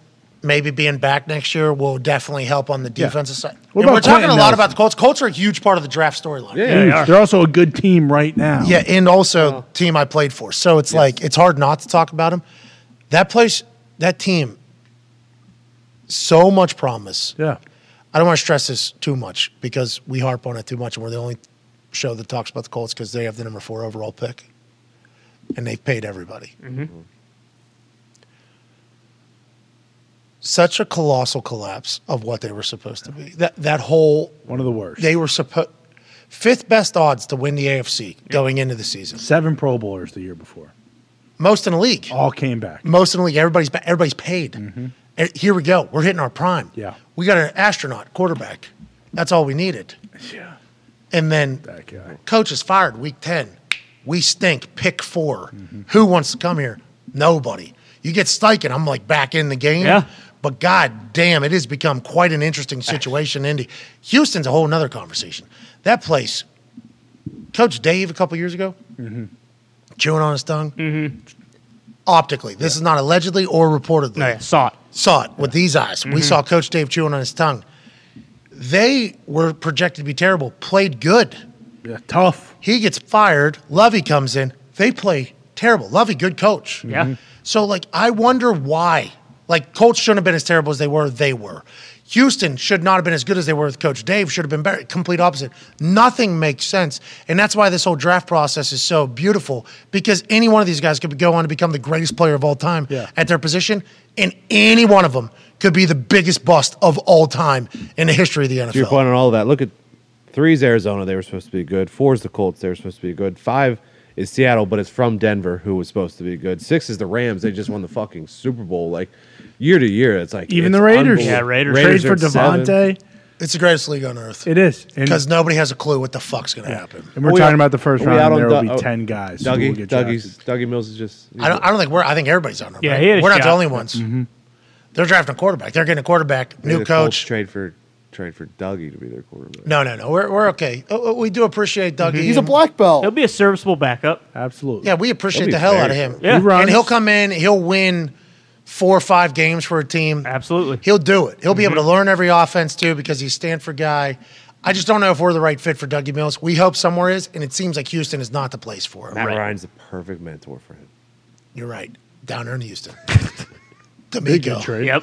[SPEAKER 1] maybe being back next year will definitely help on the defensive side.
[SPEAKER 2] What
[SPEAKER 1] And
[SPEAKER 2] about
[SPEAKER 1] we're talking
[SPEAKER 2] Quentin
[SPEAKER 1] a lot
[SPEAKER 2] Nelson?
[SPEAKER 1] about the Colts. Colts are a huge part of the draft storyline.
[SPEAKER 4] Yeah.
[SPEAKER 2] Dude,
[SPEAKER 3] they are.
[SPEAKER 2] they're also a good team right now.
[SPEAKER 1] Yeah, and also team I played for. So it's like it's hard not to talk about him. That place, that team, so much promise.
[SPEAKER 2] yeah.
[SPEAKER 1] I don't want to stress this too much because we harp on it too much, and we're the only show that talks about the Colts because they have the number four overall pick, and they've paid everybody. Such a colossal collapse of what they were supposed to be. That that whole
[SPEAKER 2] One of the worst.
[SPEAKER 1] they were supposed fifth best odds to win the AFC going into the season,
[SPEAKER 2] Seven Pro Bowlers the year before,
[SPEAKER 1] most in the league.
[SPEAKER 2] all came back.
[SPEAKER 1] most in the league. Everybody's ba- everybody's paid. And Here we go. We're hitting our prime.
[SPEAKER 2] Yeah.
[SPEAKER 1] we got an astronaut quarterback. That's all we needed.
[SPEAKER 2] Yeah,
[SPEAKER 1] And then
[SPEAKER 2] that guy.
[SPEAKER 1] coach is fired week ten. We stink. Pick 4 Who wants to come here? Nobody. You get Steichen. I'm like back in the game.
[SPEAKER 3] Yeah.
[SPEAKER 1] But god damn, it has become quite an interesting situation. Indy, Houston's a whole nother conversation. That place. Coach Dave a couple years ago, chewing on his tongue. Optically, this is not allegedly or reportedly
[SPEAKER 3] No, yeah, saw it.
[SPEAKER 1] saw it with these eyes. We saw Coach Dave chewing on his tongue. They were projected to be terrible, played good.
[SPEAKER 2] Yeah, tough.
[SPEAKER 1] He gets fired. Lovey comes in. They play terrible. Lovey, good coach.
[SPEAKER 3] Yeah. Mhm.
[SPEAKER 1] So, like, I wonder why. Like, Colts shouldn't have been as terrible as they were. They were. Houston should not have been as good as they were with Coach Dave. Should have been better. Complete opposite. Nothing makes sense, and that's why this whole draft process is so beautiful because any one of these guys could go on to become the greatest player of all time
[SPEAKER 2] Yeah.
[SPEAKER 1] at their position, and any one of them could be the biggest bust of all time in the history of the NFL.
[SPEAKER 4] To your point on all of that, look at three's Arizona. They were supposed to be good. Four's the Colts. They were supposed to be good. Five is Seattle, but it's from Denver, who was supposed to be good. Six is the Rams. They just won the fucking Super Bowl. Like year to year, it's like
[SPEAKER 2] Even
[SPEAKER 4] it's
[SPEAKER 2] the Raiders.
[SPEAKER 4] unbelievable.
[SPEAKER 3] Yeah, Raiders.
[SPEAKER 2] Trade
[SPEAKER 4] are
[SPEAKER 2] for
[SPEAKER 4] at seven.
[SPEAKER 2] Devontae.
[SPEAKER 1] It's the greatest league on earth
[SPEAKER 2] It is. And,
[SPEAKER 1] because nobody has a clue what the fuck's going to happen.
[SPEAKER 2] and we're
[SPEAKER 4] Are we
[SPEAKER 2] talking
[SPEAKER 4] out-
[SPEAKER 2] about the first
[SPEAKER 4] are we
[SPEAKER 2] round.
[SPEAKER 4] out
[SPEAKER 2] and
[SPEAKER 4] on
[SPEAKER 2] there
[SPEAKER 4] Du-
[SPEAKER 2] will
[SPEAKER 4] oh,
[SPEAKER 2] be ten guys. who will
[SPEAKER 4] Dougie,
[SPEAKER 2] get
[SPEAKER 4] Dougie's,
[SPEAKER 2] drafted.
[SPEAKER 4] Dougie Mills is just.
[SPEAKER 1] I don't, I don't think we're. I think everybody's on them.
[SPEAKER 3] Yeah,
[SPEAKER 1] right?
[SPEAKER 3] he had a
[SPEAKER 1] we're not the
[SPEAKER 3] shot. Mm-hmm.
[SPEAKER 1] only ones. They're drafting a quarterback. They're getting a quarterback.
[SPEAKER 4] Maybe
[SPEAKER 1] New
[SPEAKER 4] the Colts
[SPEAKER 1] coach.
[SPEAKER 4] Trade for trade for Dougie to be their quarterback.
[SPEAKER 1] No, no, no. We're, we're okay. Oh, oh, we do appreciate Dougie.
[SPEAKER 7] He's a black belt.
[SPEAKER 3] It'll be Mm-hmm. a serviceable backup.
[SPEAKER 2] Absolutely.
[SPEAKER 1] Yeah, we appreciate the hell out of him.
[SPEAKER 3] Yeah. He
[SPEAKER 2] runs.
[SPEAKER 1] and he'll come in. He'll win four or five games for a team.
[SPEAKER 3] Absolutely. Mm-hmm.
[SPEAKER 1] He'll do it. He'll be able to learn every offense too because he's Stanford guy. I just don't know if we're the right fit for Dougie Mills. We hope somewhere is, and it seems like Houston is not the place for him.
[SPEAKER 4] Matt
[SPEAKER 3] Right.
[SPEAKER 4] Ryan's the perfect mentor for him.
[SPEAKER 1] You're right. Down there in Houston.
[SPEAKER 2] Big good
[SPEAKER 1] D'Amico.
[SPEAKER 2] trade.
[SPEAKER 3] Yep.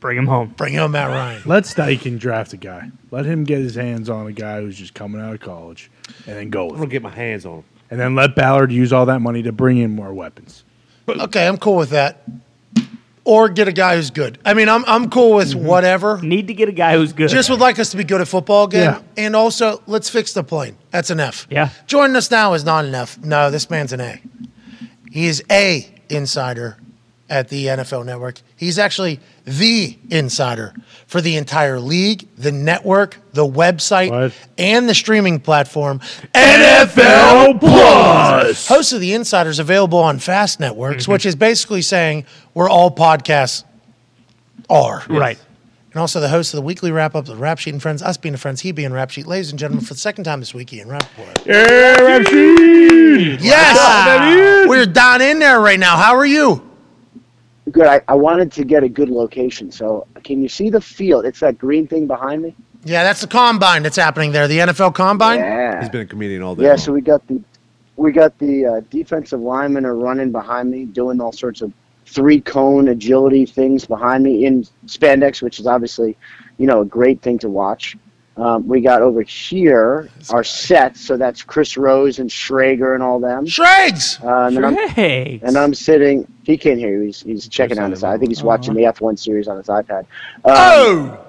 [SPEAKER 3] Bring him home.
[SPEAKER 1] Bring home Matt Ryan.
[SPEAKER 2] Let Steichen draft a guy. Let him get his hands on a guy who's just coming out of college, and then go
[SPEAKER 4] I'm
[SPEAKER 2] with
[SPEAKER 4] gonna
[SPEAKER 2] it.
[SPEAKER 4] get my hands on him.
[SPEAKER 2] And then let Ballard use all that money to bring in more weapons.
[SPEAKER 1] Okay, I'm cool with that. Or get a guy who's good. I mean, I'm I'm cool with
[SPEAKER 2] Mm-hmm.
[SPEAKER 1] whatever.
[SPEAKER 3] Need to get a guy who's good.
[SPEAKER 1] Just would like us to be good at football again.
[SPEAKER 2] Yeah.
[SPEAKER 1] And also, let's fix the plane. That's an F.
[SPEAKER 3] Yeah.
[SPEAKER 1] Joining us now is not an F. No, this man's an A. He is a insider at the NFL Network. He's actually the insider for the entire league, the network, the website,
[SPEAKER 2] What?
[SPEAKER 1] and the streaming platform.
[SPEAKER 2] NFL Plus.
[SPEAKER 1] Host of the Insiders available on Fast Networks, which is basically saying where all podcasts are.
[SPEAKER 3] right.
[SPEAKER 1] And also the host of the weekly wrap up of Rap Sheet and Friends, us being a friends, he being Rap Sheet. Ladies and gentlemen, for the second time this week, Ian Rappaport. Yes! We're down in there right now. How are you?
[SPEAKER 9] Good. I, I wanted to get a good location. So can you see the field? It's that green thing behind me.
[SPEAKER 1] Yeah, that's the combine that's happening there, the NFL combine.
[SPEAKER 9] Yeah.
[SPEAKER 4] He's been a comedian all day.
[SPEAKER 9] Yeah.
[SPEAKER 4] long.
[SPEAKER 9] So we got the we got the uh, defensive linemen are running behind me, doing all sorts of three cone agility things behind me in spandex, which is obviously, you know, a great thing to watch. Um, we got over here our set, so that's Chris Rose and Schrager and all them.
[SPEAKER 1] Shregs!
[SPEAKER 9] Uh, and, then I'm,
[SPEAKER 3] Hey.
[SPEAKER 9] and I'm sitting. He can't hear you. He's, he's checking on his. I think he's watching the F1 series on his iPad. Um,
[SPEAKER 1] Oh!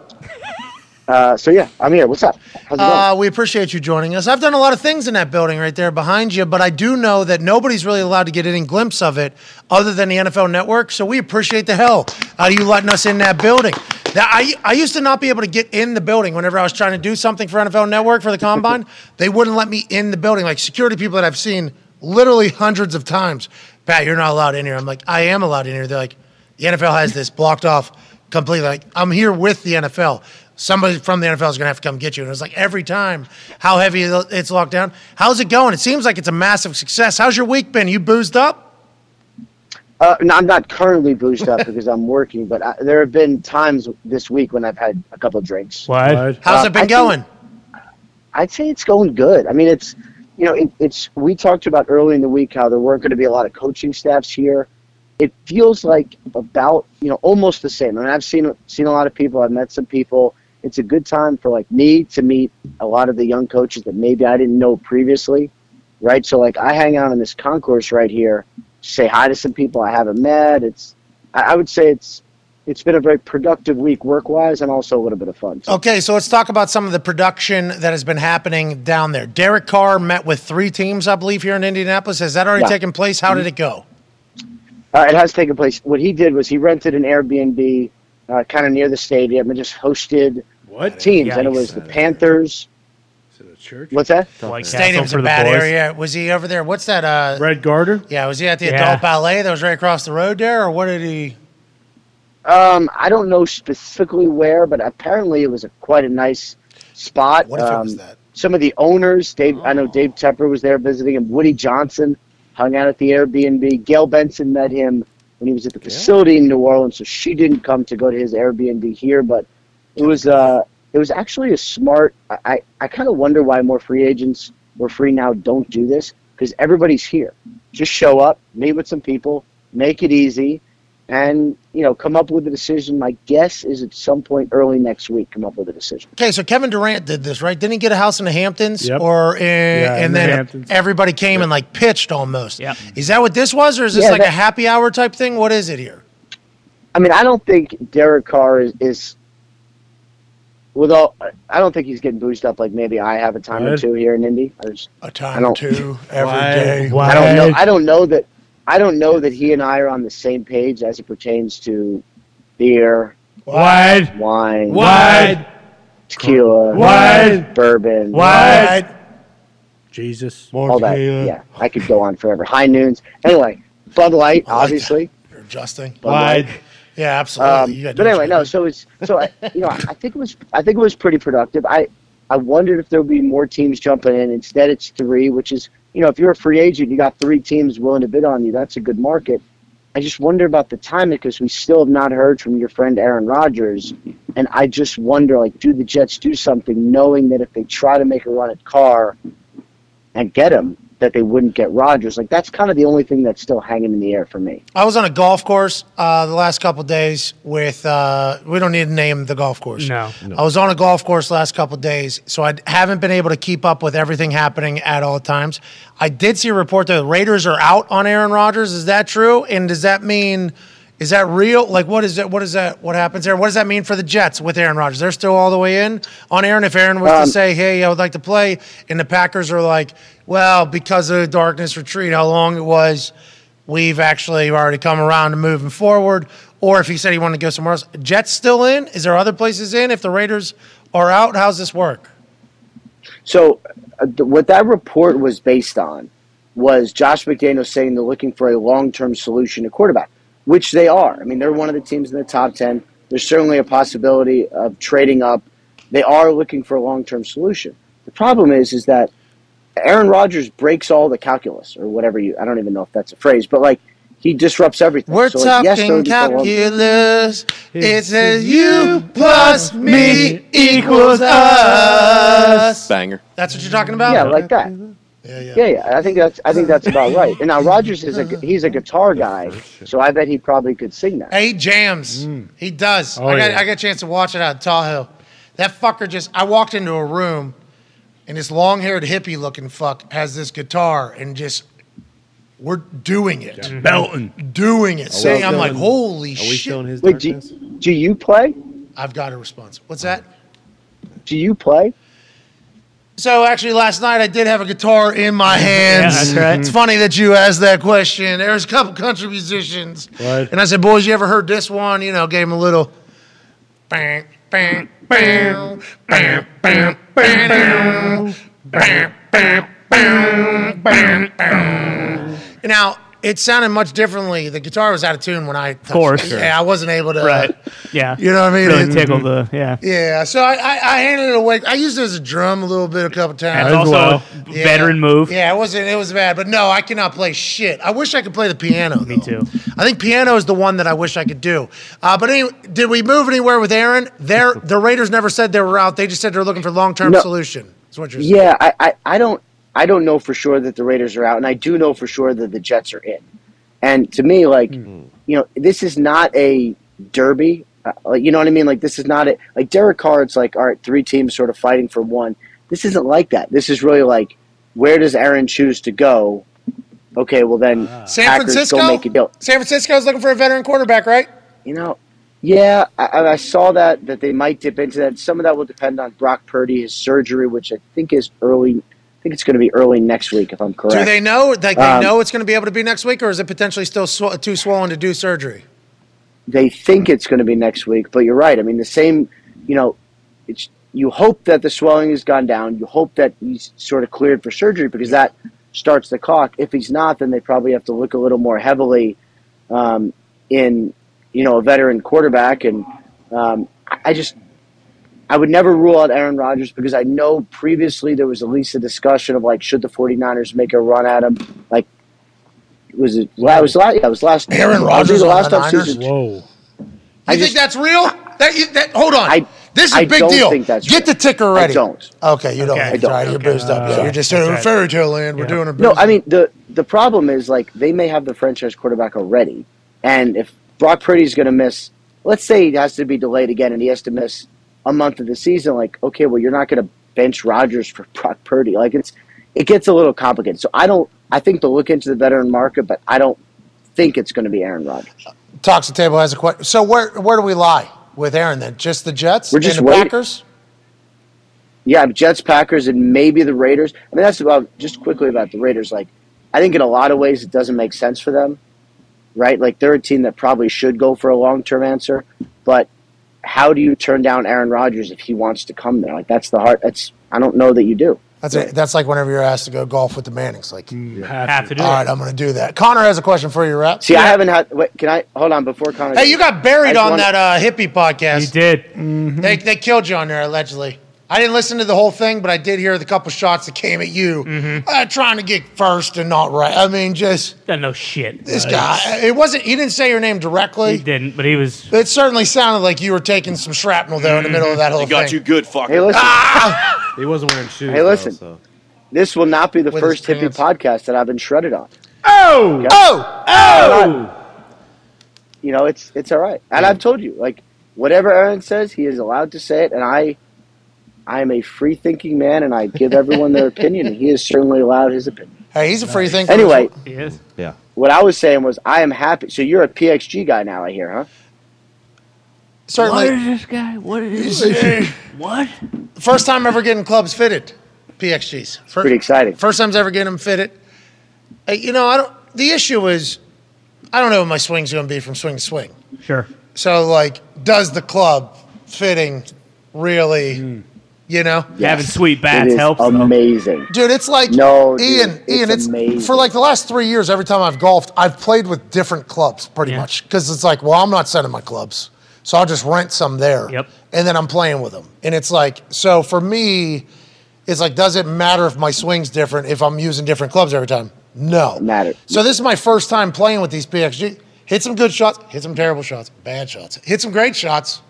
[SPEAKER 9] uh, so yeah, I'm here. What's up? How's it going?
[SPEAKER 1] Uh, we appreciate you joining us. I've done a lot of things in that building right there behind you, but I do know that nobody's really allowed to get any glimpse of it other than the NFL Network. So we appreciate the hell out of you letting us in that building. That I, I used to not be able to get in the building whenever I was trying to do something for NFL Network for the combine. they wouldn't let me in the building. Like security people that I've seen literally hundreds of times. Pat, you're not allowed in here. I'm like, I am allowed in here. They're like, the NFL has this blocked off completely. Like, I'm here with the NFL. Somebody from the NFL is going to have to come get you. And it's like every time, how heavy it's locked down. How's it going? It seems like it's a massive success. How's your week been? You boozed up?
[SPEAKER 9] Uh, no, I'm not currently boozed up because I'm working, but I, there have been times this week when I've had a couple of drinks.
[SPEAKER 2] What?
[SPEAKER 1] How's
[SPEAKER 9] Uh,
[SPEAKER 1] it been
[SPEAKER 9] I think-
[SPEAKER 1] going?
[SPEAKER 9] I'd say it's going good. I mean, it's you know, it, it's we talked about early in the week how there weren't going to be a lot of coaching staffs here. It feels like about you know almost the same. I mean, I've seen seen a lot of people. I've met some people. It's a good time for like me to meet a lot of the young coaches that maybe I didn't know previously, right? So like I hang out in this concourse right here, say hi to some people I haven't met. It's I, I would say it's it's been a very productive week work wise and also a little bit of fun. So-
[SPEAKER 1] Okay, so let's talk about some of the production that has been happening down there. Derek Carr met with three teams, I believe, here in Indianapolis. Has that already
[SPEAKER 9] Yeah.
[SPEAKER 1] taken place? How did it go?
[SPEAKER 9] Uh, it has taken place. What he did was he rented an Airbnb uh, kind of near the stadium and just hosted teams. And it was the Panthers. What's that?
[SPEAKER 3] White Castle
[SPEAKER 1] Stadium's
[SPEAKER 3] for
[SPEAKER 1] a
[SPEAKER 3] the
[SPEAKER 1] bad
[SPEAKER 3] boys.
[SPEAKER 1] area. Was he over there? What's that? Uh,
[SPEAKER 2] Red Garter?
[SPEAKER 1] Yeah, was he at the
[SPEAKER 3] Yeah.
[SPEAKER 1] adult ballet that was right across the road there, or what did he?
[SPEAKER 9] Um, I don't know specifically where, but apparently it was a, quite a nice spot.
[SPEAKER 1] What if it was
[SPEAKER 9] Um,
[SPEAKER 1] that?
[SPEAKER 9] Some of the owners, Dave. I know Dave Tepper was there visiting him. Woody Johnson hung out at the Airbnb. Gail Benson met him when he was at the facility in New Orleans, so she didn't come to go to his Airbnb here, but it was uh, it was actually a smart. I I, I kind of wonder why more free agents were free now don't do this because everybody's here. Just show up, meet with some people, make it easy, and you know come up with a decision. My guess is at some point early next week, come up with a decision.
[SPEAKER 1] Okay, so Kevin Durant did this, right? Didn't he get a house in the Hamptons,
[SPEAKER 2] Yep.
[SPEAKER 1] or in,
[SPEAKER 2] in
[SPEAKER 1] and
[SPEAKER 2] the
[SPEAKER 1] then
[SPEAKER 2] Hamptons.
[SPEAKER 1] everybody came and like pitched almost.
[SPEAKER 3] Yep.
[SPEAKER 1] Is that what this was, or is this
[SPEAKER 9] Yeah,
[SPEAKER 1] like a
[SPEAKER 9] that-
[SPEAKER 1] happy hour type thing? What is it here?
[SPEAKER 9] I mean, I don't think Derek Carr is, is with all. I don't think he's getting boozed up like maybe I have a time or
[SPEAKER 2] Right.
[SPEAKER 9] two here in Indy. I just,
[SPEAKER 1] A
[SPEAKER 9] I
[SPEAKER 1] time or
[SPEAKER 9] don't-
[SPEAKER 1] two every
[SPEAKER 4] Why-
[SPEAKER 1] day.
[SPEAKER 9] I don't know. I don't know that. I don't know that he and I are on the same page as it pertains to beer,
[SPEAKER 2] Wide.
[SPEAKER 9] wine,
[SPEAKER 2] Wide.
[SPEAKER 9] tequila,
[SPEAKER 2] Wide.
[SPEAKER 9] bourbon,
[SPEAKER 2] Wide. Jesus.
[SPEAKER 9] all that. Yeah, I could go on forever. High noons. Anyway, Bud Light,
[SPEAKER 1] I like
[SPEAKER 9] obviously.
[SPEAKER 1] You're adjusting.
[SPEAKER 9] Bud Light.
[SPEAKER 1] Yeah, absolutely.
[SPEAKER 9] Um,
[SPEAKER 1] You gotta do
[SPEAKER 9] but
[SPEAKER 1] what
[SPEAKER 9] anyway,
[SPEAKER 1] you gotta
[SPEAKER 9] no. So it's so I, you know I think it was I think it was pretty productive. I I wondered if there would be more teams jumping in. Instead, it's three, which is you know if you're a free agent, you got three teams willing to bid on you. That's a good market. I just wonder about the timing because we still have not heard from your friend Aaron Rodgers, and I just wonder like do the Jets do something knowing that if they try to make a run at Carr and get him that they wouldn't get Rodgers. Like that's kind of the only thing that's still hanging in the air for me.
[SPEAKER 1] I was on a golf course uh, the last couple days with. Uh, we don't need to name the golf course.
[SPEAKER 3] No.
[SPEAKER 1] I was on a golf course last couple days, so I haven't been able to keep up with everything happening at all times. I did see a report that the Raiders are out on Aaron Rodgers. Is that true? And does that mean? Is that real? Like, what is that? What is that? What happens there? What does that mean for the Jets with Aaron Rodgers? They're still all the way in on Aaron. If Aaron was
[SPEAKER 9] Um,
[SPEAKER 1] to say, "Hey, I would like to play," and the Packers are like, "Well, because of the darkness retreat, how long it was." we've actually already come around to moving forward. Or if he said he wanted to go somewhere else, Jets still in? Is there other places in? If the Raiders are out, how's this work?
[SPEAKER 9] So, uh, th- what that report was based on was Josh McDaniels saying they're looking for a long term solution to quarterback, which they are. I mean, they're one of the teams in the top 10. There's certainly a possibility of trading up. They are looking for a long term solution. The problem is, is that Aaron Rodgers breaks all the calculus or whatever you, I don't even know if that's a phrase, but like he disrupts everything.
[SPEAKER 1] We're
[SPEAKER 9] So, like, yes, they're
[SPEAKER 1] talking
[SPEAKER 9] looking for a long-
[SPEAKER 1] calculus. It says you plus me equals us.
[SPEAKER 8] Banger.
[SPEAKER 1] That's what you're talking about?
[SPEAKER 9] Yeah, like that.
[SPEAKER 1] Yeah, yeah.
[SPEAKER 9] Yeah, yeah. I think that's I think that's about right. And now Rogers is a gu- he's a guitar guy, so I bet he probably could sing that.
[SPEAKER 1] Eight jams.
[SPEAKER 4] Mm.
[SPEAKER 1] He does.
[SPEAKER 2] Oh,
[SPEAKER 1] I, got,
[SPEAKER 2] yeah.
[SPEAKER 1] I got a chance to watch it out in Tahoe. That fucker just, I walked into a room and this long haired hippie looking fuck has this guitar and just, we're doing it.
[SPEAKER 2] Belton.
[SPEAKER 1] Doing it. Saying,
[SPEAKER 4] still
[SPEAKER 1] I'm like,
[SPEAKER 4] in-
[SPEAKER 1] holy
[SPEAKER 4] Are we
[SPEAKER 1] shit.
[SPEAKER 4] still in his
[SPEAKER 9] Wait, do,
[SPEAKER 4] darkness?
[SPEAKER 9] do you play?
[SPEAKER 1] I've got a response. What's that?
[SPEAKER 9] Do you play?
[SPEAKER 1] So actually, last night I did have a guitar in my hands.
[SPEAKER 3] that's right.
[SPEAKER 1] It's funny that you asked that question. There's a couple country musicians,
[SPEAKER 4] Right.
[SPEAKER 1] and I said, "Boys, you ever heard this one?" You know, gave him a little. Bam, bam, bam, bam, bam, bam, bam, bam, bam, bam, bam. Now it sounded much differently. The guitar was out of tune when I, of
[SPEAKER 3] course.
[SPEAKER 1] yeah, I wasn't able to.
[SPEAKER 3] Right. Yeah.
[SPEAKER 1] You know what I mean?
[SPEAKER 3] Really
[SPEAKER 1] It-
[SPEAKER 3] tickle the yeah.
[SPEAKER 1] Yeah, so I, I, I handed it away. I used it as a drum a little bit a couple times.
[SPEAKER 3] That's also
[SPEAKER 2] well.
[SPEAKER 3] a b- veteran move.
[SPEAKER 1] Yeah, it wasn't. It was bad, but no, I cannot play shit. I wish I could play the piano. Me
[SPEAKER 3] too.
[SPEAKER 1] I think piano is the one that I wish I could do. Uh, but anyway, did we move anywhere with Aaron? There, the Raiders never said they were out. They just said they're looking for long term
[SPEAKER 9] No.
[SPEAKER 1] solution. That's what you're saying.
[SPEAKER 9] Yeah, I, I, I don't I don't know for sure that the Raiders are out, and I do know for sure that the Jets are in. And to me, like you know, this is not a derby. Uh, like, you know what I mean? Like this is not a like Derek Carr. It's like all right, three teams sort of fighting for one. This isn't like that. This is really like where does Aaron choose to go? Okay, well then
[SPEAKER 1] San
[SPEAKER 9] Packers
[SPEAKER 1] Francisco.
[SPEAKER 9] go make a deal.
[SPEAKER 1] San Francisco's looking for a veteran quarterback, right?
[SPEAKER 9] You know, yeah, I- I, I saw that that they might dip into that. Some of that will depend on Brock Purdy, his surgery, which I think is early. I think it's going to be early next week, if I'm correct.
[SPEAKER 1] Do they know? Like they
[SPEAKER 9] Um,
[SPEAKER 1] know it's going to be able to be next week, or is it potentially still sw- too swollen to do surgery?
[SPEAKER 9] they think it's going to be next week, but you're right. I mean, the same, you know, it's you hope that the swelling has gone down. You hope that he's sort of cleared for surgery because that starts the clock. If he's not, then they probably have to look a little more heavily um, in, you know, a veteran quarterback. And um, I- I just, I would never rule out Aaron Rodgers because I know previously there was at least a discussion of like, should the 49ers make a run at him? Like, was it? Well, it was last. Yeah, it was last.
[SPEAKER 1] Aaron
[SPEAKER 9] I think
[SPEAKER 1] Rodgers
[SPEAKER 9] the
[SPEAKER 1] on
[SPEAKER 9] last
[SPEAKER 1] the Niners?
[SPEAKER 9] offseason-
[SPEAKER 2] Whoa.
[SPEAKER 1] You think
[SPEAKER 9] just-
[SPEAKER 1] that's real? That, you, that hold on.
[SPEAKER 9] I-
[SPEAKER 1] this is
[SPEAKER 9] I
[SPEAKER 1] a big
[SPEAKER 9] don't
[SPEAKER 1] deal.
[SPEAKER 9] think that's
[SPEAKER 1] Get the
[SPEAKER 9] real.
[SPEAKER 1] ticker
[SPEAKER 9] I
[SPEAKER 1] ready.
[SPEAKER 9] don't.
[SPEAKER 1] Okay, you don't.
[SPEAKER 3] Okay. Uh,
[SPEAKER 1] Okay,
[SPEAKER 3] I
[SPEAKER 9] don't.
[SPEAKER 1] You're boozed up. Yeah, you're just in
[SPEAKER 3] Okay.
[SPEAKER 1] fairy tale land. We're doing a
[SPEAKER 9] No, I
[SPEAKER 1] business.
[SPEAKER 9] mean the the problem is like they may have the franchise quarterback already, and if Brock Purdy's going to miss, let's say he has to be delayed again, and he has to miss a month of the season, like okay, well you're not going to bench Rodgers for Brock Purdy, like it's it gets a little complicated. So I don't, I think they'll look into the veteran market, but I don't think it's going to be Aaron Rodgers.
[SPEAKER 1] Talks the table has a question. So where where do we lie with Aaron then? Just the Jets
[SPEAKER 9] We're just
[SPEAKER 1] and the
[SPEAKER 9] waiting.
[SPEAKER 1] Packers.
[SPEAKER 9] Yeah, Jets, Packers, and maybe the Raiders. I mean, that's about just quickly about the Raiders. Like, I think in a lot of ways it doesn't make sense for them, right? Like, they're a team that probably should go for a long term answer, but how do you turn down Aaron Rodgers if he wants to come there? Like, that's the heart. That's I don't know that you do.
[SPEAKER 1] That's it. That's like whenever you're asked to go golf with the Mannings. Like,
[SPEAKER 3] Mm, Have to do
[SPEAKER 1] all right,
[SPEAKER 3] it.
[SPEAKER 1] I'm going to do that. Connor has a question for you, Rep.
[SPEAKER 9] See, I haven't had. Wait, can I hold on before Connor?
[SPEAKER 1] Hey, you got buried
[SPEAKER 9] I just
[SPEAKER 1] on
[SPEAKER 9] wanna-
[SPEAKER 1] that uh, hippie
[SPEAKER 3] You
[SPEAKER 1] podcast.
[SPEAKER 3] did.
[SPEAKER 1] They, they killed you on there allegedly. I didn't listen to the whole thing, but I did hear the couple shots that came at you,
[SPEAKER 3] Mm-hmm.
[SPEAKER 1] uh, trying to get first and not right. I mean, just
[SPEAKER 3] Doesn't know shit. Uh,
[SPEAKER 1] this guy. It wasn't. He didn't say your name directly.
[SPEAKER 3] He didn't, but he was.
[SPEAKER 1] It certainly sounded like you were taking some shrapnel though in the middle of that whole
[SPEAKER 10] Got
[SPEAKER 1] thing.
[SPEAKER 10] you good, fucker.
[SPEAKER 9] Hey, listen.
[SPEAKER 1] Ah!
[SPEAKER 4] He wasn't wearing shoes.
[SPEAKER 9] Hey,
[SPEAKER 4] though,
[SPEAKER 9] listen.
[SPEAKER 4] so.
[SPEAKER 9] This will not be the
[SPEAKER 1] With his
[SPEAKER 9] first hippie
[SPEAKER 1] pants.
[SPEAKER 9] podcast that I've been shredded on.
[SPEAKER 1] Oh,
[SPEAKER 9] you know, it's it's all right. And I've told you, like whatever Aaron says, he is allowed to say it, and I, I am a free thinking man, and I give everyone their opinion, and he is certainly allowed his opinion.
[SPEAKER 1] hey, he's a free thinker.
[SPEAKER 9] Anyway,
[SPEAKER 3] He is.
[SPEAKER 4] Yeah.
[SPEAKER 9] what I was saying was, I am happy. So you're a PXG guy now, I hear, huh?
[SPEAKER 1] certainly
[SPEAKER 3] this guy? What is this? what?
[SPEAKER 1] first time ever getting clubs fitted. PXGs. First,
[SPEAKER 9] Pretty exciting.
[SPEAKER 1] First time's ever getting them fitted. Hey, you know, I don't. The issue is, I don't know what my swing's going to be from swing to swing.
[SPEAKER 3] Sure.
[SPEAKER 1] So, like, does the club fitting really? You know,
[SPEAKER 3] Having sweet
[SPEAKER 9] It
[SPEAKER 3] bats
[SPEAKER 9] is
[SPEAKER 3] helps. though.
[SPEAKER 9] amazing.
[SPEAKER 1] dude, it's like
[SPEAKER 9] No, dude,
[SPEAKER 1] Ian.
[SPEAKER 9] it's
[SPEAKER 1] Ian, it's
[SPEAKER 9] amazing.
[SPEAKER 1] for like the last three years. Every time I've golfed, I've played with different clubs pretty
[SPEAKER 3] Yeah.
[SPEAKER 1] much because it's like, well, I'm not sending my clubs, so I'll just rent some there.
[SPEAKER 3] Yep.
[SPEAKER 1] And then I'm playing with them, and it's like, so for me, it's like, does it matter if my swing's different if I'm using different clubs every time? No.
[SPEAKER 9] matter.
[SPEAKER 1] So this is my first time playing with these PXG. Hit some good shots, hit some terrible shots, bad shots, hit some great shots,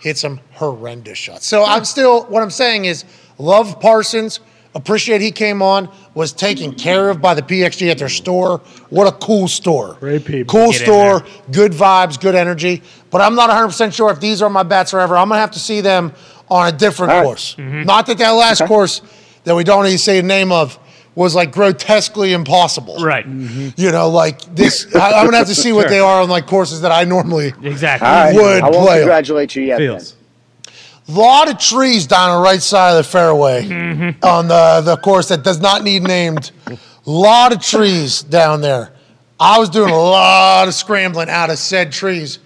[SPEAKER 1] hit some horrendous shots. So I'm still what I'm saying is love Parsons. Appreciate he came on, was taken care of by the PXG at their store. What a cool store.
[SPEAKER 2] Great people.
[SPEAKER 1] Cool
[SPEAKER 3] Get in
[SPEAKER 1] store, good vibes, good energy. But I'm not 100% sure if these are my bats forever. I'm going to have to see them on a different
[SPEAKER 9] All right. Mm-hmm.
[SPEAKER 1] course. Not that that last course that we don't even say the name of was like grotesquely impossible.
[SPEAKER 3] Right.
[SPEAKER 1] You know, like this, I, I'm going to have to see what they are on like courses that I normally.
[SPEAKER 3] Exactly.
[SPEAKER 9] All right.
[SPEAKER 1] Would
[SPEAKER 9] I won't
[SPEAKER 1] play 'em.
[SPEAKER 9] congratulate you yet. then.
[SPEAKER 4] Fields.
[SPEAKER 1] lot of trees down the right side of the fairway on the, the course that does not need named. lot of trees down there. I was doing a lot of scrambling out of said trees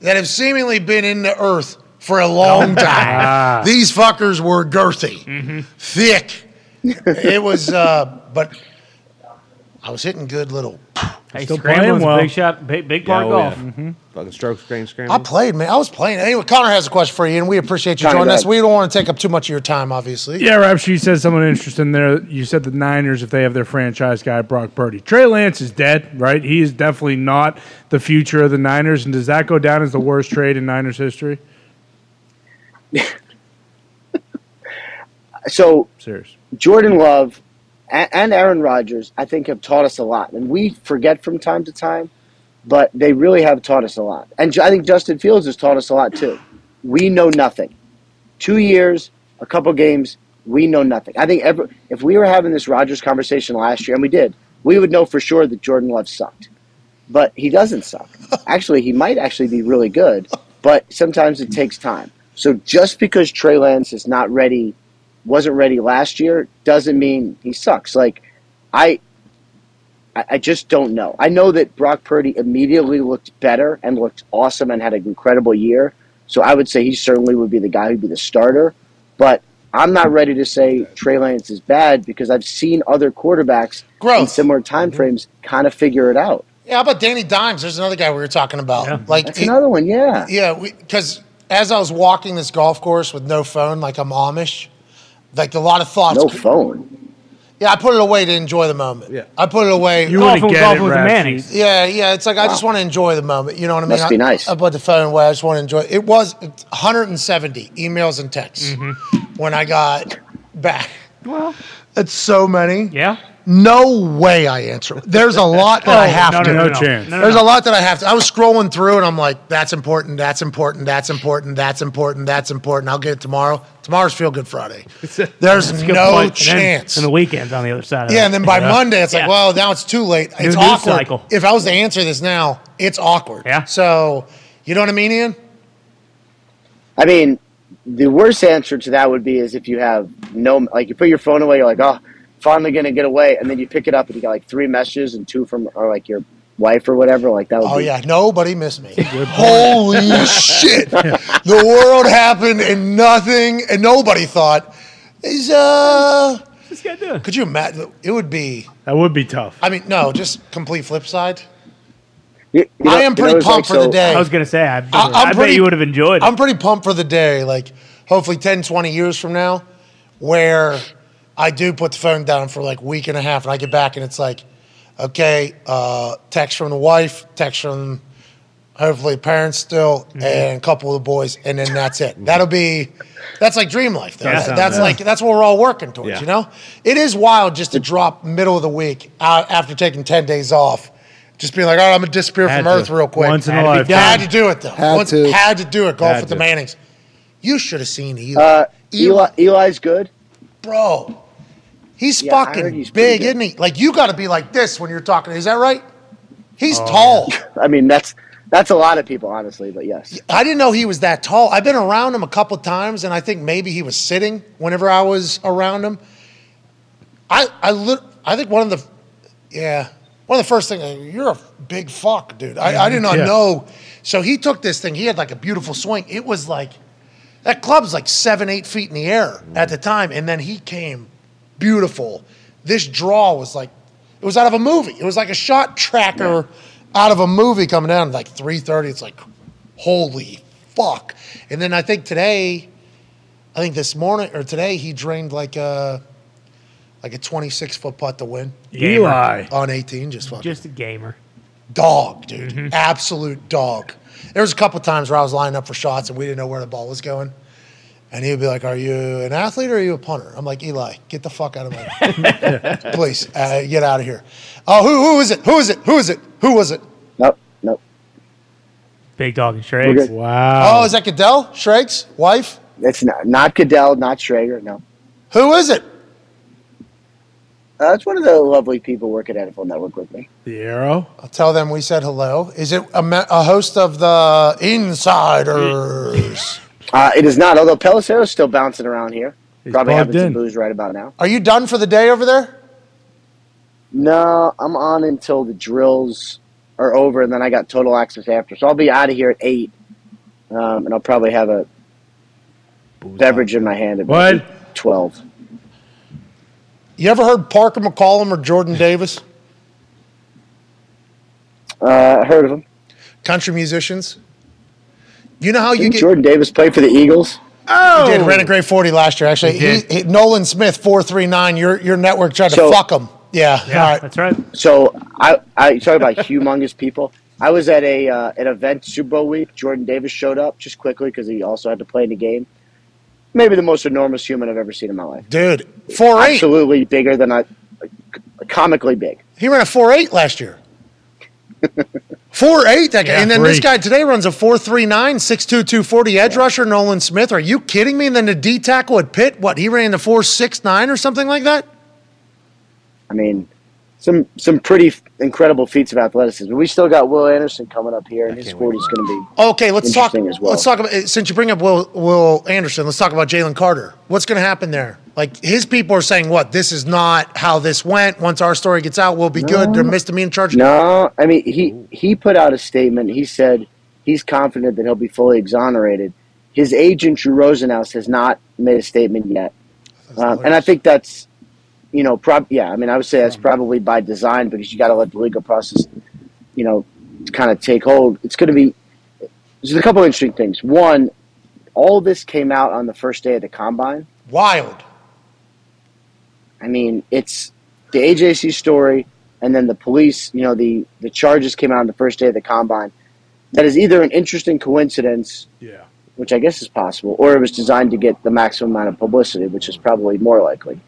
[SPEAKER 1] that have seemingly been in the earth for a long time. These fuckers were girthy, thick. It was, uh, but I was hitting good little.
[SPEAKER 3] Hey,
[SPEAKER 2] Still
[SPEAKER 3] scrambling
[SPEAKER 2] playing well.
[SPEAKER 3] big shot, big, big
[SPEAKER 4] Yeah,
[SPEAKER 3] par
[SPEAKER 4] oh,
[SPEAKER 3] golf.
[SPEAKER 4] yeah.
[SPEAKER 2] Mm-hmm.
[SPEAKER 4] Fucking stroke screen
[SPEAKER 1] I
[SPEAKER 4] scrambling.
[SPEAKER 1] played, man. I was playing. Anyway, Connor has a question for you, and we appreciate you
[SPEAKER 9] Connor,
[SPEAKER 1] joining
[SPEAKER 9] go
[SPEAKER 1] us.
[SPEAKER 9] ahead.
[SPEAKER 1] We don't want to take up too much of your time, obviously.
[SPEAKER 2] Yeah, Rob, she said someone interested in there. You said the Niners, if they have their franchise guy, Brock Purdy. Trey Lance is dead, right? He is definitely not the future of the Niners. And does that go down as the worst trade in Niners history?
[SPEAKER 9] So
[SPEAKER 2] Serious.
[SPEAKER 9] Jordan Love a- and Aaron Rodgers, I think, have taught us a lot, and we forget from time to time, but they really have taught us a lot. And Ju- I think Justin Fields has taught us a lot too. We know nothing. Two years, a couple games, we know nothing. I think every, if we were having this Rodgers conversation last year, and we did, we would know for sure that Jordan Love sucked. But he doesn't suck. Actually, he might actually be really good, but sometimes it takes time. So just because Trey Lance is not ready wasn't ready last year doesn't mean he sucks. Like I I I just don't know. I know that Brock Purdy immediately looked better and looked awesome and had an incredible year. So I would say he certainly would be the guy who'd be the starter. But I'm not ready to say Trey Lance is bad because I've seen other quarterbacks in
[SPEAKER 1] Growth.
[SPEAKER 9] similar timeframes kind of figure it out.
[SPEAKER 1] Yeah, how about Danny Dimes? There's another guy we were talking about. like
[SPEAKER 9] That's
[SPEAKER 1] he-
[SPEAKER 9] another one, yeah.
[SPEAKER 1] yeah, because as I was walking this golf course with no phone, like I'm Amish, like a lot of thoughts.
[SPEAKER 9] No phone.
[SPEAKER 1] yeah, I put it away to enjoy the moment.
[SPEAKER 4] Yeah.
[SPEAKER 1] I put it away.
[SPEAKER 2] You
[SPEAKER 3] golf
[SPEAKER 2] wouldn't
[SPEAKER 3] with,
[SPEAKER 2] get
[SPEAKER 3] golf
[SPEAKER 2] it,
[SPEAKER 3] with the
[SPEAKER 2] Rap
[SPEAKER 3] Mannings.
[SPEAKER 1] yeah, yeah. It's like I just want to enjoy the moment. You know what I mean?
[SPEAKER 9] Must be
[SPEAKER 1] I-
[SPEAKER 9] nice.
[SPEAKER 1] I put the phone away. I just want to enjoy. It was 170 emails and texts when I got back.
[SPEAKER 3] Mm-hmm. Well,
[SPEAKER 1] That's so many.
[SPEAKER 3] yeah.
[SPEAKER 1] No way I answer. There's a lot that I have
[SPEAKER 3] Oh, no,
[SPEAKER 1] to.
[SPEAKER 3] no, no,
[SPEAKER 2] No chance.
[SPEAKER 3] No, no,
[SPEAKER 1] There's
[SPEAKER 3] no.
[SPEAKER 1] a lot that I have to. I was scrolling through and I'm like, that's important, that's important, that's important, that's important, that's important. I'll get it tomorrow. Tomorrow's Feel Good Friday. There's
[SPEAKER 3] Good
[SPEAKER 1] no
[SPEAKER 3] point.
[SPEAKER 1] chance.
[SPEAKER 3] And, then, and the weekend's on the other side. Of
[SPEAKER 1] yeah,
[SPEAKER 3] that.
[SPEAKER 1] and then by
[SPEAKER 3] You know?
[SPEAKER 1] Monday, it's
[SPEAKER 3] Yeah.
[SPEAKER 1] like, well, now it's too late. It's
[SPEAKER 3] news
[SPEAKER 1] awkward.
[SPEAKER 3] cycle.
[SPEAKER 1] If I was to answer this now, it's awkward.
[SPEAKER 3] Yeah.
[SPEAKER 1] So, you know what I mean, Ian?
[SPEAKER 9] I mean, the worst answer to that would be is if you have no, like you put your phone away, you're like, oh, finally gonna get away, and then you pick it up and you got like three messages and two from or like your wife or whatever. Like that would
[SPEAKER 1] Oh
[SPEAKER 9] be.
[SPEAKER 1] yeah, nobody missed me. Holy shit! The world happened and nothing, and nobody thought is uh.
[SPEAKER 3] What's this guy doing?
[SPEAKER 1] Could you imagine? It would be.
[SPEAKER 2] That would be tough.
[SPEAKER 1] I mean, no, just complete flip side.
[SPEAKER 9] You- you know-
[SPEAKER 1] I am
[SPEAKER 9] you know,
[SPEAKER 1] pretty
[SPEAKER 9] it's like,
[SPEAKER 1] pumped for the
[SPEAKER 9] so-
[SPEAKER 1] day.
[SPEAKER 3] I was gonna say, I, I,
[SPEAKER 1] I'm
[SPEAKER 3] bet
[SPEAKER 1] pretty-
[SPEAKER 3] you would have enjoyed it.
[SPEAKER 1] I'm pretty pumped for the day, like hopefully 10, 20 years from now, where I do put the phone down for like week and a half and I get back and it's like, okay, uh, text from the wife, text from hopefully parents still, and a couple of the boys, and then that's it. That'll be that's like dream life though.
[SPEAKER 3] Yeah,
[SPEAKER 1] That-
[SPEAKER 3] sounds
[SPEAKER 1] that's
[SPEAKER 3] good.
[SPEAKER 1] like that's what we're all working towards,
[SPEAKER 4] Yeah.
[SPEAKER 1] you know? It is wild just to drop middle of the week out after taking ten days off. Just being like, all right, I'm gonna disappear
[SPEAKER 4] Had
[SPEAKER 1] from
[SPEAKER 4] to.
[SPEAKER 1] Earth real quick.
[SPEAKER 2] Once in a
[SPEAKER 3] Had to be
[SPEAKER 1] Had
[SPEAKER 2] lifetime.
[SPEAKER 1] to do it though.
[SPEAKER 7] Had
[SPEAKER 1] Once-
[SPEAKER 7] to.
[SPEAKER 1] Had to do it. Golf
[SPEAKER 4] Had
[SPEAKER 1] with the
[SPEAKER 4] to.
[SPEAKER 1] Mannings. You should have seen Eli.
[SPEAKER 9] Uh,
[SPEAKER 1] Eli,
[SPEAKER 9] Eli, Eli's good.
[SPEAKER 1] bro, he's
[SPEAKER 9] Yeah, I heard
[SPEAKER 1] fucking
[SPEAKER 9] he's pretty
[SPEAKER 1] big,
[SPEAKER 9] good.
[SPEAKER 1] isn't he? Like you got to be like this when you're talking. Is that right? He's
[SPEAKER 4] Oh,
[SPEAKER 1] tall.
[SPEAKER 9] I mean, that's that's a lot of people, honestly. But yes,
[SPEAKER 1] I didn't know he was that tall. I've been around him a couple times, and I think maybe he was sitting whenever I was around him. I I lit, I think one of the yeah one of the first things you're a big fuck, dude. I, I did not
[SPEAKER 2] Yeah.
[SPEAKER 1] know. So he took this thing. He had like a beautiful swing. It was like that club's like seven eight feet in the air at the time, and then he came beautiful. This draw was like it was out of a movie. It was like a shot tracker out of a movie coming down like three thirty. It's like holy fuck. And then I think today, I think this morning or today he drained like a like a twenty six foot putt to win
[SPEAKER 3] Gamer.
[SPEAKER 2] Eli.
[SPEAKER 1] on eighteen. Just fucking
[SPEAKER 3] just a gamer.
[SPEAKER 1] dog, dude. Absolute dog. There was a couple times where I was lining up for shots and we didn't know where the ball was going. And he would be like, "Are you an athlete or are you a punter?" I'm like, "Eli, get the fuck out of my place! Uh, get out of here! Oh, who who is it? Who is it? Who is it? Who was it?
[SPEAKER 9] Nope, nope.
[SPEAKER 3] Big dog and
[SPEAKER 9] We're
[SPEAKER 3] Shrakes.
[SPEAKER 9] good.
[SPEAKER 2] Wow.
[SPEAKER 1] Oh, is that Goodell? Shrakes wife?
[SPEAKER 9] That's not not Goodell, not Schrager. No,
[SPEAKER 1] Who is it?
[SPEAKER 9] uh, it's one of the lovely people working at NFL Network with me.
[SPEAKER 2] the arrow.
[SPEAKER 3] Oh,
[SPEAKER 1] I'll tell them we said hello. Is it a, me- a host of the Insiders?
[SPEAKER 9] Uh, it is not, although Pelissero's still bouncing around here.
[SPEAKER 2] He's
[SPEAKER 9] Probably
[SPEAKER 2] plugged
[SPEAKER 9] having some
[SPEAKER 2] in.
[SPEAKER 9] booze right about now.
[SPEAKER 1] Are you done for the day over there?
[SPEAKER 9] No, I'm on until the drills are over, and then I got total access after. So I'll be out of here at eight, um, and I'll probably have a beverage in my hand at
[SPEAKER 2] What?
[SPEAKER 9] maybe twelve.
[SPEAKER 1] You ever heard Parker McCollum or Jordan Davis?
[SPEAKER 9] Uh, I heard of him.
[SPEAKER 1] Country musicians. You know how you
[SPEAKER 9] Didn't
[SPEAKER 1] get
[SPEAKER 9] Jordan Davis play for the Eagles?
[SPEAKER 1] He did ran a great forty last year. Actually, he
[SPEAKER 3] did.
[SPEAKER 1] he- Nolan Smith four three nine. Your your network tried
[SPEAKER 9] So-
[SPEAKER 1] to fuck him. Yeah.
[SPEAKER 3] Yeah,
[SPEAKER 1] All right.
[SPEAKER 3] that's right.
[SPEAKER 9] So I, I talk about humongous people. I was at a uh, an event Super Bowl week. Jordan Davis showed up just quickly because he also had to play in the game. Maybe the most enormous human I've ever seen in my life.
[SPEAKER 1] Dude, four eight.
[SPEAKER 9] Absolutely bigger than I, comically big.
[SPEAKER 1] He ran a four eight last year. four eight that guy. and then this
[SPEAKER 2] freak.
[SPEAKER 1] guy today runs a four three nine six two two forty edge rusher Nolan Smith. Are you kidding me? And then the D tackle at Pitt, what he ran the four six nine or something like that.
[SPEAKER 9] I mean, some some pretty f- incredible feats of athleticism. We still got Will Anderson coming up here, and his forty is going to be.
[SPEAKER 1] Okay, let's talk.
[SPEAKER 9] Interesting as well.
[SPEAKER 1] Let's talk about eh, since you bring up Will Will Anderson. Let's talk about Jalen Carter. What's going to happen there? Like his people are saying, what this is not how this went. Once our story gets out, we'll be good. They're misdemeanor charge.
[SPEAKER 9] No, I mean he he put out a statement. He said he's confident that he'll be fully exonerated. His agent Drew Rosenhaus has not made a statement yet, um, and I think that's you know prob yeah. I mean I would say that's probably by design because you got to let the legal process you know kind of take hold. It's going to be there's a couple interesting things. One, all this came out on the first day of the combine.
[SPEAKER 1] Wild.
[SPEAKER 9] I mean, it's the AJC story, and then the police. You know, the the charges came out on the first day of the combine. That is either an interesting coincidence,
[SPEAKER 2] Yeah.
[SPEAKER 9] which I guess is possible, or it was designed to get the maximum amount of publicity, which is probably more likely.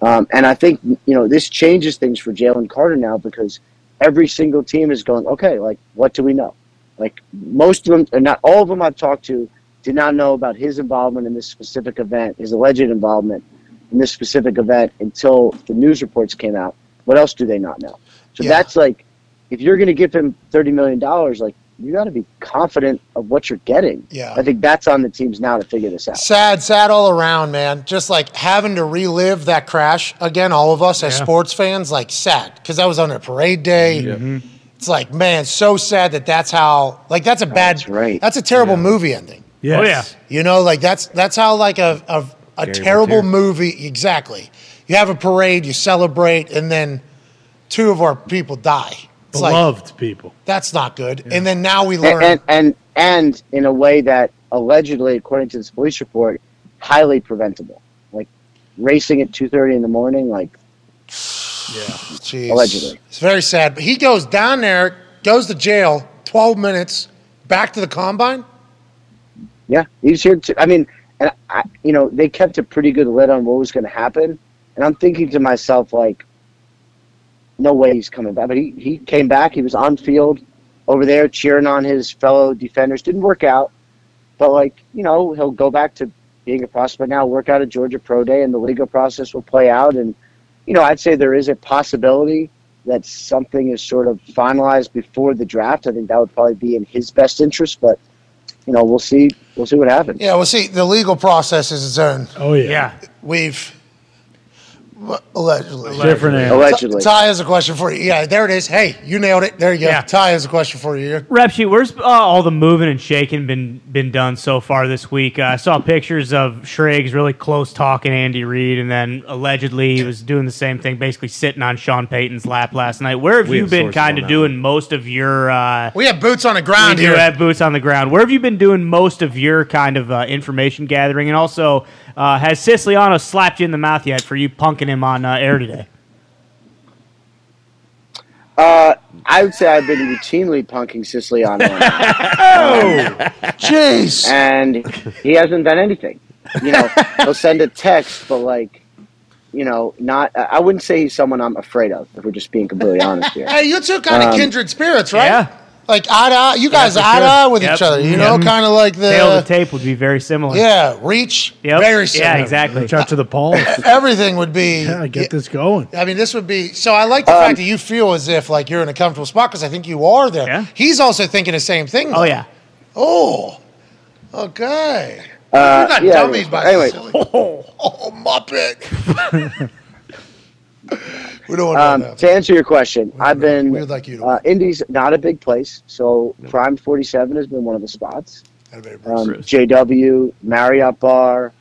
[SPEAKER 9] Um, and I think you know this changes things for Jalen Carter now because every single team is going, okay, like what do we know? Like most of them, and not all of them I've talked to, did not know about his involvement in this specific event, his alleged involvement in this specific event until the news reports came out. What else do they not know? So
[SPEAKER 1] Yeah.
[SPEAKER 9] that's like, if you're going to give him thirty million dollars, like you got to be confident of what you're getting.
[SPEAKER 1] Yeah.
[SPEAKER 9] I think that's on the teams now to figure this out.
[SPEAKER 1] Sad, sad all around, man. Just like having to relive that crash again, all of us as sports fans, like sad because that was on a parade day. It's like, man, so sad that that's how. Like that's a bad.
[SPEAKER 9] that's right.
[SPEAKER 1] That's a terrible movie ending.
[SPEAKER 3] Oh,
[SPEAKER 2] Yes.
[SPEAKER 1] You know, like that's that's how like a a, a terrible
[SPEAKER 4] Voltaire.
[SPEAKER 1] movie exactly. You have a parade, you celebrate, and then two of our people die. It's like
[SPEAKER 2] Beloved people.
[SPEAKER 1] that's not good. And then now we learn.
[SPEAKER 9] and, and and and in a way that allegedly, according to this police report, highly preventable. Like racing at two thirty in the morning, like
[SPEAKER 1] Jeez.
[SPEAKER 9] allegedly.
[SPEAKER 1] it's very sad. But he goes down there, goes to jail, twelve minutes, back to the combine.
[SPEAKER 9] yeah, he's here. To, I mean, and I, you know, they kept a pretty good lid on what was going to happen, and I'm thinking to myself like, no way he's coming back. But he he came back. He was on field over there cheering on his fellow defenders. Didn't work out, but like you know, he'll go back to being a prospect now. Work out at Georgia Pro Day, and the legal process will play out. And you know, I'd say there is a possibility that something is sort of finalized before the draft. I think that would probably be in his best interest, but you know, we'll see. We'll see what happens.
[SPEAKER 1] Yeah, well, see, the legal process is its own.
[SPEAKER 2] Oh yeah.
[SPEAKER 3] Yeah.
[SPEAKER 1] We've allegedly.
[SPEAKER 2] Different animal.
[SPEAKER 9] Allegedly,
[SPEAKER 1] Ty has a question for you. Yeah, there it is. Hey, you nailed it. There you go.
[SPEAKER 3] Yeah.
[SPEAKER 1] Ty has a question for you.
[SPEAKER 3] Repsy, where's uh, all the moving and shaking been been done so far this week? Uh, I saw pictures of Shriggs really close talking Andy Reid, and then allegedly he was doing the same thing, basically sitting on Sean Payton's lap last night. Where have
[SPEAKER 4] We
[SPEAKER 3] you
[SPEAKER 4] have
[SPEAKER 3] been
[SPEAKER 4] sources
[SPEAKER 3] kind
[SPEAKER 4] on
[SPEAKER 3] of
[SPEAKER 4] that
[SPEAKER 3] doing most of your? Uh,
[SPEAKER 1] We have boots on the
[SPEAKER 3] we
[SPEAKER 1] ground
[SPEAKER 3] do
[SPEAKER 1] here.
[SPEAKER 3] have boots on the ground. Where have you been doing most of your kind of uh, information gathering? And also, uh, has Siciliano slapped you in the mouth yet for you punking him on uh, air today?
[SPEAKER 9] I would say I've been routinely punking Sicily on him,
[SPEAKER 1] Oh, Jeez.
[SPEAKER 9] and he Um, hasn't done anything. you know, he'll send a text, but like, you know, not. I- I wouldn't say he's someone I'm afraid of. If we're just being completely honest here.
[SPEAKER 1] Hey, you two kind of
[SPEAKER 9] Um,
[SPEAKER 1] kindred spirits, right?
[SPEAKER 3] yeah.
[SPEAKER 1] Like eye to eye, you guys
[SPEAKER 3] for
[SPEAKER 1] eye to
[SPEAKER 3] sure.
[SPEAKER 1] eye with
[SPEAKER 3] Yep.
[SPEAKER 1] each other. You know,
[SPEAKER 3] Yep.
[SPEAKER 1] kind of like
[SPEAKER 3] Tail to
[SPEAKER 1] the
[SPEAKER 3] tape would be very similar.
[SPEAKER 1] Uh, yeah reach.
[SPEAKER 3] Yep.
[SPEAKER 1] Very similar.
[SPEAKER 3] Yeah, exactly.
[SPEAKER 2] Reach out to the Paul.
[SPEAKER 1] Everything would be.
[SPEAKER 2] Yeah, get this going.
[SPEAKER 1] I mean, this would be so. I like the
[SPEAKER 9] Um,
[SPEAKER 1] fact that you feel as if like you're in a comfortable spot because I think you are there.
[SPEAKER 3] Yeah.
[SPEAKER 1] He's also thinking the same thing.
[SPEAKER 3] Oh yeah.
[SPEAKER 1] Oh, okay.
[SPEAKER 9] Uh,
[SPEAKER 1] you're not
[SPEAKER 9] yeah,
[SPEAKER 1] dummies by
[SPEAKER 9] anyway.
[SPEAKER 1] this. silly- Oh, oh, Muppet. we don't want to. know
[SPEAKER 9] Um,
[SPEAKER 1] that.
[SPEAKER 9] to answer your question, I've been
[SPEAKER 1] we'd like you to-
[SPEAKER 9] uh, Indy's not a big place, so Prime Forty Seven has been one of the spots.
[SPEAKER 1] Had a bit of-
[SPEAKER 9] Um, JW Marriott Bar,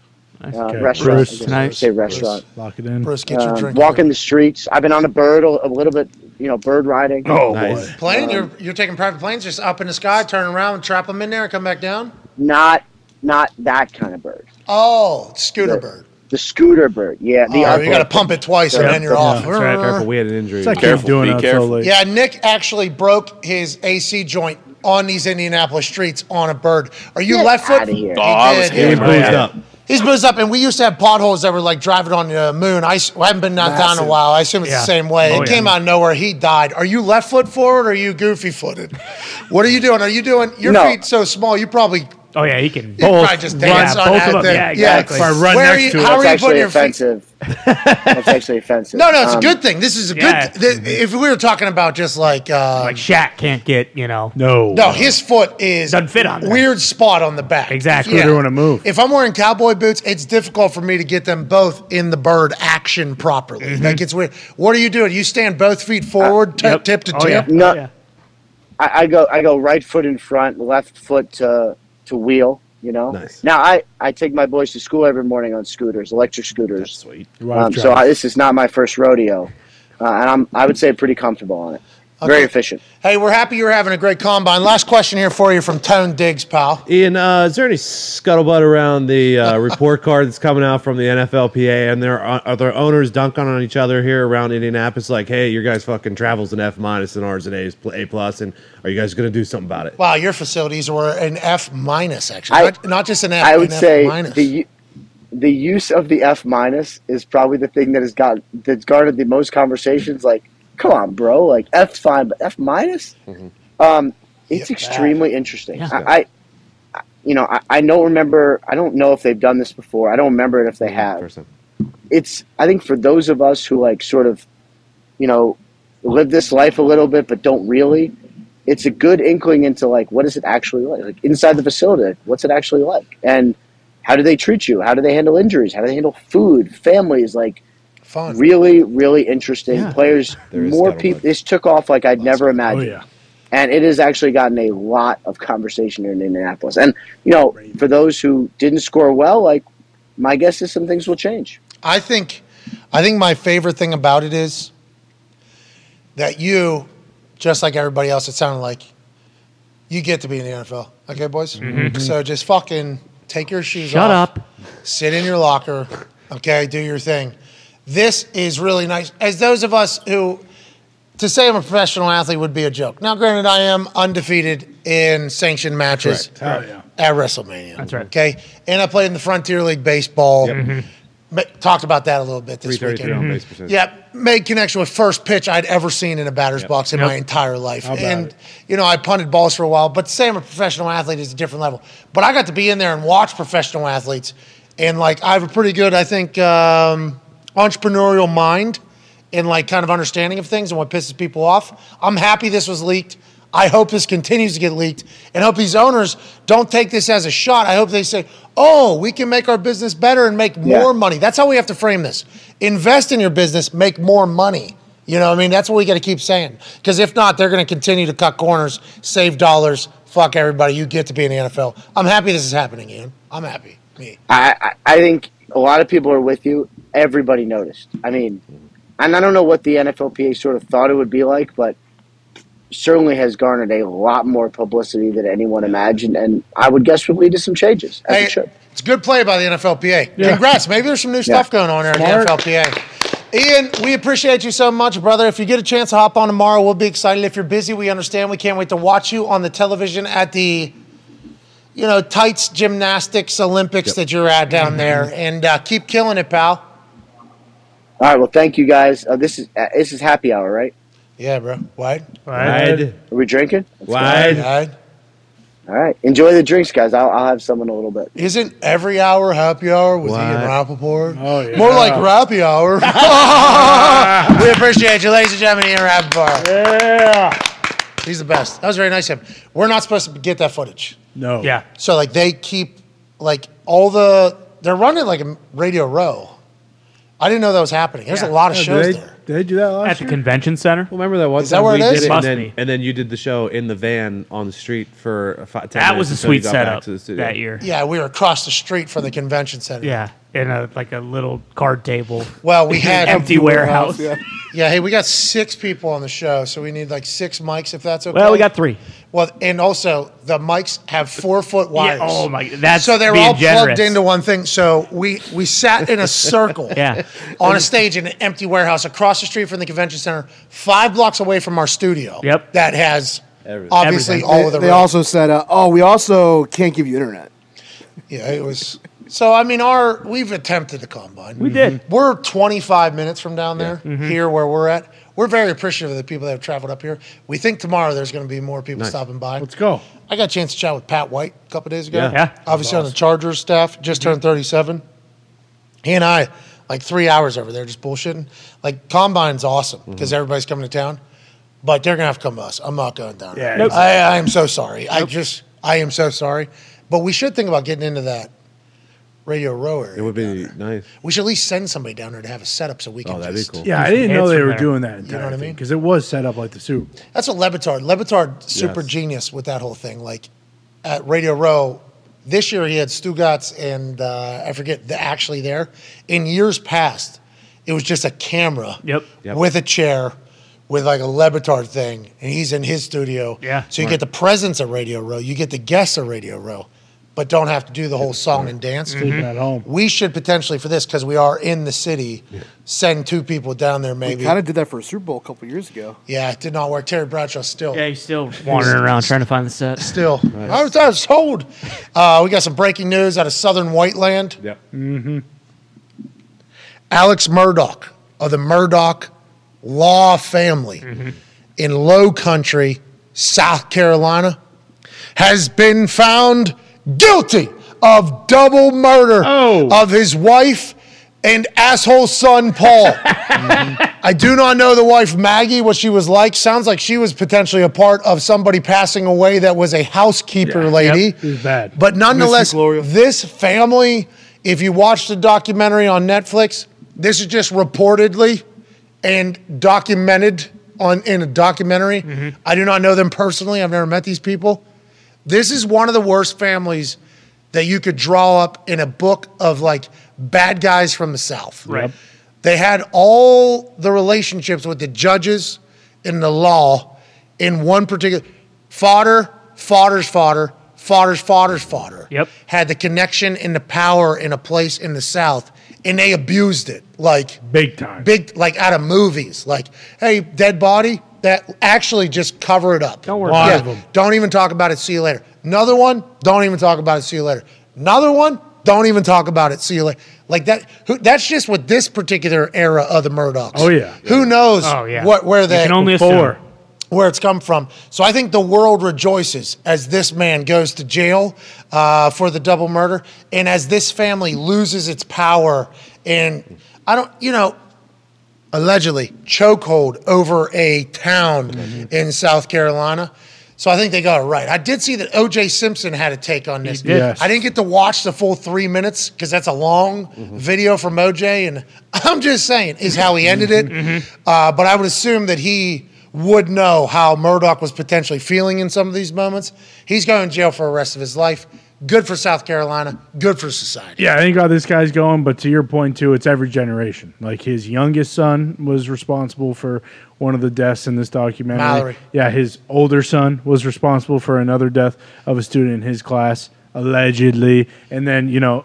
[SPEAKER 9] uh,
[SPEAKER 2] Okay,
[SPEAKER 9] restaurant.
[SPEAKER 2] Bruce.
[SPEAKER 9] I guess I
[SPEAKER 3] Nice.
[SPEAKER 9] would say restaurant.
[SPEAKER 2] Lock it in.
[SPEAKER 1] Bruce, get your
[SPEAKER 9] Um,
[SPEAKER 1] drink.
[SPEAKER 9] walking the streets. I've been on a bird a, a little bit, you know, bird riding.
[SPEAKER 2] Oh
[SPEAKER 4] Nice.
[SPEAKER 2] boy.
[SPEAKER 1] Plane, you're you're taking private planes, just up in the sky, turn around, trap them in there, and come back down.
[SPEAKER 9] Not not that kind of bird.
[SPEAKER 1] Oh, scooter
[SPEAKER 9] Yeah.
[SPEAKER 1] bird.
[SPEAKER 9] The scooter bird. Yeah. The
[SPEAKER 1] Oh,
[SPEAKER 9] other
[SPEAKER 1] you got to pump it twice and
[SPEAKER 9] Yeah.
[SPEAKER 1] then you're off.
[SPEAKER 4] That's
[SPEAKER 2] Uh,
[SPEAKER 4] right. Careful. We had an injury.
[SPEAKER 2] It's like
[SPEAKER 8] Careful,
[SPEAKER 2] doing
[SPEAKER 8] be
[SPEAKER 2] out
[SPEAKER 8] careful.
[SPEAKER 2] so late.
[SPEAKER 1] Yeah, Nick actually broke his AC joint on these Indianapolis streets on a bird. Are you
[SPEAKER 9] Get
[SPEAKER 1] left foot?
[SPEAKER 9] outta here.
[SPEAKER 1] He
[SPEAKER 8] Oh, I was
[SPEAKER 1] did.
[SPEAKER 8] hammered.
[SPEAKER 4] Bruised up.
[SPEAKER 1] He's boozed up, and we used to have potholes that were like driving on the moon. I, s- I haven't been knocked down in a
[SPEAKER 7] Massive.
[SPEAKER 1] while. I assume it's
[SPEAKER 2] Yeah.
[SPEAKER 1] the same way.
[SPEAKER 2] Oh,
[SPEAKER 1] it
[SPEAKER 2] yeah.
[SPEAKER 1] came out of nowhere. He died. Are you left foot forward or are you goofy footed? what are you doing? Are you doing your
[SPEAKER 9] No.
[SPEAKER 1] feet so small? You probably
[SPEAKER 3] Oh yeah, he can
[SPEAKER 1] You
[SPEAKER 3] both.
[SPEAKER 1] probably just dance
[SPEAKER 3] yeah,
[SPEAKER 1] on
[SPEAKER 3] both
[SPEAKER 1] that
[SPEAKER 3] of them.
[SPEAKER 1] thing.
[SPEAKER 3] Yeah,
[SPEAKER 1] Yeah.
[SPEAKER 3] exactly.
[SPEAKER 2] If I run
[SPEAKER 1] Where are
[SPEAKER 2] next
[SPEAKER 1] you-
[SPEAKER 2] to it,
[SPEAKER 1] how are
[SPEAKER 9] That's
[SPEAKER 1] you putting
[SPEAKER 9] actually
[SPEAKER 1] your feet?
[SPEAKER 9] offensive. That's actually offensive.
[SPEAKER 1] No, no, it's
[SPEAKER 9] Um,
[SPEAKER 1] a good thing. This is a
[SPEAKER 3] yeah.
[SPEAKER 1] good. Th- if we were talking about just like, uh,
[SPEAKER 3] Like Shaq can't get you know.
[SPEAKER 2] No.
[SPEAKER 1] no, his foot is
[SPEAKER 3] Doesn't fit on there.
[SPEAKER 1] weird spot on the back.
[SPEAKER 3] Exactly.
[SPEAKER 2] Scooter wanna move.
[SPEAKER 1] If I'm wearing cowboy boots, it's difficult for me to get them both in the bird action properly. That gets weird. What are you doing? You stand both feet forward, t-
[SPEAKER 3] Yep.
[SPEAKER 1] tip to
[SPEAKER 3] Oh, yeah.
[SPEAKER 1] tip.
[SPEAKER 9] No.
[SPEAKER 3] Oh, yeah.
[SPEAKER 9] I, I go I go right foot in front, left foot to to wheel. You know.
[SPEAKER 4] Nice.
[SPEAKER 9] Now I I take my boys to school every morning on scooters, electric scooters.
[SPEAKER 4] Sweet.
[SPEAKER 2] Wow,
[SPEAKER 9] Um, so I, this is not my first rodeo, uh, and I'm I would say pretty comfortable on it. Very efficient.
[SPEAKER 1] Hey, we're happy you're having a great combine. Last question here for you from Tone Diggs, pal.
[SPEAKER 4] Ian, uh, is there any scuttlebutt around the uh, report card that's coming out from the NFLPA? And there are, are their owners dunking on each other here around Indianapolis, like, "Hey, your guys' fucking travels an F minus and ours an A pl- A plus, and are you guys going to do something about it?"
[SPEAKER 1] Wow, your facilities were an F minus, actually.
[SPEAKER 9] I-
[SPEAKER 1] not, not just an F.
[SPEAKER 9] I
[SPEAKER 1] an
[SPEAKER 9] would
[SPEAKER 1] F
[SPEAKER 9] say
[SPEAKER 1] minus.
[SPEAKER 9] the u- the use of the F minus is probably the thing that has got that's garnered the most conversations. Like, come on, bro, like F's fine, but F minus, um, it's
[SPEAKER 1] Yeah,
[SPEAKER 9] extremely interesting. I, I, I- you know, I, I don't remember. I don't know if they've done this before. I don't remember it if they have.
[SPEAKER 4] First time.
[SPEAKER 9] It's. I think for those of us who like sort of, you know, live this life a little bit but don't really. It's a good inkling into like what is it actually like, like inside the facility. like, What's it actually like, and how do they treat you? How do they handle injuries? How do they handle food, families? Like
[SPEAKER 1] Fun.
[SPEAKER 9] really, really interesting
[SPEAKER 2] Oh, Yeah.
[SPEAKER 9] players.
[SPEAKER 4] There is
[SPEAKER 9] More
[SPEAKER 4] scuttlebutt.
[SPEAKER 9] people. This took off like I'd never
[SPEAKER 2] Oh
[SPEAKER 9] imagined,
[SPEAKER 2] yeah.
[SPEAKER 9] and it has actually gotten a lot of conversation here in Indianapolis. And you know, for those who didn't score well, like my guess is some things will change.
[SPEAKER 1] I think, I think my favorite thing about it is that you, just like everybody else, it sounded like you get to be in the NFL. Okay, boys. So just fucking take your shoes
[SPEAKER 3] Shut
[SPEAKER 1] off,
[SPEAKER 3] up.
[SPEAKER 1] sit in your locker. Okay, do your thing. This is really nice. As those of us who, to say I'm a professional athlete would be a joke. Now, granted, I am undefeated in sanctioned matches
[SPEAKER 2] Oh yeah.
[SPEAKER 1] at WrestleMania. That's
[SPEAKER 3] right.
[SPEAKER 1] Okay, and I played in the Frontier League baseball. Ma- Talked about that a little bit this
[SPEAKER 4] 333
[SPEAKER 1] weekend.
[SPEAKER 4] on base percentage.
[SPEAKER 1] Yeah, made connection with first pitch I'd ever seen in a batter's box in my entire life.
[SPEAKER 2] about
[SPEAKER 1] and
[SPEAKER 2] it?
[SPEAKER 1] you know, I punted balls for a while, but saying I'm a professional athlete is a different level. But I got to be in there and watch professional athletes, and like I have a pretty good, I think, um, entrepreneurial mind and like kind of understanding of things and what pisses people off. I'm happy this was leaked. I hope this continues to get leaked, and hope these owners don't take this as a shot. I hope they say, "Oh, we can make our business better and make
[SPEAKER 9] Yeah.
[SPEAKER 1] more money." money. That's how we have to frame this. Invest in your business, make more money. You know what I mean? That's what we got to keep saying. Because if not, they're going to continue to cut corners, save dollars, fuck everybody. You get to be in the NFL. I'm happy this is happening, Ian. I'm happy. Me.
[SPEAKER 9] I, I I think a lot of people are with you. Everybody noticed. I mean, and I don't know what the NFLPA sort of thought it would be like, but certainly has garnered a lot more publicity than anyone imagined, and I would guess would lead to some changes. As
[SPEAKER 1] Hey,
[SPEAKER 9] it should.
[SPEAKER 1] it's good play by the NFLPA. Congrats. Maybe there's some new stuff going on there
[SPEAKER 2] Smart.
[SPEAKER 1] at the NFLPA. Ian, we appreciate you so much, brother. If you get a chance to hop on tomorrow, we'll be excited. If you're busy, we understand. We can't wait to watch you on the television at the you know, tights, gymnastics, Olympics that you're at down there, and uh, keep killing it, pal.
[SPEAKER 9] All right. Well, thank you guys. Uh, this is uh, this is happy hour, right?
[SPEAKER 1] Yeah, bro. Wide,
[SPEAKER 4] Wide,
[SPEAKER 9] Are we drinking?
[SPEAKER 4] wide.
[SPEAKER 1] wide.
[SPEAKER 9] All right. Enjoy the drinks, guys. I'll, I'll have some in a little bit.
[SPEAKER 1] Isn't every hour happy hour with Ian Rappaport?
[SPEAKER 2] Oh, yeah.
[SPEAKER 1] More like rappy hour. we appreciate you, ladies and gentlemen, Ian Rappaport. Yeah. He's the best. That was very nice of him. We're not supposed to get that footage.
[SPEAKER 2] No.
[SPEAKER 3] Yeah.
[SPEAKER 1] So like they keep like all the they're running like a Radio Row. I didn't know that was happening. There's a lot of
[SPEAKER 3] Oh,
[SPEAKER 2] Yeah,
[SPEAKER 1] shows
[SPEAKER 2] did, they,
[SPEAKER 1] there.
[SPEAKER 2] did they do that last
[SPEAKER 3] At the
[SPEAKER 2] year?
[SPEAKER 3] convention center.
[SPEAKER 4] Remember that one
[SPEAKER 1] Is that
[SPEAKER 4] time
[SPEAKER 1] where
[SPEAKER 4] we
[SPEAKER 1] it is?
[SPEAKER 4] did it, and
[SPEAKER 3] Must
[SPEAKER 4] then,
[SPEAKER 3] be.
[SPEAKER 4] and then you did the show in the van on the street for a five, ten
[SPEAKER 3] That
[SPEAKER 4] minutes
[SPEAKER 3] was a
[SPEAKER 4] until you
[SPEAKER 3] sweet
[SPEAKER 4] got back
[SPEAKER 3] setup
[SPEAKER 4] to the studio.
[SPEAKER 3] that year.
[SPEAKER 1] Yeah, we were across the street from the convention center.
[SPEAKER 3] Yeah, in a like a little card table.
[SPEAKER 1] Well, we had
[SPEAKER 3] empty warehouse.
[SPEAKER 1] Yeah, hey, we got six people on the show, so we need like six mics if that's okay.
[SPEAKER 3] Well, we got three.
[SPEAKER 1] Well, and also the mics have four foot wires.
[SPEAKER 3] Yeah, oh my, that's
[SPEAKER 1] So they were
[SPEAKER 3] being
[SPEAKER 1] all
[SPEAKER 3] generous.
[SPEAKER 1] plugged into one thing. So we we sat in a circle,
[SPEAKER 3] Yeah.
[SPEAKER 1] on a stage in an empty warehouse across the street from the convention center, five blocks away from our studio.
[SPEAKER 3] Yep.
[SPEAKER 1] that has
[SPEAKER 4] Everything.
[SPEAKER 1] obviously
[SPEAKER 3] Everything.
[SPEAKER 1] all
[SPEAKER 7] they,
[SPEAKER 1] of the.
[SPEAKER 7] they
[SPEAKER 1] room.
[SPEAKER 7] also said, uh, "Oh, we also can't give you internet."
[SPEAKER 1] yeah, it was. So I mean, our we've attempted the combine.
[SPEAKER 3] We did.
[SPEAKER 1] We're 25 minutes from down there,
[SPEAKER 4] Mm-hmm.
[SPEAKER 1] here where we're at. We're very appreciative of the people that have traveled up here. We think tomorrow there's going to be more people stopping by.
[SPEAKER 2] Let's go.
[SPEAKER 1] I got a chance to chat with Pat White a couple days ago.
[SPEAKER 4] Yeah. Mm-hmm.
[SPEAKER 3] Yeah.
[SPEAKER 1] Obviously on the Chargers staff, just turned 37. He and I, like three hours over there, just bullshitting. Like Combine's awesome
[SPEAKER 4] Mm-hmm.
[SPEAKER 1] because everybody's coming to town, but they're gonna have to come to us. I'm not going down.
[SPEAKER 2] Yeah,
[SPEAKER 1] there. I, I am so sorry. I just, I am so sorry. But we should think about getting into that Radio Row
[SPEAKER 4] It
[SPEAKER 1] area.
[SPEAKER 4] would be nice.
[SPEAKER 1] We should at least send somebody down there to have a setup so we can.
[SPEAKER 4] Oh, that'd be
[SPEAKER 1] just,
[SPEAKER 4] cool.
[SPEAKER 2] Yeah, I didn't know
[SPEAKER 3] hits
[SPEAKER 2] they
[SPEAKER 3] from
[SPEAKER 2] were
[SPEAKER 3] there.
[SPEAKER 2] doing that entire
[SPEAKER 1] know what I mean?
[SPEAKER 2] because it was set up like the Super Bowl.
[SPEAKER 1] That's what Levitard. Levitard, super
[SPEAKER 4] Yes.
[SPEAKER 1] genius with that whole thing. Like at Radio Row, this year he had Stugatz and uh, I forget the actually there. In years past, it was just a camera
[SPEAKER 3] Yep.
[SPEAKER 4] Yep.
[SPEAKER 1] with a chair with like a Levitard thing, and he's in his studio.
[SPEAKER 3] Yeah,
[SPEAKER 1] So you get the presence of Radio Row, you get the guests of Radio Row, but don't have to do the whole song and dance.
[SPEAKER 3] Mm-hmm.
[SPEAKER 2] Sleeping at home.
[SPEAKER 1] We should potentially for this because we are in the city, send two people down there maybe.
[SPEAKER 7] We kind of did that for a Super Bowl a couple years ago.
[SPEAKER 1] yeah, it did not work. Terry Bradshaw still.
[SPEAKER 3] Yeah, he's still wandering around trying to find the set.
[SPEAKER 1] still. I was, I was told. Uh, we got some breaking news out of Southern Whiteland. Mm-hmm.
[SPEAKER 4] Yep.
[SPEAKER 1] Alex Murdoch of the Murdoch Law family
[SPEAKER 2] Mm-hmm.
[SPEAKER 1] in Low Country, South Carolina, has been found guilty of double murder
[SPEAKER 2] Oh.
[SPEAKER 1] of his wife and asshole son Paul. Mm-hmm. I do not know the wife Maggie, what she was like. Sounds like she was potentially a part of somebody passing away that was a housekeeper lady.
[SPEAKER 2] It was bad.
[SPEAKER 1] But nonetheless,
[SPEAKER 7] Missy Gloria.
[SPEAKER 1] this family, if you watch the documentary on Netflix, this is just reportedly and documented on in a documentary. I do not know them personally. I've never met these people. This is one of the worst families that you could draw up in a book of like bad guys from the South.
[SPEAKER 3] Right. Yep.
[SPEAKER 1] They had all the relationships with the judges and the law in one particular fodder, fodder's fodder, fodder's fodder's fodder.
[SPEAKER 3] Yep.
[SPEAKER 1] Had the connection and the power in a place in the South, and they abused it like
[SPEAKER 2] Big time.
[SPEAKER 1] big, like out of movies. Like, hey, dead body. That actually just cover it up. Don't
[SPEAKER 2] worry Lot about of it. them.
[SPEAKER 1] Don't even talk about it. See you later. Another one. Don't even talk about it. See you later. Another one. Don't even talk about it. See you later. Like that. Who, that's just with this particular era of the Murdochs.
[SPEAKER 2] Oh, yeah.
[SPEAKER 1] Who knows?
[SPEAKER 3] Oh yeah.
[SPEAKER 1] What where
[SPEAKER 3] You
[SPEAKER 1] they
[SPEAKER 3] can only assume.
[SPEAKER 2] Four.
[SPEAKER 1] where it's come from. So I think the world rejoices as this man goes to jail uh, for the double murder, and as this family loses its power. And I don't, you know, allegedly chokehold over a town
[SPEAKER 2] Mm-hmm.
[SPEAKER 1] in South Carolina. So I think they got it right. I did see that O.J. Simpson had a take on this.
[SPEAKER 2] did. Yes.
[SPEAKER 1] I didn't get to watch the full three minutes because that's a long
[SPEAKER 2] Mm-hmm.
[SPEAKER 1] video from O.J. And I'm just saying is how he ended it.
[SPEAKER 2] Mm-hmm.
[SPEAKER 1] Uh, but I would assume that he would know how Murdoch was potentially feeling in some of these moments. He's going to jail for the rest of his life. Good for South Carolina. Good for society.
[SPEAKER 2] Yeah, I think how this guy's going, but to your point too, it's every generation. Like his youngest son was responsible for one of the deaths in this documentary.
[SPEAKER 1] Mallory.
[SPEAKER 2] Yeah, his older son was responsible for another death of a student in his class, allegedly. And then, you know,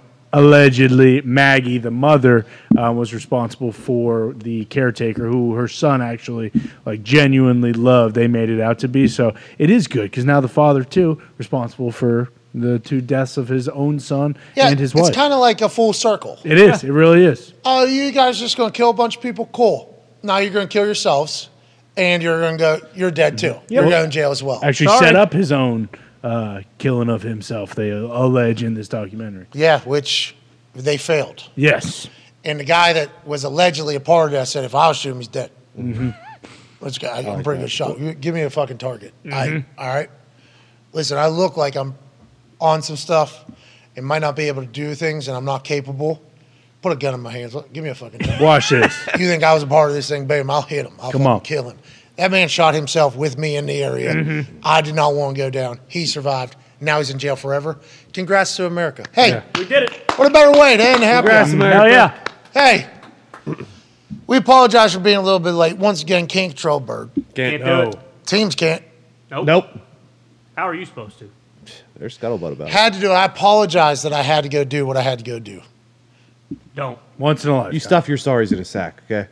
[SPEAKER 2] allegedly Maggie, the mother, uh, was responsible for the caretaker who her son actually like genuinely loved. They made it out to be so. It is good because now the father too responsible for. the two deaths of his own son
[SPEAKER 1] Yeah,
[SPEAKER 2] and his
[SPEAKER 1] it's
[SPEAKER 2] wife.
[SPEAKER 1] kind of like a full circle.
[SPEAKER 2] it is. It really is.
[SPEAKER 1] Oh, you guys just going to kill a bunch of people? Cool. Now you're going to kill yourselves, and you're going to go. You're dead too. You're
[SPEAKER 2] Well-
[SPEAKER 1] going to jail as well.
[SPEAKER 2] Actually,
[SPEAKER 3] Sorry.
[SPEAKER 2] set up his own uh, killing of himself. They allege in this documentary.
[SPEAKER 1] Yeah, which they failed.
[SPEAKER 2] Yes.
[SPEAKER 1] And the guy that was allegedly a part of that said, if I shoot him, he's dead.
[SPEAKER 2] Mm-hmm.
[SPEAKER 1] Let's go. I- I'm pretty good shot. You, give me a fucking target. I,
[SPEAKER 2] Mm-hmm.
[SPEAKER 1] all right. Listen, I look like I'm on some stuff and might not be able to do things and I'm not capable. Put a gun in my hands. Look, Give me a fucking target.
[SPEAKER 2] Watch this.
[SPEAKER 1] you think I was a part of this thing, boom, I'll hit him. I'll
[SPEAKER 2] Come
[SPEAKER 1] fucking
[SPEAKER 2] on.
[SPEAKER 1] kill him. That man shot himself with me in the area.
[SPEAKER 2] Mm-hmm.
[SPEAKER 1] I did not want to go down. He survived. Now he's in jail forever. Congrats to America. Hey,
[SPEAKER 3] We did it.
[SPEAKER 1] what a better way to end a happy hour.
[SPEAKER 2] Hell yeah.
[SPEAKER 1] Hey, we apologize for being a little bit late. Once again, King Troll Bird.
[SPEAKER 3] Can't do
[SPEAKER 2] No.
[SPEAKER 3] it.
[SPEAKER 1] Teams can't.
[SPEAKER 3] Nope.
[SPEAKER 2] Nope.
[SPEAKER 3] How are you supposed to?
[SPEAKER 4] There's scuttlebutt about it.
[SPEAKER 1] Had to do it. I apologize that I had to go do what I had to go do.
[SPEAKER 3] Don't.
[SPEAKER 2] Once in a
[SPEAKER 4] You
[SPEAKER 2] lifetime.
[SPEAKER 4] stuff your sorries in a sack, okay?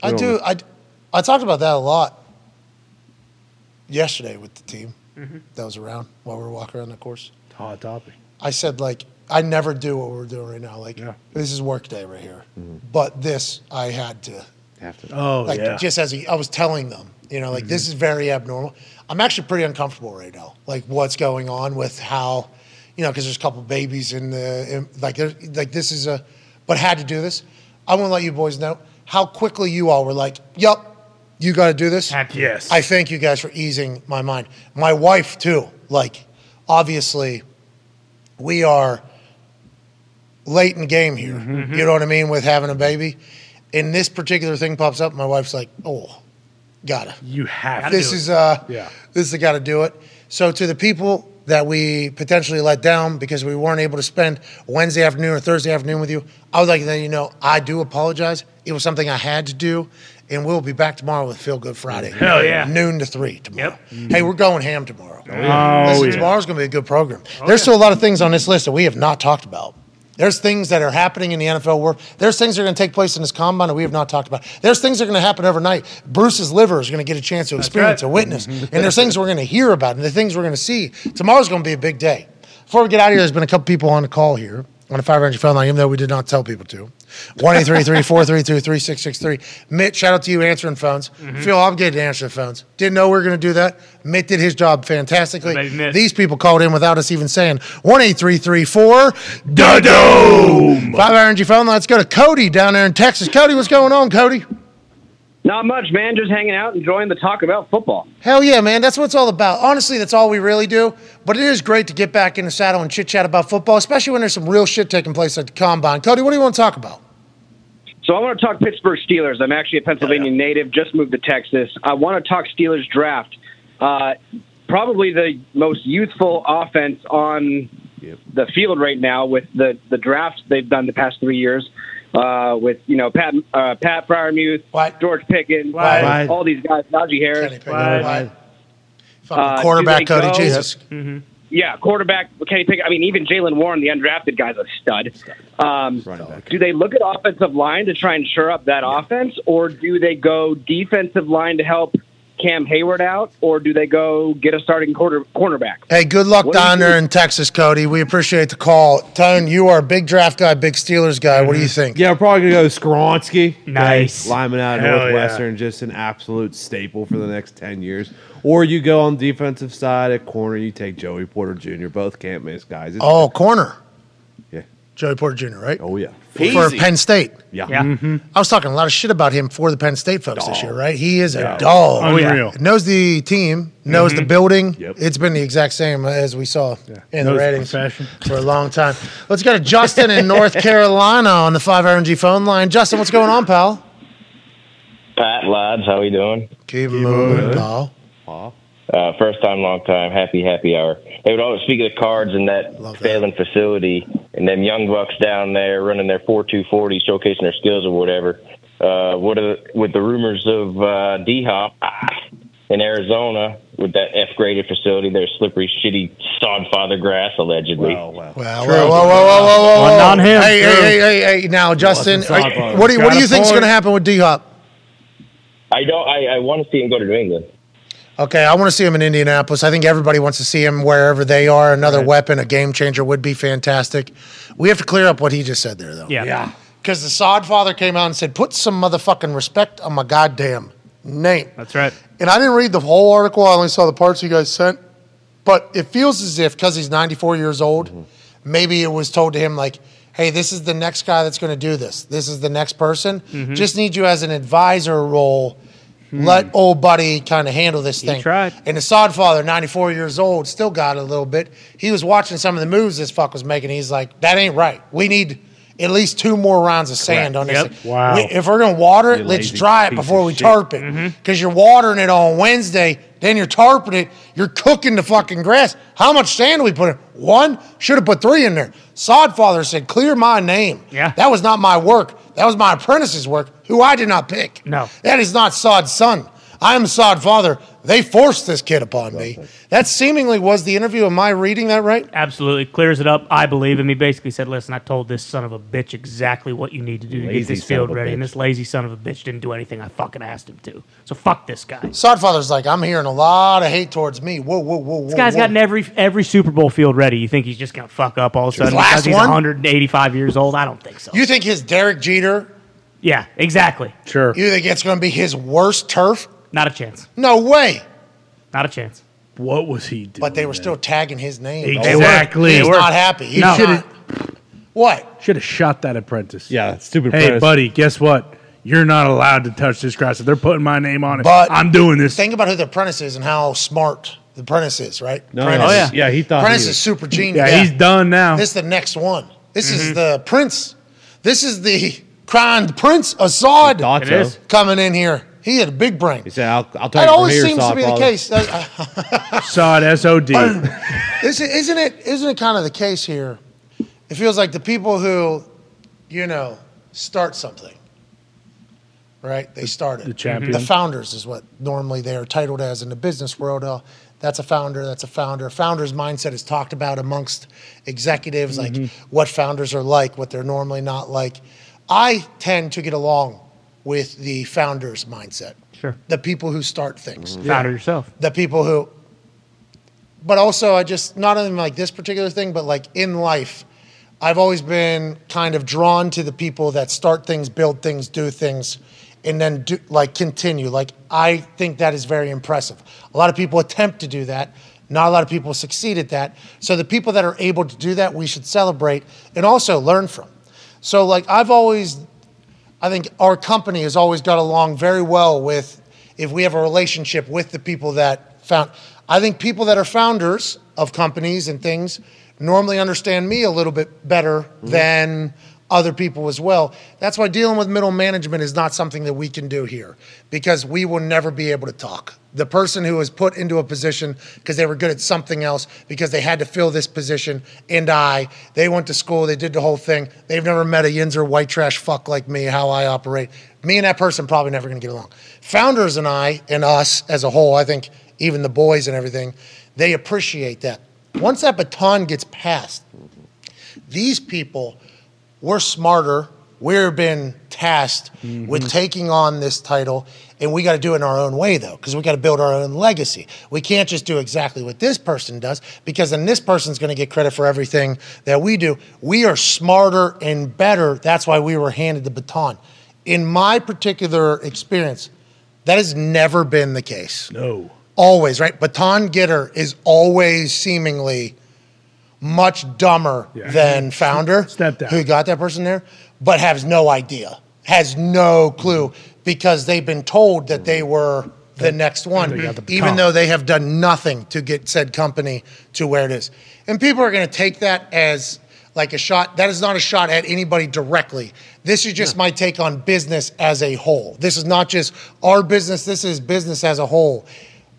[SPEAKER 1] I
[SPEAKER 4] Really?
[SPEAKER 1] do. I, I talked about that a lot yesterday with the team
[SPEAKER 2] Mm-hmm.
[SPEAKER 1] that was around while we were walking around the course.
[SPEAKER 2] Hot topic.
[SPEAKER 1] I said, like, I never do what we're doing right now. Like,
[SPEAKER 2] Yeah.
[SPEAKER 1] this is work day right here. But this, I had to.
[SPEAKER 4] Have to.
[SPEAKER 2] Oh
[SPEAKER 1] Like,
[SPEAKER 2] yeah. Mm-hmm.
[SPEAKER 1] just as he, I was telling them, you know, like, this is very abnormal. I'm actually pretty uncomfortable right now. Like, what's going on with how, you know, because there's a couple babies in the, in, like, there, like, this is a, but had to do this. I want to let you boys know how quickly you all were like, yup, you got to do this.
[SPEAKER 3] Heck
[SPEAKER 2] yes.
[SPEAKER 1] I thank you guys for easing my mind. My wife too. Like, obviously, we are late in game here. You know what I mean with having a baby. And this particular thing pops up. My wife's like, "Oh, gotta."
[SPEAKER 2] you have
[SPEAKER 1] This
[SPEAKER 2] to.
[SPEAKER 1] is uh,
[SPEAKER 2] Yeah.
[SPEAKER 1] This is gotta do it. So to the people that we potentially let down because we weren't able to spend Wednesday afternoon or Thursday afternoon with you, I would like to let you know I do apologize. It was something I had to do, and we'll be back tomorrow with Feel Good Friday.
[SPEAKER 3] Hell yeah.
[SPEAKER 1] Noon to three tomorrow.
[SPEAKER 3] Yep.
[SPEAKER 1] Hey, we're going ham tomorrow.
[SPEAKER 2] Oh,
[SPEAKER 1] Listen,
[SPEAKER 2] yeah.
[SPEAKER 1] tomorrow's going to be a good program. There's still a lot of things on this list that we have not talked about. There's things that are happening in the NFL world. There's things that are going to take place in this combine that we have not talked about. There's things that are going to happen overnight. Bruce's liver is going to get a chance to experience
[SPEAKER 3] right.
[SPEAKER 1] or witness. and there's things we're going to hear about and the things we're going to see. Tomorrow's going to be a big day. Before we get out of here, there's been a couple people on the call here on the 500 phone line, even though we did not tell people to. 1 432 3663. Mitt, shout out to you answering phones.
[SPEAKER 3] Mm-hmm.
[SPEAKER 1] Feel obligated to answer the phones. Didn't know we were going to do that. Mitt did his job fantastically.
[SPEAKER 3] Thanks, Mitt.
[SPEAKER 1] These people called in without us even saying 1 833 Dome. 500 phone line. Let's go to Cody down there in Texas. Cody, what's going on, Cody?
[SPEAKER 10] Not much, man. Just hanging out, enjoying the talk about football.
[SPEAKER 1] Hell yeah, man. That's what it's all about. Honestly, that's all we really do. But it is great to get back in the saddle and chit chat about football, especially when there's some real shit taking place at the combine. Cody, what do you want to talk about?
[SPEAKER 10] So I want to talk Pittsburgh Steelers. I'm actually a Pennsylvania native, just moved to Texas. I want to talk Steelers draft. Uh, probably the most youthful offense on the field right now with the the draft they've done the past three years. Uh, with you know Pat uh, Pat Fryermuth,
[SPEAKER 1] What?
[SPEAKER 10] George Pickens,
[SPEAKER 3] What?
[SPEAKER 10] all these guys, Najee
[SPEAKER 1] Kenny
[SPEAKER 10] Harris,
[SPEAKER 1] Pickett.
[SPEAKER 3] Why?
[SPEAKER 1] Why?
[SPEAKER 10] Uh,
[SPEAKER 1] Fucking
[SPEAKER 10] do
[SPEAKER 1] quarterback,
[SPEAKER 10] they
[SPEAKER 1] Cody.
[SPEAKER 10] go-
[SPEAKER 1] Jesus.
[SPEAKER 10] yeah, quarterback Kenny Pickett. I mean, even Jalen Warren, the undrafted guy's a stud. Um,
[SPEAKER 4] Running back.
[SPEAKER 10] do they look at offensive line to try and shore up that offense, or do they go defensive line to help Cam Hayward out, or do they go get a starting quarter cornerback?
[SPEAKER 1] Hey, good luck
[SPEAKER 10] What do you
[SPEAKER 1] down there
[SPEAKER 10] do?
[SPEAKER 1] in Texas, Cody. We appreciate the call. Tone, you are a big draft guy, big Steelers guy. What do you think?
[SPEAKER 4] Yeah, we're probably gonna go Skronsky.
[SPEAKER 3] Nice.
[SPEAKER 4] lineman out of
[SPEAKER 2] Hell
[SPEAKER 4] Northwestern, just an absolute staple for the next ten years. Or you go on defensive side at corner, you take Joey Porter Jr. Both can't miss guys. It's-
[SPEAKER 1] Oh, corner.
[SPEAKER 4] yeah,
[SPEAKER 1] Joey Porter Jr., right?
[SPEAKER 4] oh yeah,
[SPEAKER 1] For Penn State.
[SPEAKER 4] yeah.
[SPEAKER 3] Yeah.
[SPEAKER 1] I was talking a lot of shit about him for the Penn State folks this
[SPEAKER 4] Dog.
[SPEAKER 1] year, right? He is a dog.
[SPEAKER 2] Oh, yeah. Unreal.
[SPEAKER 1] Knows the team, knows the building.
[SPEAKER 4] Yep.
[SPEAKER 1] It's been the exact same as we saw in the
[SPEAKER 2] Knows the
[SPEAKER 1] ratings
[SPEAKER 2] profession.
[SPEAKER 1] for a long time. Let's go to Justin in North Carolina on the 5RNG phone line. Justin, what's going on, pal?
[SPEAKER 11] Pat, lads, how we doing?
[SPEAKER 1] Keep moving, pal.
[SPEAKER 11] Uh, first time, long time. Happy, happy hour. They would always speak of the cards and that
[SPEAKER 1] Love that.
[SPEAKER 11] failing facility and them young bucks down there running their 4 2 40, showcasing their skills or whatever. Uh, what are, with the rumors of uh, D Hop ah, in Arizona with that F graded facility, their slippery, shitty sodfather grass, allegedly.
[SPEAKER 4] Wow, wow.
[SPEAKER 1] Well, whoa, whoa, whoa, whoa, whoa, whoa,
[SPEAKER 3] Well, not him.
[SPEAKER 1] Hey,
[SPEAKER 3] True.
[SPEAKER 1] hey, hey, hey, hey, now, Justin,
[SPEAKER 4] Wasn't
[SPEAKER 1] are-
[SPEAKER 4] Sabo.
[SPEAKER 1] what do you, what
[SPEAKER 4] Got
[SPEAKER 1] do
[SPEAKER 4] a
[SPEAKER 1] you think is
[SPEAKER 4] point.
[SPEAKER 1] going to happen with D Hop?
[SPEAKER 11] I don't. I, I want to see him go to New England.
[SPEAKER 1] Okay, I want to see him in Indianapolis. I think everybody wants to see him wherever they are. Another weapon, a game changer would be fantastic. We have to clear up what he just said there, though.
[SPEAKER 3] Yeah.
[SPEAKER 1] Yeah. Because the sod father came out and said, put some motherfucking respect on my goddamn name.
[SPEAKER 3] That's right.
[SPEAKER 1] And I didn't read the whole article, I only saw the parts you guys sent. But it feels as if, because he's 94 years old,
[SPEAKER 3] Mm-hmm.
[SPEAKER 1] maybe it was told to him, like, hey, this is the next guy that's going to do this. This is the next person.
[SPEAKER 3] Mhm.
[SPEAKER 1] Just need you as an advisor role. Let old buddy kind of handle this
[SPEAKER 3] Mm. He
[SPEAKER 1] thing.
[SPEAKER 3] tried.
[SPEAKER 1] And the Sodfather, 94 years old, still got it a little bit. He was watching some of the moves this fuck was making. He's like, that ain't right. We need at least two more rounds of sand on this.
[SPEAKER 3] Yep.
[SPEAKER 1] thing.
[SPEAKER 3] Wow.
[SPEAKER 1] We- if we're going to water it,
[SPEAKER 3] You
[SPEAKER 1] let's
[SPEAKER 3] lazy
[SPEAKER 1] dry it
[SPEAKER 3] piece
[SPEAKER 1] before
[SPEAKER 3] of
[SPEAKER 1] we
[SPEAKER 3] shit.
[SPEAKER 1] tarp it.
[SPEAKER 3] Mm-hmm.
[SPEAKER 1] Because you're watering it on Wednesday, then you're tarping it, you're cooking the fucking grass. How much sand do we put in? One? Should have put three in there. Sodfather said, clear my name. Yeah. That was not my work. That was my apprentice's work, who I did not pick.
[SPEAKER 3] No.
[SPEAKER 1] That is not Sod's son. I am Sod father. They forced this kid upon me. That seemingly was the interview. Am I reading that right?
[SPEAKER 3] Absolutely clears it up. I believe him. He basically said, "Listen, I told this son of a bitch exactly what you need to do to get
[SPEAKER 1] Lazy son
[SPEAKER 3] this
[SPEAKER 1] of
[SPEAKER 3] field
[SPEAKER 1] a
[SPEAKER 3] ready, and
[SPEAKER 1] bitch.
[SPEAKER 3] this lazy son of a bitch didn't do anything I fucking asked him to. So fuck this guy.
[SPEAKER 1] Sodfather's like, I'm hearing a lot of hate towards me. Whoa, whoa, whoa, whoa.
[SPEAKER 3] This guy's
[SPEAKER 1] whoa.
[SPEAKER 3] gotten every every Super Bowl field ready. You think he's just gonna fuck up all of a sudden
[SPEAKER 1] Last
[SPEAKER 3] because he's
[SPEAKER 1] one?
[SPEAKER 3] 185 years old? I don't think so.
[SPEAKER 1] You think his Derek Jeter?
[SPEAKER 3] Yeah, exactly.
[SPEAKER 2] Sure.
[SPEAKER 1] You think it's going to be his worst turf?
[SPEAKER 3] Not a chance.
[SPEAKER 1] No way.
[SPEAKER 3] Not a chance.
[SPEAKER 2] What was he doing?
[SPEAKER 1] But they were still tagging his name.
[SPEAKER 2] Exactly.
[SPEAKER 1] He's
[SPEAKER 2] They were.
[SPEAKER 1] not happy. He's
[SPEAKER 2] No.
[SPEAKER 1] not. What?
[SPEAKER 2] Should have shot that apprentice.
[SPEAKER 4] Yeah, stupid
[SPEAKER 2] Hey,
[SPEAKER 4] apprentice.
[SPEAKER 2] buddy, guess what? You're not allowed to touch this grass. If they're putting my name on it,
[SPEAKER 1] But
[SPEAKER 2] I'm doing this.
[SPEAKER 1] Think about who the apprentice is and how smart the apprentice is, right?
[SPEAKER 2] No,
[SPEAKER 1] apprentice,
[SPEAKER 2] oh, yeah. Yeah, he thought he
[SPEAKER 1] apprentice
[SPEAKER 2] was-
[SPEAKER 1] is super genius.
[SPEAKER 2] Yeah, he's done now.
[SPEAKER 1] This is the next one. This is the prince. This is the crowned prince Assad
[SPEAKER 4] It so. is.
[SPEAKER 1] coming in here. He had a big brain.
[SPEAKER 4] He said, "I'll, I'll tell
[SPEAKER 1] That
[SPEAKER 4] you from
[SPEAKER 1] always
[SPEAKER 4] here,
[SPEAKER 1] seems to be the
[SPEAKER 4] Sodfather."
[SPEAKER 1] case. Uh,
[SPEAKER 2] Sod S O D.
[SPEAKER 1] Is it, isn't it isn't it kind of the case here? It feels like the people who, you know, start something, right? They started
[SPEAKER 2] the champion.
[SPEAKER 1] The founders is what normally they are titled as in the business world. Uh, that's a founder. That's a founder. Founders mindset is talked about amongst executives, like
[SPEAKER 2] Mm-hmm.
[SPEAKER 1] what founders are like, what they're normally not like. I tend to get along with the founders mindset.
[SPEAKER 3] Sure.
[SPEAKER 1] The people who start things.
[SPEAKER 3] Founder yourself.
[SPEAKER 1] The people who but also I just not only like this particular thing, but like in life, I've always been kind of drawn to the people that start things, build things, do things, and then do like continue. Like I think that is very impressive. A lot of people attempt to do that. Not a lot of people succeed at that. So the people that are able to do that, we should celebrate and also learn from. So like I've always I think our company has always got along very well with if we have a relationship with the people that found. I think people that are founders of companies and things normally understand me a little bit better than other people as well. That's why dealing with middle management is not something that we can do here because we will never be able to talk. The person who was put into a position because they were good at something else, because they had to fill this position, and I, they went to school, they did the whole thing. They've never met a Yinzer white trash fuck like me, how I operate. Me and that person probably never gonna get along. Founders and I, and us as a whole, I think even the boys and everything, they appreciate that. Once that baton gets passed, these people we're smarter. We've been tasked with taking on this title, and we got to do it in our own way, though, because we got to build our own legacy. We can't just do exactly what this person does, because then this person's going to get credit for everything that we do. We are smarter and better. That's why we were handed the baton. In my particular experience, that has never been the case.
[SPEAKER 2] No.
[SPEAKER 1] Always, right? Baton getter is always seemingly much dumber than founder who got that person there, but has no idea, has no clue because they've been told that they were the next one,
[SPEAKER 2] They got the
[SPEAKER 1] even
[SPEAKER 2] baton.
[SPEAKER 1] though they have done nothing to get said company to where it is. And people are going to take that as like a shot. That is not a shot at anybody directly. This is just my take on business as a whole. This is not just our business, this is business as a whole.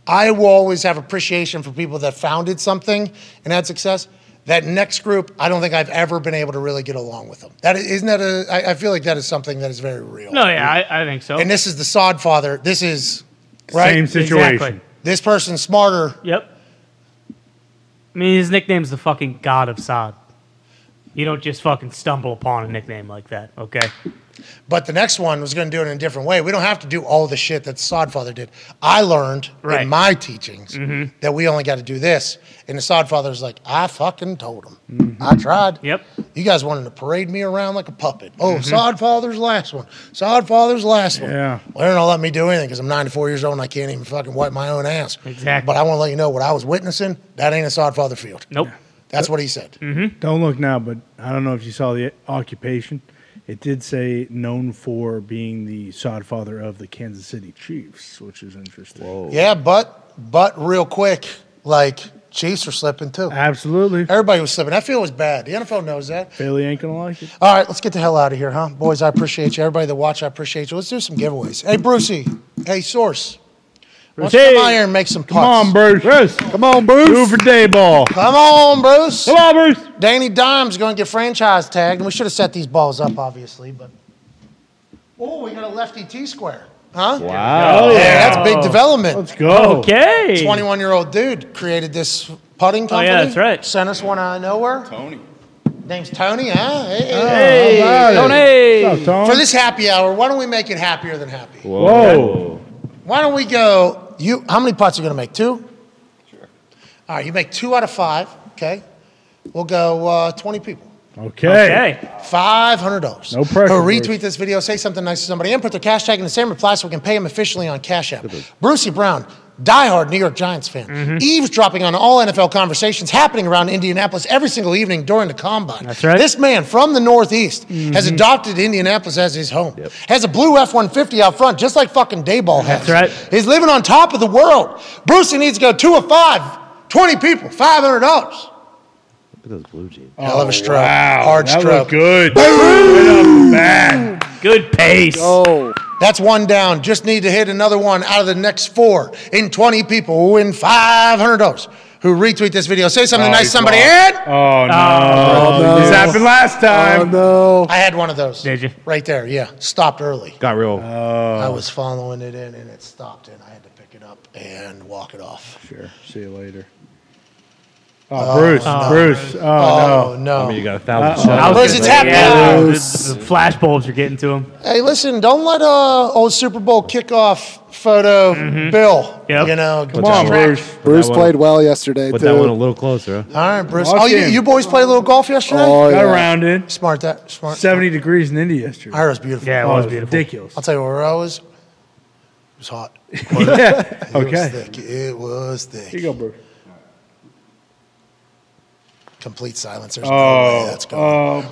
[SPEAKER 1] I will always have appreciation for people that founded something and had success. That next group, I don't think I've ever been able to really get along with them. That is, isn't that a? I, I feel like that is something that is very real.
[SPEAKER 3] No, yeah, I, I think so.
[SPEAKER 1] And this is the sod father. This is right?
[SPEAKER 2] Same situation. Exactly.
[SPEAKER 1] This person's smarter.
[SPEAKER 3] Yep. I mean, his nickname's the fucking God of Sod. You don't just fucking stumble upon a nickname like that, okay?
[SPEAKER 1] But the next one was going to do it in a different way. We don't have to do all the shit that Sodfather did. I learned
[SPEAKER 3] Right.
[SPEAKER 1] in my teachings that we only got to do this. And the Sodfather's like, I fucking told him. I tried.
[SPEAKER 3] Yep.
[SPEAKER 1] You guys wanted to parade me around like a puppet. Oh,
[SPEAKER 2] Mhm.
[SPEAKER 1] Sodfather's last one. Sodfather's last one.
[SPEAKER 2] Yeah.
[SPEAKER 1] Well, they're not gonna let me do anything because I'm 94 years old and I can't even fucking wipe my own ass. Exactly. But I want to let you know what I was witnessing. That ain't a Sodfather field.
[SPEAKER 3] Nope.
[SPEAKER 1] That's what he said.
[SPEAKER 2] Mm-hmm. Don't look now, but I don't know if you saw the occupation. It did say known for being the sodfather of the Kansas City Chiefs, which is interesting. Whoa.
[SPEAKER 1] Yeah, but but real quick, like Chiefs are slipping too.
[SPEAKER 2] Absolutely.
[SPEAKER 1] Everybody was slipping. I feel it was bad. The NFL knows that.
[SPEAKER 2] Bailey ain't gonna like it.
[SPEAKER 1] All right, let's get the hell out of here, huh? Boys, I appreciate you. Everybody that watch, I appreciate you. Let's do some giveaways. Hey, Brucey. Hey, Source. Let's
[SPEAKER 2] Brucey.
[SPEAKER 1] come out here and make some putts.
[SPEAKER 2] Come on, Bruce. Come on, Bruce. Two for day ball.
[SPEAKER 1] Come on, Bruce. Come
[SPEAKER 2] on, Bruce.
[SPEAKER 1] Danny Dimes going to get franchise tagged, and we should have set these balls up, obviously, but Oh, we got a lefty T square. huh?
[SPEAKER 4] Wow.
[SPEAKER 1] Yeah, that's big development.
[SPEAKER 2] Let's go.
[SPEAKER 3] Okay.
[SPEAKER 1] 21 year old dude created this putting
[SPEAKER 3] Oh,
[SPEAKER 1] company.
[SPEAKER 3] yeah, that's right.
[SPEAKER 1] Sent us one out of nowhere. Tony. Name's Tony, huh? Hey,
[SPEAKER 2] Hey, all right. Tony. What's up, Tony?
[SPEAKER 1] For this happy hour, why don't we make it happier than happy?
[SPEAKER 2] Whoa.
[SPEAKER 1] Why don't we go? You, how many putts are you going to make? Two. Sure. All right, you make two out of five. Okay, we'll go uh, twenty people.
[SPEAKER 2] Okay.
[SPEAKER 1] Five hundred dollars.
[SPEAKER 2] No pressure,
[SPEAKER 1] Or retweet
[SPEAKER 2] Bruce.
[SPEAKER 1] this video, say something nice to somebody, and put their cash tag in the same reply so we can pay them officially on Cash App. Brucey Brown, diehard New York Giants fan, eavesdropping on all NFL conversations happening around Indianapolis every single evening during the combine. That's right. This man from the Northeast has adopted Indianapolis as his home. Has a blue F one fifty out front, just like fucking Dayball has. That's right. He's living on top of the world. Brucey needs to go two of five. 20 people, $500.
[SPEAKER 4] Look at those blue jeans.
[SPEAKER 1] Hell of a stroke. Hard
[SPEAKER 4] that
[SPEAKER 1] stroke.
[SPEAKER 4] looked
[SPEAKER 2] good.
[SPEAKER 3] Good pace.
[SPEAKER 1] Oh. That's one down. Just need to hit another one out of the next four. In 20 people who win $500 who retweet this video. Say something
[SPEAKER 2] Oh,
[SPEAKER 1] nice
[SPEAKER 2] he's
[SPEAKER 1] to somebody.
[SPEAKER 2] lost.
[SPEAKER 1] And
[SPEAKER 2] Oh,
[SPEAKER 3] Uh,
[SPEAKER 2] no. This happened last time. Oh.
[SPEAKER 1] no. I had one of those. Did
[SPEAKER 3] you?
[SPEAKER 1] Right there, yeah. Stopped early. Uh,
[SPEAKER 4] Got real.
[SPEAKER 2] Oh.
[SPEAKER 1] I was following it in and it stopped and I had to pick it up and walk it off.
[SPEAKER 2] Sure. See you later. Oh, Bruce.
[SPEAKER 3] uh,
[SPEAKER 2] Bruce. Oh,
[SPEAKER 1] Oh,
[SPEAKER 2] no.
[SPEAKER 1] no.
[SPEAKER 4] I mean, you got a thousand
[SPEAKER 3] I was
[SPEAKER 1] Bruce,
[SPEAKER 3] gonna
[SPEAKER 1] it's
[SPEAKER 3] say,
[SPEAKER 1] happening.
[SPEAKER 3] yeah, the, the flash bulbs are getting to him.
[SPEAKER 1] Hey, listen, don't let uh old Super Bowl kickoff photo
[SPEAKER 2] Mm-hmm.
[SPEAKER 1] Bill. You know,
[SPEAKER 4] Put that one- put that
[SPEAKER 7] Bruce
[SPEAKER 4] one-
[SPEAKER 7] played well yesterday
[SPEAKER 4] Put
[SPEAKER 7] too.
[SPEAKER 4] that one a little closer. Huh?
[SPEAKER 1] All right, Bruce.
[SPEAKER 2] Lock
[SPEAKER 1] oh, you,
[SPEAKER 2] in.
[SPEAKER 1] you boys played a little golf yesterday?
[SPEAKER 2] Oh, yeah. Got rounded.
[SPEAKER 1] Smart that. Smart.
[SPEAKER 2] 70 degrees in India yesterday.
[SPEAKER 1] Iowa's beautiful.
[SPEAKER 2] Yeah, it was beautiful. Ridiculous.
[SPEAKER 1] I'll tell you where I was. It was hot.
[SPEAKER 2] Yeah.
[SPEAKER 1] It
[SPEAKER 2] Okay.
[SPEAKER 1] Was thick. It was thick.
[SPEAKER 2] Here you go, Bruce.
[SPEAKER 1] Complete silence. There's no way
[SPEAKER 2] Oh,
[SPEAKER 1] that's going.
[SPEAKER 2] oh,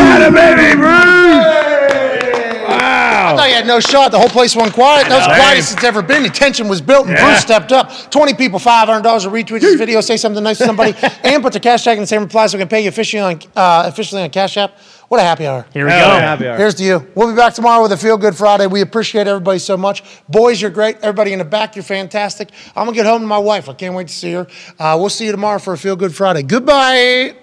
[SPEAKER 2] Bruce! Had a baby, Bruce!
[SPEAKER 1] I
[SPEAKER 2] Wow.
[SPEAKER 1] thought you had no shot. The whole place went quiet. That was
[SPEAKER 2] Hey.
[SPEAKER 1] the quietest it's ever been. The tension was built, and
[SPEAKER 2] Yeah.
[SPEAKER 1] Bruce stepped up. 20 people, $500 to retweet this video, say something nice to somebody, and put the cash tag in the same reply so we can pay you officially on, uh, officially on Cash App. What a happy hour.
[SPEAKER 3] Here we Hell go. yeah.
[SPEAKER 4] Happy hour.
[SPEAKER 1] Here's to you. We'll be back tomorrow with a Feel Good Friday. We appreciate everybody so much. Boys, you're great. Everybody in the back, you're fantastic. I'm going to get home to my wife. I can't wait to see her. Uh, we'll see you tomorrow for a Feel Good Friday. Goodbye.